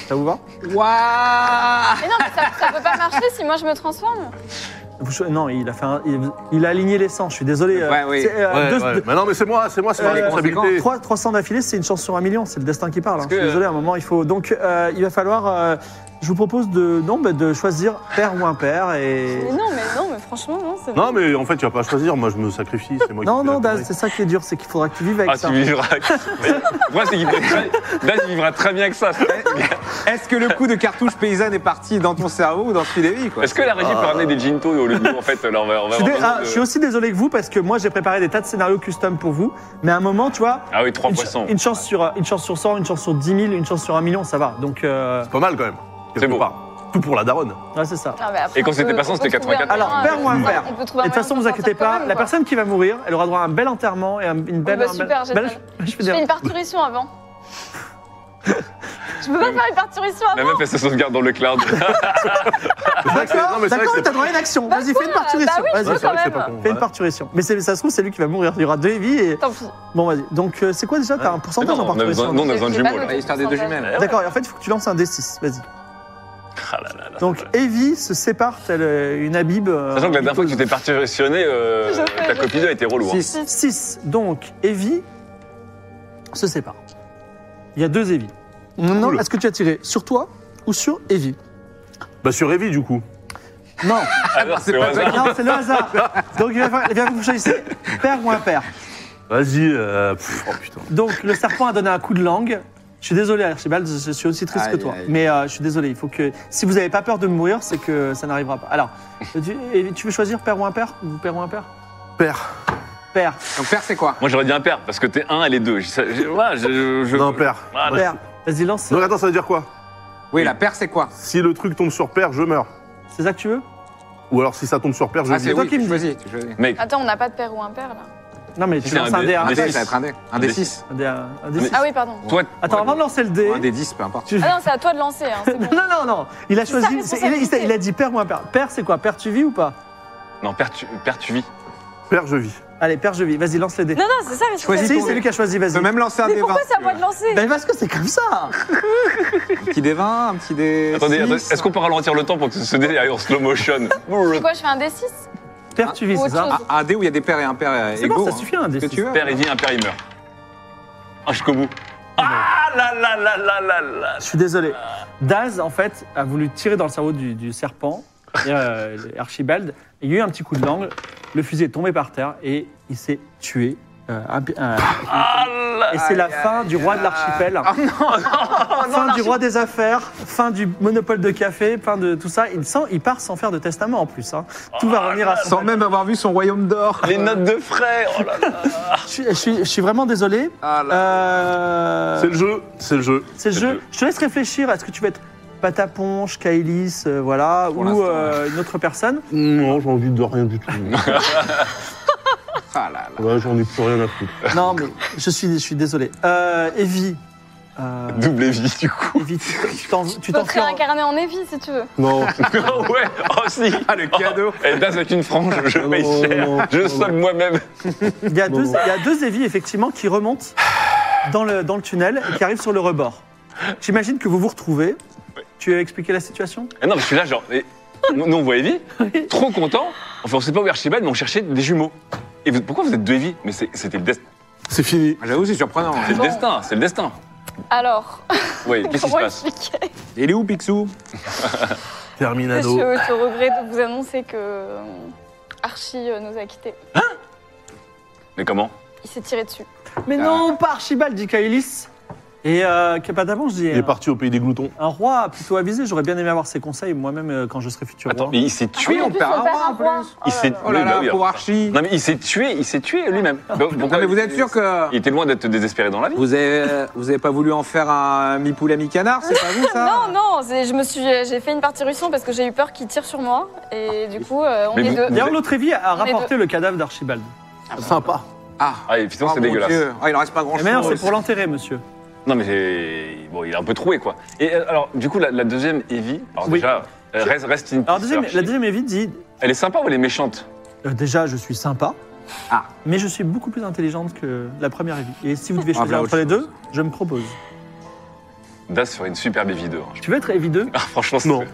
[SPEAKER 1] Ça vous va
[SPEAKER 3] Waouh
[SPEAKER 2] Mais non, mais ça, ça peut pas marcher si moi je me transforme.
[SPEAKER 1] Vous cho- Non, il a fait un- il, il a aligné les sangs. Je suis désolé. euh,
[SPEAKER 3] Ouais, oui.
[SPEAKER 1] c'est, euh,
[SPEAKER 6] Ouais,
[SPEAKER 1] deux-
[SPEAKER 6] ouais.
[SPEAKER 1] deux-
[SPEAKER 6] Mais non, mais c'est moi, c'est moi, c'est ma
[SPEAKER 1] Euh,
[SPEAKER 6] responsabilité.
[SPEAKER 1] trois- 300 d'affilée, c'est une chance sur un million, c'est le destin qui parle. hein.
[SPEAKER 5] Parce
[SPEAKER 1] Je suis
[SPEAKER 5] que-
[SPEAKER 1] désolé, à un moment, il faut. Donc, euh, il va falloir. euh, Je vous propose de, non, bah, de choisir père ou impair. Et...
[SPEAKER 2] Mais non, mais non, mais franchement, non, c'est
[SPEAKER 6] Non, mais en fait, tu vas pas choisir. Moi, je me sacrifie. C'est moi
[SPEAKER 1] Non,
[SPEAKER 6] qui fais
[SPEAKER 1] non,
[SPEAKER 6] la
[SPEAKER 1] Daz, c'est ça qui est dur, c'est qu'il faudra que tu vives avec
[SPEAKER 5] Ah,
[SPEAKER 1] ça.
[SPEAKER 5] tu vivras. Mais Moi, c'est qu'il vivra très- Daz, il vivra très bien avec ça.
[SPEAKER 3] Est-ce que le coup de cartouche paysanne est parti dans ton cerveau ou dans celui d'Evie quoi
[SPEAKER 5] Est-ce que la régie peut ramener des ginto au lieu de nous, en fait là, on va, on
[SPEAKER 1] Ah. Je
[SPEAKER 5] va
[SPEAKER 1] suis, dé-
[SPEAKER 5] avoir
[SPEAKER 1] ah,
[SPEAKER 5] besoin de-
[SPEAKER 1] je suis aussi désolé que vous parce que moi j'ai préparé des tas de scénarios custom pour vous, mais à un moment, tu vois,
[SPEAKER 5] Ah oui, trois
[SPEAKER 1] une, ch-
[SPEAKER 5] poissons.
[SPEAKER 1] une chance sur, euh, une chance sur 100, une chance sur 10 000, une chance sur 1 million, ça va. Donc, euh,
[SPEAKER 6] Pas mal quand même.
[SPEAKER 5] C'est
[SPEAKER 6] Quelque
[SPEAKER 5] beau.
[SPEAKER 6] part. Tout pour la daronne.
[SPEAKER 1] ouais, c'est ça.
[SPEAKER 2] Non, mais après,
[SPEAKER 5] Et quand
[SPEAKER 2] on
[SPEAKER 5] c'était
[SPEAKER 2] peut-
[SPEAKER 5] pas ça,
[SPEAKER 2] on
[SPEAKER 5] c'était
[SPEAKER 2] peut trouver un
[SPEAKER 5] 84.
[SPEAKER 1] Alors, père
[SPEAKER 2] moyen, euh,
[SPEAKER 1] ou impair
[SPEAKER 2] on
[SPEAKER 1] Et de
[SPEAKER 2] peut trouver un
[SPEAKER 1] toute
[SPEAKER 2] moyen
[SPEAKER 1] façon,
[SPEAKER 2] s'en
[SPEAKER 1] vous inquiétez
[SPEAKER 2] sortir quand
[SPEAKER 1] pas,
[SPEAKER 2] même,
[SPEAKER 1] la
[SPEAKER 2] quoi.
[SPEAKER 1] personne qui va mourir, elle aura droit à un bel enterrement et un- une belle.
[SPEAKER 2] bah,
[SPEAKER 1] un bel-
[SPEAKER 2] super, génial.
[SPEAKER 1] belle- je veux
[SPEAKER 2] Je
[SPEAKER 1] dire,
[SPEAKER 2] fais une parturition avant. Je peux pas faire une parturition avant.
[SPEAKER 5] La meuf, elle se sauvegarde dans le cloud.
[SPEAKER 6] C'est vrai que c'est- non,
[SPEAKER 1] Ah, D'accord,
[SPEAKER 6] mais c'est vrai que
[SPEAKER 1] d'accord,
[SPEAKER 6] c'est-
[SPEAKER 1] t'as droit à une action. Vas-y, fais une
[SPEAKER 2] Bah
[SPEAKER 1] parturition.
[SPEAKER 2] oui,
[SPEAKER 1] Vas-y,
[SPEAKER 2] je peux
[SPEAKER 6] c'est vrai
[SPEAKER 2] quand
[SPEAKER 6] que c'est pas
[SPEAKER 2] même.
[SPEAKER 6] con.
[SPEAKER 1] fais une parturition. Mais c'est- ça se trouve, c'est lui qui va mourir. Il y aura deux vies et.
[SPEAKER 2] Tant pis.
[SPEAKER 1] Bon, vas-y. Donc, euh, c'est quoi déjà T'as un pourcentage
[SPEAKER 5] Non,
[SPEAKER 1] en
[SPEAKER 5] on a besoin,
[SPEAKER 1] parturition
[SPEAKER 5] non, on a besoin de
[SPEAKER 2] J'ai pas
[SPEAKER 5] jumeaux, là.
[SPEAKER 2] noté.
[SPEAKER 3] Histoire des deux jumelles.
[SPEAKER 1] D'accord, et en fait, il faut que tu lances un D6. Vas-y.
[SPEAKER 5] Ah là là là.
[SPEAKER 1] Donc, Evie se sépare telle euh, une Habib.
[SPEAKER 5] Sachant que la dernière fois que tu t'es parturitionné, euh,
[SPEAKER 2] Je sais,
[SPEAKER 5] ta
[SPEAKER 2] je
[SPEAKER 5] copine a été relou. hein.
[SPEAKER 3] 6.
[SPEAKER 1] 6. Donc, Evie se sépare. Il y a deux Evie. Non,
[SPEAKER 6] Cool.
[SPEAKER 1] est-ce que tu as tiré sur toi ou sur Evie
[SPEAKER 6] Bah, sur Evie, du coup.
[SPEAKER 1] Non,
[SPEAKER 5] Ah non, c'est au
[SPEAKER 3] pas
[SPEAKER 5] hasard.
[SPEAKER 1] non, c'est le hasard. Donc, il va falloir- il va falloir que vous choisissez père ou impair.
[SPEAKER 6] Vas-y. euh, pff, Oh putain.
[SPEAKER 1] Donc, le serpent a donné un coup de langue. Je suis désolé, Archibald, je je suis aussi triste
[SPEAKER 3] Aïe,
[SPEAKER 1] que toi.
[SPEAKER 3] aïe.
[SPEAKER 1] Mais euh, je suis désolé, il faut que. Si vous n'avez pas peur de mourir, c'est que ça n'arrivera pas. Alors, tu, et tu veux choisir père ou impair Ou père ou impair
[SPEAKER 6] Père.
[SPEAKER 1] Père.
[SPEAKER 3] Donc, père, c'est quoi
[SPEAKER 5] Moi, j'aurais dit un père, parce que t'es un, elle est deux. Je- je- voilà, je- je-
[SPEAKER 6] Non, père.
[SPEAKER 5] Ah,
[SPEAKER 1] Père. Vas-y, lance.
[SPEAKER 6] Donc, attends, ça veut dire quoi
[SPEAKER 3] Oui, la père, c'est quoi
[SPEAKER 6] Si le truc tombe sur père, je meurs.
[SPEAKER 1] C'est ça que tu veux
[SPEAKER 6] Ou alors, si ça tombe sur père, je
[SPEAKER 3] Ah,
[SPEAKER 6] vis.
[SPEAKER 3] c'est
[SPEAKER 1] toi
[SPEAKER 3] oui,
[SPEAKER 1] qui
[SPEAKER 3] tu
[SPEAKER 1] me
[SPEAKER 3] choisis. tu choisis.
[SPEAKER 5] Mec,
[SPEAKER 2] Attends, on n'a pas de père ou un père là.
[SPEAKER 1] Non, mais
[SPEAKER 5] Si,
[SPEAKER 1] tu
[SPEAKER 5] c'est
[SPEAKER 1] lances
[SPEAKER 5] un
[SPEAKER 1] un
[SPEAKER 5] dé-
[SPEAKER 1] dé à
[SPEAKER 5] un
[SPEAKER 3] Ah,
[SPEAKER 5] dé
[SPEAKER 3] ça
[SPEAKER 5] six.
[SPEAKER 3] va être un dé. Un
[SPEAKER 5] Un
[SPEAKER 3] des
[SPEAKER 5] dé
[SPEAKER 3] 6.
[SPEAKER 1] un dé à- un dé
[SPEAKER 5] Mais-
[SPEAKER 1] six.
[SPEAKER 2] Ah oui, pardon.
[SPEAKER 5] toi,
[SPEAKER 1] Attends, avant de lancer le dé.
[SPEAKER 3] Un des 10, peu importe.
[SPEAKER 1] tu-
[SPEAKER 2] Ah non, c'est à toi de lancer. Hein, c'est bon.
[SPEAKER 1] Non, non, non. Il a
[SPEAKER 2] C'est sa
[SPEAKER 1] choisi. c'est- Il a, il a- il a dit père ou impair. Père, c'est quoi Père, tu vis ou pas
[SPEAKER 5] non, père, tu, père, tu vis.
[SPEAKER 6] Père, je vis.
[SPEAKER 1] Allez, père, je vis. Vas-y, lance le dé.
[SPEAKER 2] Non, non, c'est ça. mais
[SPEAKER 3] Choisis
[SPEAKER 2] c'est-
[SPEAKER 1] Si,
[SPEAKER 3] ton
[SPEAKER 1] c'est
[SPEAKER 3] dé.
[SPEAKER 1] lui qui a choisi,
[SPEAKER 3] Tu
[SPEAKER 1] vas-y.
[SPEAKER 3] peux même lancer un
[SPEAKER 2] Mais
[SPEAKER 3] dé 20.
[SPEAKER 2] pourquoi c'est à moi de lancer
[SPEAKER 1] Ben parce que c'est comme ça
[SPEAKER 3] Un petit dé 20, un petit dé.
[SPEAKER 5] Attendez, attendez,
[SPEAKER 3] six.
[SPEAKER 5] est-ce qu'on peut ralentir le temps pour que ce dé aille en slow motion
[SPEAKER 2] C'est quoi, je fais un D6
[SPEAKER 1] Père, tu vis,
[SPEAKER 2] Ou
[SPEAKER 1] c'est
[SPEAKER 2] autre
[SPEAKER 1] ça
[SPEAKER 2] chose.
[SPEAKER 3] Ah, un dé où il y a des pères et un père
[SPEAKER 1] C'est bon,
[SPEAKER 3] égaux.
[SPEAKER 1] ça
[SPEAKER 3] hein.
[SPEAKER 1] suffit un dé.
[SPEAKER 3] Que
[SPEAKER 1] six.
[SPEAKER 3] tu veux.
[SPEAKER 5] Père, il vit, un père, il meurt. Ah, jusqu'au bout. Ah là là là là là là
[SPEAKER 1] Je suis désolé. Daz, en fait, a voulu tirer dans le cerveau du, du serpent, et, euh, Archibald. Il y a eu un petit coup de langue, le fusil est tombé par terre et il s'est tué. euh, impi- euh,
[SPEAKER 5] Ah là
[SPEAKER 1] et c'est la fin du roi de l'archipel. fin du roi des affaires, fin du monopole de café, fin de tout ça. Il, sent, il part sans faire de testament en plus. hein. Tout va revenir à son
[SPEAKER 3] Sans même avoir vu son royaume d'or.
[SPEAKER 5] Les notes de frais Oh là là
[SPEAKER 1] Je, suis- je suis, je suis vraiment désolé.
[SPEAKER 3] Ah là.
[SPEAKER 1] Euh,
[SPEAKER 6] C'est le jeu. C'est le jeu.
[SPEAKER 1] C'est le
[SPEAKER 5] C'est le
[SPEAKER 1] jeu.
[SPEAKER 5] jeu.
[SPEAKER 1] Je te laisse réfléchir. Est-ce que tu veux être Pataponche, Kailis, euh, voilà,
[SPEAKER 3] Pour
[SPEAKER 1] ou
[SPEAKER 3] l'instant,
[SPEAKER 1] euh, une autre personne
[SPEAKER 6] Non, j'ai envie de rien du tout.
[SPEAKER 3] Ah là là.
[SPEAKER 6] Ouais, j'en ai plus rien à foutre.
[SPEAKER 1] Non, mais je suis, je suis désolé. Euh, Evie. euh,
[SPEAKER 5] Double vie, du coup.
[SPEAKER 1] Evie, tu tu t'en- tu
[SPEAKER 2] Tu peux te
[SPEAKER 1] t'enfuis en-
[SPEAKER 2] réincarner en Evie si tu veux.
[SPEAKER 6] Non.
[SPEAKER 5] Oh ouais Oh si
[SPEAKER 3] Ah, le cadeau.
[SPEAKER 5] Et Daz avec une frange, je
[SPEAKER 3] Oh,
[SPEAKER 6] Non,
[SPEAKER 5] paye
[SPEAKER 6] non,
[SPEAKER 5] cher.
[SPEAKER 6] non,
[SPEAKER 5] je
[SPEAKER 6] non,
[SPEAKER 5] somme moi-même.
[SPEAKER 1] Il y a deux,
[SPEAKER 6] Bon, bon.
[SPEAKER 1] il y a deux Evie, effectivement, qui remontent dans le, dans le tunnel et qui arrivent sur le rebord. J'imagine que vous vous retrouvez. Tu as expliqué la situation
[SPEAKER 5] Ah non, mais je suis là, genre. mais- Nous, on voit Evie, trop content. Enfin, on sait pas où est Archibald, mais on cherchait des jumeaux. Et vous- pourquoi vous êtes deux Evie Mais c'est- c'était le, des-
[SPEAKER 6] C'est fini.
[SPEAKER 3] Ah, J'avoue, c'est surprenant.
[SPEAKER 1] Ah
[SPEAKER 5] c'est le
[SPEAKER 3] hein.
[SPEAKER 2] Bon.
[SPEAKER 5] destin, c'est le destin.
[SPEAKER 2] Alors,
[SPEAKER 5] Oui, qu'est-ce qui se
[SPEAKER 2] comment
[SPEAKER 5] passe
[SPEAKER 2] expliquer
[SPEAKER 3] Il est où, Picsou
[SPEAKER 2] Je suis
[SPEAKER 6] Terminado.
[SPEAKER 2] au regret de vous annoncer que euh, Archie euh, nous a quittés.
[SPEAKER 5] Mais comment
[SPEAKER 2] Il s'est tiré dessus.
[SPEAKER 1] Mais non, pas Archibald, dit Kailis. Et euh, que Patapon, je dis.
[SPEAKER 6] Il est parti au pays des gloutons.
[SPEAKER 1] Un roi plutôt avisé, j'aurais bien aimé avoir ses conseils moi-même euh, quand je serai futur
[SPEAKER 5] Attends,
[SPEAKER 1] roi.
[SPEAKER 5] mais il s'est
[SPEAKER 2] Ah,
[SPEAKER 5] tué
[SPEAKER 2] oui,
[SPEAKER 5] en
[SPEAKER 2] en plus,
[SPEAKER 5] permanence.
[SPEAKER 2] on perd un
[SPEAKER 3] roi, en
[SPEAKER 2] roi.
[SPEAKER 3] plus.
[SPEAKER 2] Oh
[SPEAKER 5] Il
[SPEAKER 2] là
[SPEAKER 5] s'est-
[SPEAKER 2] là.
[SPEAKER 3] Oh là
[SPEAKER 5] Oui, bah oui,
[SPEAKER 3] là, pauvre
[SPEAKER 5] alors,
[SPEAKER 3] Archie.
[SPEAKER 5] Non mais il s'est tué, il s'est tué lui-même.
[SPEAKER 1] Ah.
[SPEAKER 5] euh,
[SPEAKER 3] Non, mais vous êtes sûr que.
[SPEAKER 5] Il était loin d'être désespéré dans la vie.
[SPEAKER 3] Vous avez, euh, vous avez pas voulu en faire un mi-poule, mi-canard C'est pas vous, ça
[SPEAKER 2] Non, non, c'est- je me suis, euh, j'ai fait une parturition parce que j'ai eu peur qu'il tire sur moi. Et du coup, euh, on
[SPEAKER 5] Mais
[SPEAKER 2] est
[SPEAKER 5] vous-
[SPEAKER 2] deux.
[SPEAKER 1] D'ailleurs, l'autre Evie a
[SPEAKER 2] On est
[SPEAKER 1] rapporté le cadavre d'Archibald. Eh
[SPEAKER 6] Sympa.
[SPEAKER 3] Ah,
[SPEAKER 5] Ah, et putain,
[SPEAKER 3] oh,
[SPEAKER 5] c'est
[SPEAKER 3] mon
[SPEAKER 5] dégueulasse.
[SPEAKER 3] Dieu. Ah, il en reste pas
[SPEAKER 1] Mais non,
[SPEAKER 3] grand-chose.
[SPEAKER 1] c'est pour l'enterrer, monsieur.
[SPEAKER 5] Non mais c'est- bon, il est un peu troué quoi. Et euh, alors, du coup, la, la deuxième Evie, alors
[SPEAKER 1] Oui.
[SPEAKER 5] déjà, euh, reste, reste in
[SPEAKER 1] Alors,
[SPEAKER 5] peace,
[SPEAKER 1] deuxième,
[SPEAKER 5] Archie.
[SPEAKER 1] la deuxième Evie dit
[SPEAKER 5] Elle est sympa ou elle est méchante
[SPEAKER 1] euh, Déjà, je suis sympa,
[SPEAKER 3] Ah.
[SPEAKER 1] mais je suis beaucoup plus intelligente que la première Evie. Et si vous devez
[SPEAKER 3] Ah,
[SPEAKER 1] choisir
[SPEAKER 3] voilà
[SPEAKER 1] entre les
[SPEAKER 3] autre
[SPEAKER 1] deux, je me propose.
[SPEAKER 5] Das ferait une superbe Evie 2. hein.
[SPEAKER 1] Tu veux être Evie 2
[SPEAKER 5] Ah, franchement, c'est-
[SPEAKER 6] Non.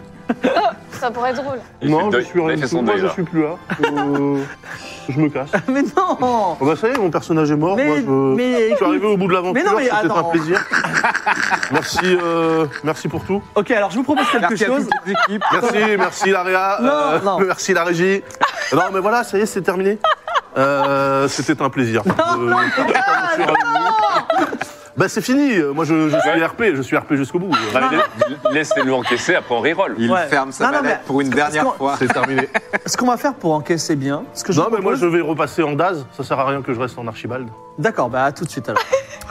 [SPEAKER 2] Ça pourrait être drôle.
[SPEAKER 5] Il fait
[SPEAKER 6] non, je
[SPEAKER 5] deuil-
[SPEAKER 6] suis,
[SPEAKER 5] il a fait son
[SPEAKER 6] moi,
[SPEAKER 5] deuil,
[SPEAKER 6] je
[SPEAKER 5] là.
[SPEAKER 6] suis plus là. Euh, je me casse.
[SPEAKER 1] Mais non
[SPEAKER 6] Oh bah ça y est, mon personnage est mort.
[SPEAKER 1] Mais-
[SPEAKER 6] Moi, je,
[SPEAKER 1] mais-
[SPEAKER 6] je suis arrivé au bout de
[SPEAKER 1] Mais
[SPEAKER 6] l'aventure.
[SPEAKER 1] non, mais
[SPEAKER 6] C'était un
[SPEAKER 1] attends.
[SPEAKER 6] plaisir. merci, euh, merci pour tout.
[SPEAKER 1] Ok, alors je vous propose quelque
[SPEAKER 3] Merci à
[SPEAKER 1] chose.
[SPEAKER 3] toutes les équipes.
[SPEAKER 6] Merci, merci la réa.
[SPEAKER 1] Non, non.
[SPEAKER 6] Merci la régie. Non, mais voilà, ça y est, c'est terminé. Euh, C'était un plaisir. Euh, bah c'est fini. Moi, je, je suis RP. Je suis RP jusqu'au bout.
[SPEAKER 5] Non, mais la- Laissez-le encaisser, après on reroll.
[SPEAKER 3] Il
[SPEAKER 1] Ouais.
[SPEAKER 3] ferme sa
[SPEAKER 1] Non, non,
[SPEAKER 3] mallette
[SPEAKER 1] mais-
[SPEAKER 3] pour une dernière
[SPEAKER 1] parce
[SPEAKER 3] fois.
[SPEAKER 6] C'est terminé.
[SPEAKER 1] Ce qu'on va faire pour encaisser bien, ce que je
[SPEAKER 6] Non,
[SPEAKER 1] vous
[SPEAKER 6] mais moi,
[SPEAKER 1] propose-
[SPEAKER 6] je vais repasser en Daz. Ça sert à rien que je reste en Archibald.
[SPEAKER 1] D'accord, bah à tout de suite alors.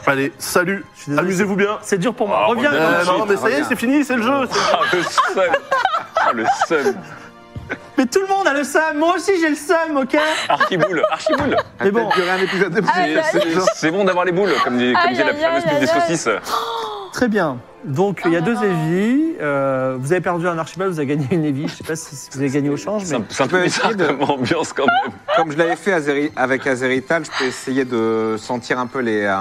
[SPEAKER 6] Allez, salut.
[SPEAKER 1] Je suis désolé,
[SPEAKER 6] Amusez-vous bien.
[SPEAKER 1] C'est dur pour moi.
[SPEAKER 5] Oh,
[SPEAKER 1] Reviens.
[SPEAKER 5] mais-
[SPEAKER 1] Hugo.
[SPEAKER 6] Euh,
[SPEAKER 3] tout de
[SPEAKER 6] non,
[SPEAKER 3] suite,
[SPEAKER 6] mais ça y est,
[SPEAKER 3] reviens.
[SPEAKER 6] c'est fini, c'est le jeu. c'est-
[SPEAKER 5] Ah, le seum Ah, le seum
[SPEAKER 1] Mais tout le monde a le seum. Moi aussi j'ai le seum, ok
[SPEAKER 5] Archiboule Archiboule
[SPEAKER 1] Mais bon.
[SPEAKER 3] Il y aurait un épisode de
[SPEAKER 5] Ah,
[SPEAKER 2] Aïe, aïe,
[SPEAKER 5] C'est- C'est bon d'avoir les boules, comme dit, comme
[SPEAKER 2] Aïe,
[SPEAKER 5] dit la
[SPEAKER 2] aïe,
[SPEAKER 5] fameuse pub
[SPEAKER 2] aïe,
[SPEAKER 5] des
[SPEAKER 2] aïe.
[SPEAKER 5] saucisses.
[SPEAKER 1] Très bien. Donc il y a
[SPEAKER 2] Ah.
[SPEAKER 1] deux Evie. euh, vous avez perdu un archibald, vous avez gagné une Evie. Je sais pas si si vous avez gagné au change,
[SPEAKER 5] C'est
[SPEAKER 1] mais
[SPEAKER 5] un, c'est un peu
[SPEAKER 3] peux
[SPEAKER 5] bizarre
[SPEAKER 3] essayer de-
[SPEAKER 5] comme ambiance quand même.
[SPEAKER 3] Comme je l'avais fait Azeri- avec Azerital, je peux essayer de sentir un peu les, euh,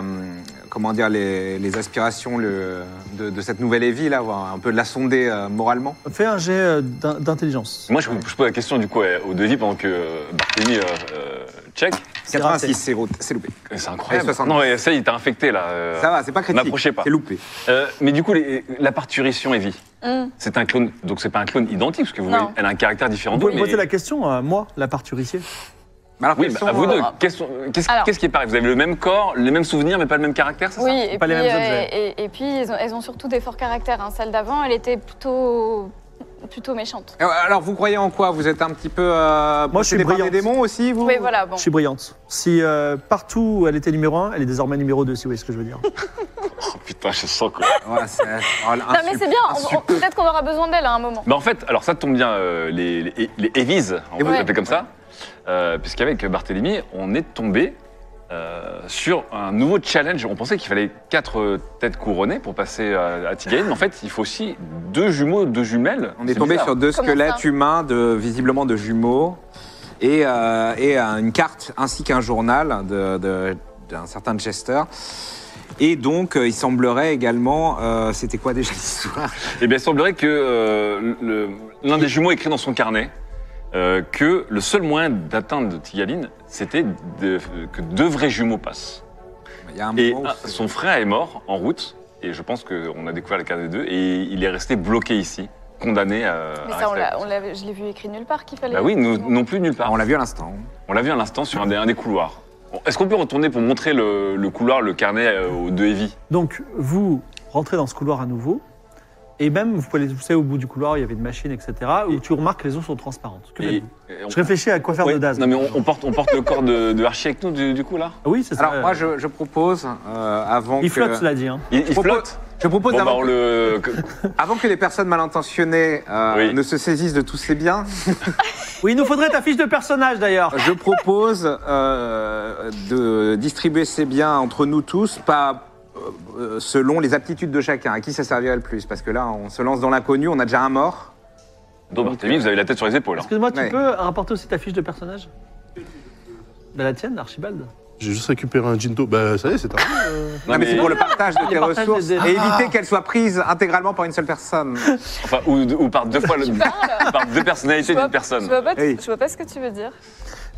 [SPEAKER 3] comment dire, les, les aspirations le- de, de cette nouvelle Evie, là, voir un peu de la sonder euh, moralement.
[SPEAKER 1] fais un jet euh, d'in- d'intelligence.
[SPEAKER 5] Moi, je, vous- je pose la question du coup euh, aux devis pendant que euh, Barthélemy euh, euh, check.
[SPEAKER 1] C'est raté.
[SPEAKER 3] 86, c'est route- c'est loupé.
[SPEAKER 5] C'est incroyable.
[SPEAKER 3] Et 60.
[SPEAKER 5] Non, mais ça, il t'a infecté là. euh.
[SPEAKER 3] Ça va, c'est pas critique.
[SPEAKER 5] M'approchez pas.
[SPEAKER 3] C'est loupé.
[SPEAKER 5] Euh, mais du coup, les- la parturition Evie,
[SPEAKER 2] Hum.
[SPEAKER 5] c'est un clone. Donc, c'est pas un clone identique parce que vous
[SPEAKER 2] Non.
[SPEAKER 5] voyez, elle a un caractère différent.
[SPEAKER 1] Vous pouvez me
[SPEAKER 5] mais-
[SPEAKER 1] poser la question, euh, moi, la parturissier.
[SPEAKER 3] Mais alors,
[SPEAKER 5] Oui,
[SPEAKER 3] quels
[SPEAKER 5] bah,
[SPEAKER 3] sont,
[SPEAKER 5] à vous deux.
[SPEAKER 3] euh,
[SPEAKER 5] Qu'est-ce qu'est-ce-
[SPEAKER 2] Alors.
[SPEAKER 5] qu'est-ce qui est pareil Vous avez le même corps, les mêmes souvenirs, mais pas le même caractère, c'est
[SPEAKER 2] Oui,
[SPEAKER 5] ça
[SPEAKER 2] et
[SPEAKER 1] pas
[SPEAKER 2] puis,
[SPEAKER 1] les mêmes
[SPEAKER 2] euh,
[SPEAKER 1] objets.
[SPEAKER 2] et, et puis elles, ont, elles ont surtout des forts caractères. hein. Celle d'avant, elle était plutôt, plutôt méchante.
[SPEAKER 3] euh, Alors, vous croyez en quoi Vous êtes un petit peu. euh,
[SPEAKER 1] Moi, je suis
[SPEAKER 3] possédé par
[SPEAKER 1] brillante.
[SPEAKER 3] des démons aussi, vous
[SPEAKER 2] Oui, voilà, bon.
[SPEAKER 1] Je suis brillante. Si euh, partout où elle était numéro 1, elle est désormais numéro 2, si vous voyez ce que je veux dire.
[SPEAKER 5] Oh, putain, je sens quoi.
[SPEAKER 3] Voilà, c'est- oh,
[SPEAKER 2] Non, mais
[SPEAKER 3] insulte-
[SPEAKER 2] c'est bien, on- on-
[SPEAKER 3] insulte.
[SPEAKER 2] peut-être qu'on aura besoin d'elle à un moment.
[SPEAKER 5] Bah en fait, alors ça tombe bien, euh, les, les, les Evies, on
[SPEAKER 3] Et
[SPEAKER 5] va
[SPEAKER 2] oui.
[SPEAKER 5] les appeler comme ça, euh, puisqu'avec Barthélemy, on est tombé euh, sur un nouveau challenge. On pensait qu'il fallait quatre euh, têtes couronnées pour passer à, à Tigaïne, mais en fait, il faut aussi deux jumeaux, deux jumelles.
[SPEAKER 3] On est,
[SPEAKER 5] C'est
[SPEAKER 3] tombé
[SPEAKER 5] bizarre.
[SPEAKER 3] sur deux
[SPEAKER 2] Comment
[SPEAKER 3] squelettes
[SPEAKER 2] ça
[SPEAKER 3] humains, de, visiblement de jumeaux, et, euh, et euh, une carte ainsi qu'un journal de- de- d'un certain Chester. Et donc, euh, il semblerait également. euh, C'était quoi déjà l'histoire
[SPEAKER 5] Eh bien, il semblerait que euh, le- l'un des jumeaux écrit dans son carnet euh, que le seul moyen d'atteindre Tigaline, c'était de- que deux vrais jumeaux passent.
[SPEAKER 3] Il y a un
[SPEAKER 5] Et
[SPEAKER 1] Oh,
[SPEAKER 3] moment où
[SPEAKER 5] ah,
[SPEAKER 3] c'est-
[SPEAKER 5] son frère est mort en route, et je pense qu'on a découvert le cas des deux, et il est resté bloqué ici, condamné à.
[SPEAKER 2] Mais
[SPEAKER 5] à
[SPEAKER 2] ça, on
[SPEAKER 5] rester
[SPEAKER 2] l'a,
[SPEAKER 5] là.
[SPEAKER 2] on l'avait- je l'ai vu écrit nulle part qu'il fallait.
[SPEAKER 5] Ah, Bah oui, nous- non plus nulle
[SPEAKER 3] Ah,
[SPEAKER 5] part.
[SPEAKER 3] on l'a vu à l'instant.
[SPEAKER 5] On l'a vu à l'instant sur un des, un des couloirs. Bon, Est-ce qu'on peut retourner pour montrer le, le couloir, le carnet euh, aux deux Evie
[SPEAKER 1] Donc, vous rentrez dans ce couloir à nouveau, et même, vous pouvez aller vous savez, au bout du couloir, il y avait une machine, etc., où tu remarques que les eaux sont transparentes. Que
[SPEAKER 5] Et-
[SPEAKER 1] faites-vous
[SPEAKER 5] et on-
[SPEAKER 1] Je réfléchis à quoi faire
[SPEAKER 5] Ouais,
[SPEAKER 1] de Daz.
[SPEAKER 5] Non, mais on, on porte, on porte le corps de, de Archie avec nous, du, du coup, là
[SPEAKER 1] Ah oui, c'est ça.
[SPEAKER 3] Alors, moi, je, je propose, euh, avant
[SPEAKER 1] Il
[SPEAKER 3] que.
[SPEAKER 1] flotte, cela dit. hein.
[SPEAKER 5] Il, il
[SPEAKER 3] Je propose-
[SPEAKER 5] flotte
[SPEAKER 3] Je propose
[SPEAKER 5] Bon, bah,
[SPEAKER 3] avant,
[SPEAKER 5] on le. que-
[SPEAKER 3] avant que les personnes mal intentionnées euh,
[SPEAKER 5] Oui.
[SPEAKER 3] ne se saisissent de tous ces biens,
[SPEAKER 1] Oui, il nous faudrait ta fiche de personnage, d'ailleurs.
[SPEAKER 3] je propose euh, de distribuer ces biens entre nous tous, pas euh, selon les aptitudes de chacun, à qui ça servirait le plus. Parce que là, on se lance dans l'inconnu, on a déjà un mort.
[SPEAKER 5] Donc, Barthélemy, vous avez la tête sur les épaules. hein.
[SPEAKER 1] Excuse-moi, tu
[SPEAKER 3] Ouais.
[SPEAKER 1] peux rapporter aussi ta fiche de personnage De la tienne, Archibald
[SPEAKER 6] J'ai juste récupéré un ginto. Bah ça y est, c'est terminé.
[SPEAKER 3] Non, mais, c'est pour le partage de tes
[SPEAKER 1] partage des
[SPEAKER 3] ressources et
[SPEAKER 1] aides.
[SPEAKER 3] éviter qu'elles soient prises intégralement par une seule personne.
[SPEAKER 5] Enfin, ou, ou par deux fois le. par deux personnalités
[SPEAKER 2] Je vois-
[SPEAKER 5] d'une personne.
[SPEAKER 2] Je vois, pas,
[SPEAKER 3] Hey.
[SPEAKER 2] je vois pas ce que tu veux dire.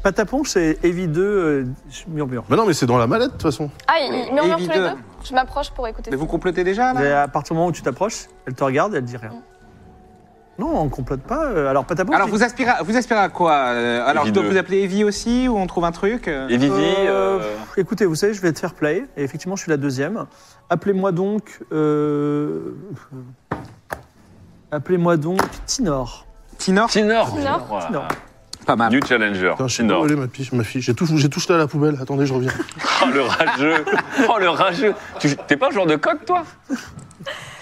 [SPEAKER 1] Patapon, c'est Evie 2, euh, murmure.
[SPEAKER 6] Bah non, mais c'est dans la mallette de toute façon.
[SPEAKER 2] Ah, ils ils murmurent tous les
[SPEAKER 3] Évidemment.
[SPEAKER 2] deux Je m'approche pour écouter.
[SPEAKER 3] Mais vous complotez déjà,
[SPEAKER 1] Mais
[SPEAKER 3] là
[SPEAKER 1] à partir du moment où tu t'approches, elle te regarde et elle dit rien. Non, on complote pas. euh, Alors, Patapon,
[SPEAKER 3] alors,
[SPEAKER 1] tu-
[SPEAKER 3] vous aspirez, à- vous aspirez à quoi euh, Alors,
[SPEAKER 5] Evie
[SPEAKER 3] je dois
[SPEAKER 5] deux.
[SPEAKER 3] vous appeler Evie aussi, ou on trouve un truc euh
[SPEAKER 5] Et Vivi.
[SPEAKER 1] Euh,
[SPEAKER 5] euh,
[SPEAKER 1] pff, Écoutez, vous savez, je vais te faire play. Et effectivement, je suis la deuxième. Appelez-moi donc. euh, euh, Appelez-moi donc Tinor.
[SPEAKER 3] Tinor
[SPEAKER 5] Tinor.
[SPEAKER 2] Tinor.
[SPEAKER 5] Voilà.
[SPEAKER 1] Tinor.
[SPEAKER 3] Pas mal.
[SPEAKER 5] New Challenger.
[SPEAKER 6] Putain, je sais pas
[SPEAKER 5] Tinor.
[SPEAKER 6] où elle est, ma fiche. ma fiche. J'ai tout, j'ai tout jeté à la poubelle. Attendez, je reviens.
[SPEAKER 5] Oh le rageux. Oh le rageux. Tu- T'es pas un joueur de coq toi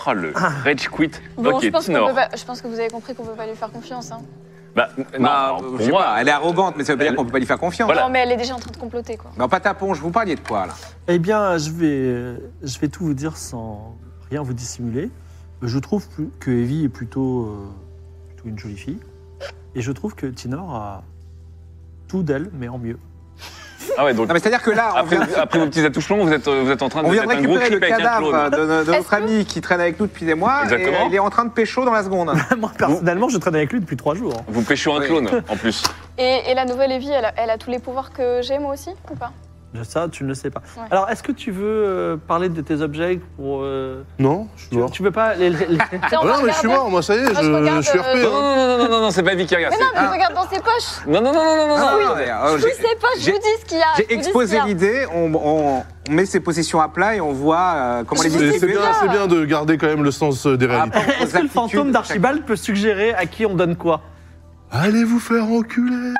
[SPEAKER 5] Oh le rage quit.
[SPEAKER 2] Bon, je
[SPEAKER 5] ok,
[SPEAKER 2] pense, qu'on
[SPEAKER 5] Tinor.
[SPEAKER 2] peut pas- je pense que vous avez compris qu'on peut pas lui faire confiance. hein.
[SPEAKER 5] Bah, n- non,
[SPEAKER 3] Bah,
[SPEAKER 5] alors,
[SPEAKER 3] euh,
[SPEAKER 5] pour
[SPEAKER 3] je sais
[SPEAKER 5] moi,
[SPEAKER 3] pas, elle est arrogante, mais ça veut pas
[SPEAKER 5] elle-
[SPEAKER 3] dire qu'on peut pas lui faire confiance.
[SPEAKER 5] Voilà.
[SPEAKER 2] Non, mais elle est déjà en train de comploter, quoi.
[SPEAKER 3] Non, pas tapon, je vous parliez de quoi, là
[SPEAKER 1] Eh bien, je vais, je vais tout vous dire sans rien vous dissimuler. Je trouve plus- que Evie est plutôt, euh, plutôt une jolie fille. Et je trouve que Tinor a tout d'elle, mais en mieux.
[SPEAKER 5] Ah ouais, donc.
[SPEAKER 3] Non, mais c'est-à-dire que là, on
[SPEAKER 5] Après,
[SPEAKER 3] vient,
[SPEAKER 5] après vos petits attouchements, vous êtes, vous êtes en train de
[SPEAKER 3] on vient
[SPEAKER 5] vous
[SPEAKER 3] de
[SPEAKER 5] êtes un gros
[SPEAKER 3] récupérer le
[SPEAKER 5] creep avec un clone.
[SPEAKER 3] cadavre de, de
[SPEAKER 2] Est-ce
[SPEAKER 3] notre ami qui traîne avec nous depuis des mois.
[SPEAKER 5] Exactement.
[SPEAKER 3] Et il est en train de pécho dans la seconde.
[SPEAKER 1] Moi, personnellement, je traîne avec lui depuis trois jours.
[SPEAKER 5] Vous pêchez un
[SPEAKER 3] Oui.
[SPEAKER 5] clone, en plus.
[SPEAKER 2] Et, et la nouvelle Evie, elle a, elle a tous les pouvoirs que j'ai moi aussi ou pas
[SPEAKER 1] Ça, tu ne le sais pas.
[SPEAKER 2] Ouais.
[SPEAKER 1] Alors, est-ce que tu veux euh, parler de tes objets pour. euh,
[SPEAKER 6] Non, je suis
[SPEAKER 1] tu,
[SPEAKER 6] mort.
[SPEAKER 1] tu veux pas. les- les- les-
[SPEAKER 2] Ça, on
[SPEAKER 6] Ah
[SPEAKER 2] va
[SPEAKER 6] non, mais je
[SPEAKER 2] regarder.
[SPEAKER 6] suis mort, moi, ça y est,
[SPEAKER 2] Ah, je
[SPEAKER 6] je, je
[SPEAKER 2] regarde,
[SPEAKER 6] suis
[SPEAKER 2] euh,
[SPEAKER 6] RP.
[SPEAKER 5] Non,
[SPEAKER 6] hein.
[SPEAKER 5] non, non, non, non, non, non, c'est pas Vicky
[SPEAKER 2] Mais non,
[SPEAKER 6] Ah.
[SPEAKER 2] mais regarde dans ses poches
[SPEAKER 5] Non, non, non, non, non, non, non, non, non,
[SPEAKER 3] Oh,
[SPEAKER 2] Je
[SPEAKER 3] j'ai-
[SPEAKER 2] vous sais pas, je
[SPEAKER 3] j'ai-
[SPEAKER 2] vous dis ce qu'il y a je vous
[SPEAKER 3] J'ai
[SPEAKER 2] dis ce
[SPEAKER 3] exposé
[SPEAKER 2] qu'il y a.
[SPEAKER 3] l'idée, on, on- on met ses possessions à plat et on voit euh, comment les
[SPEAKER 2] Je sais
[SPEAKER 6] C'est c'est
[SPEAKER 3] distribuer.
[SPEAKER 6] bien, c'est bien de garder quand même le sens euh, des
[SPEAKER 3] Par
[SPEAKER 2] Ah,
[SPEAKER 6] réalités.
[SPEAKER 3] rapport aux
[SPEAKER 1] Est-ce que le
[SPEAKER 3] aptitudes
[SPEAKER 1] fantôme
[SPEAKER 3] de chacun.
[SPEAKER 1] d'Archibald peut suggérer à qui on donne quoi
[SPEAKER 6] Allez vous faire enculer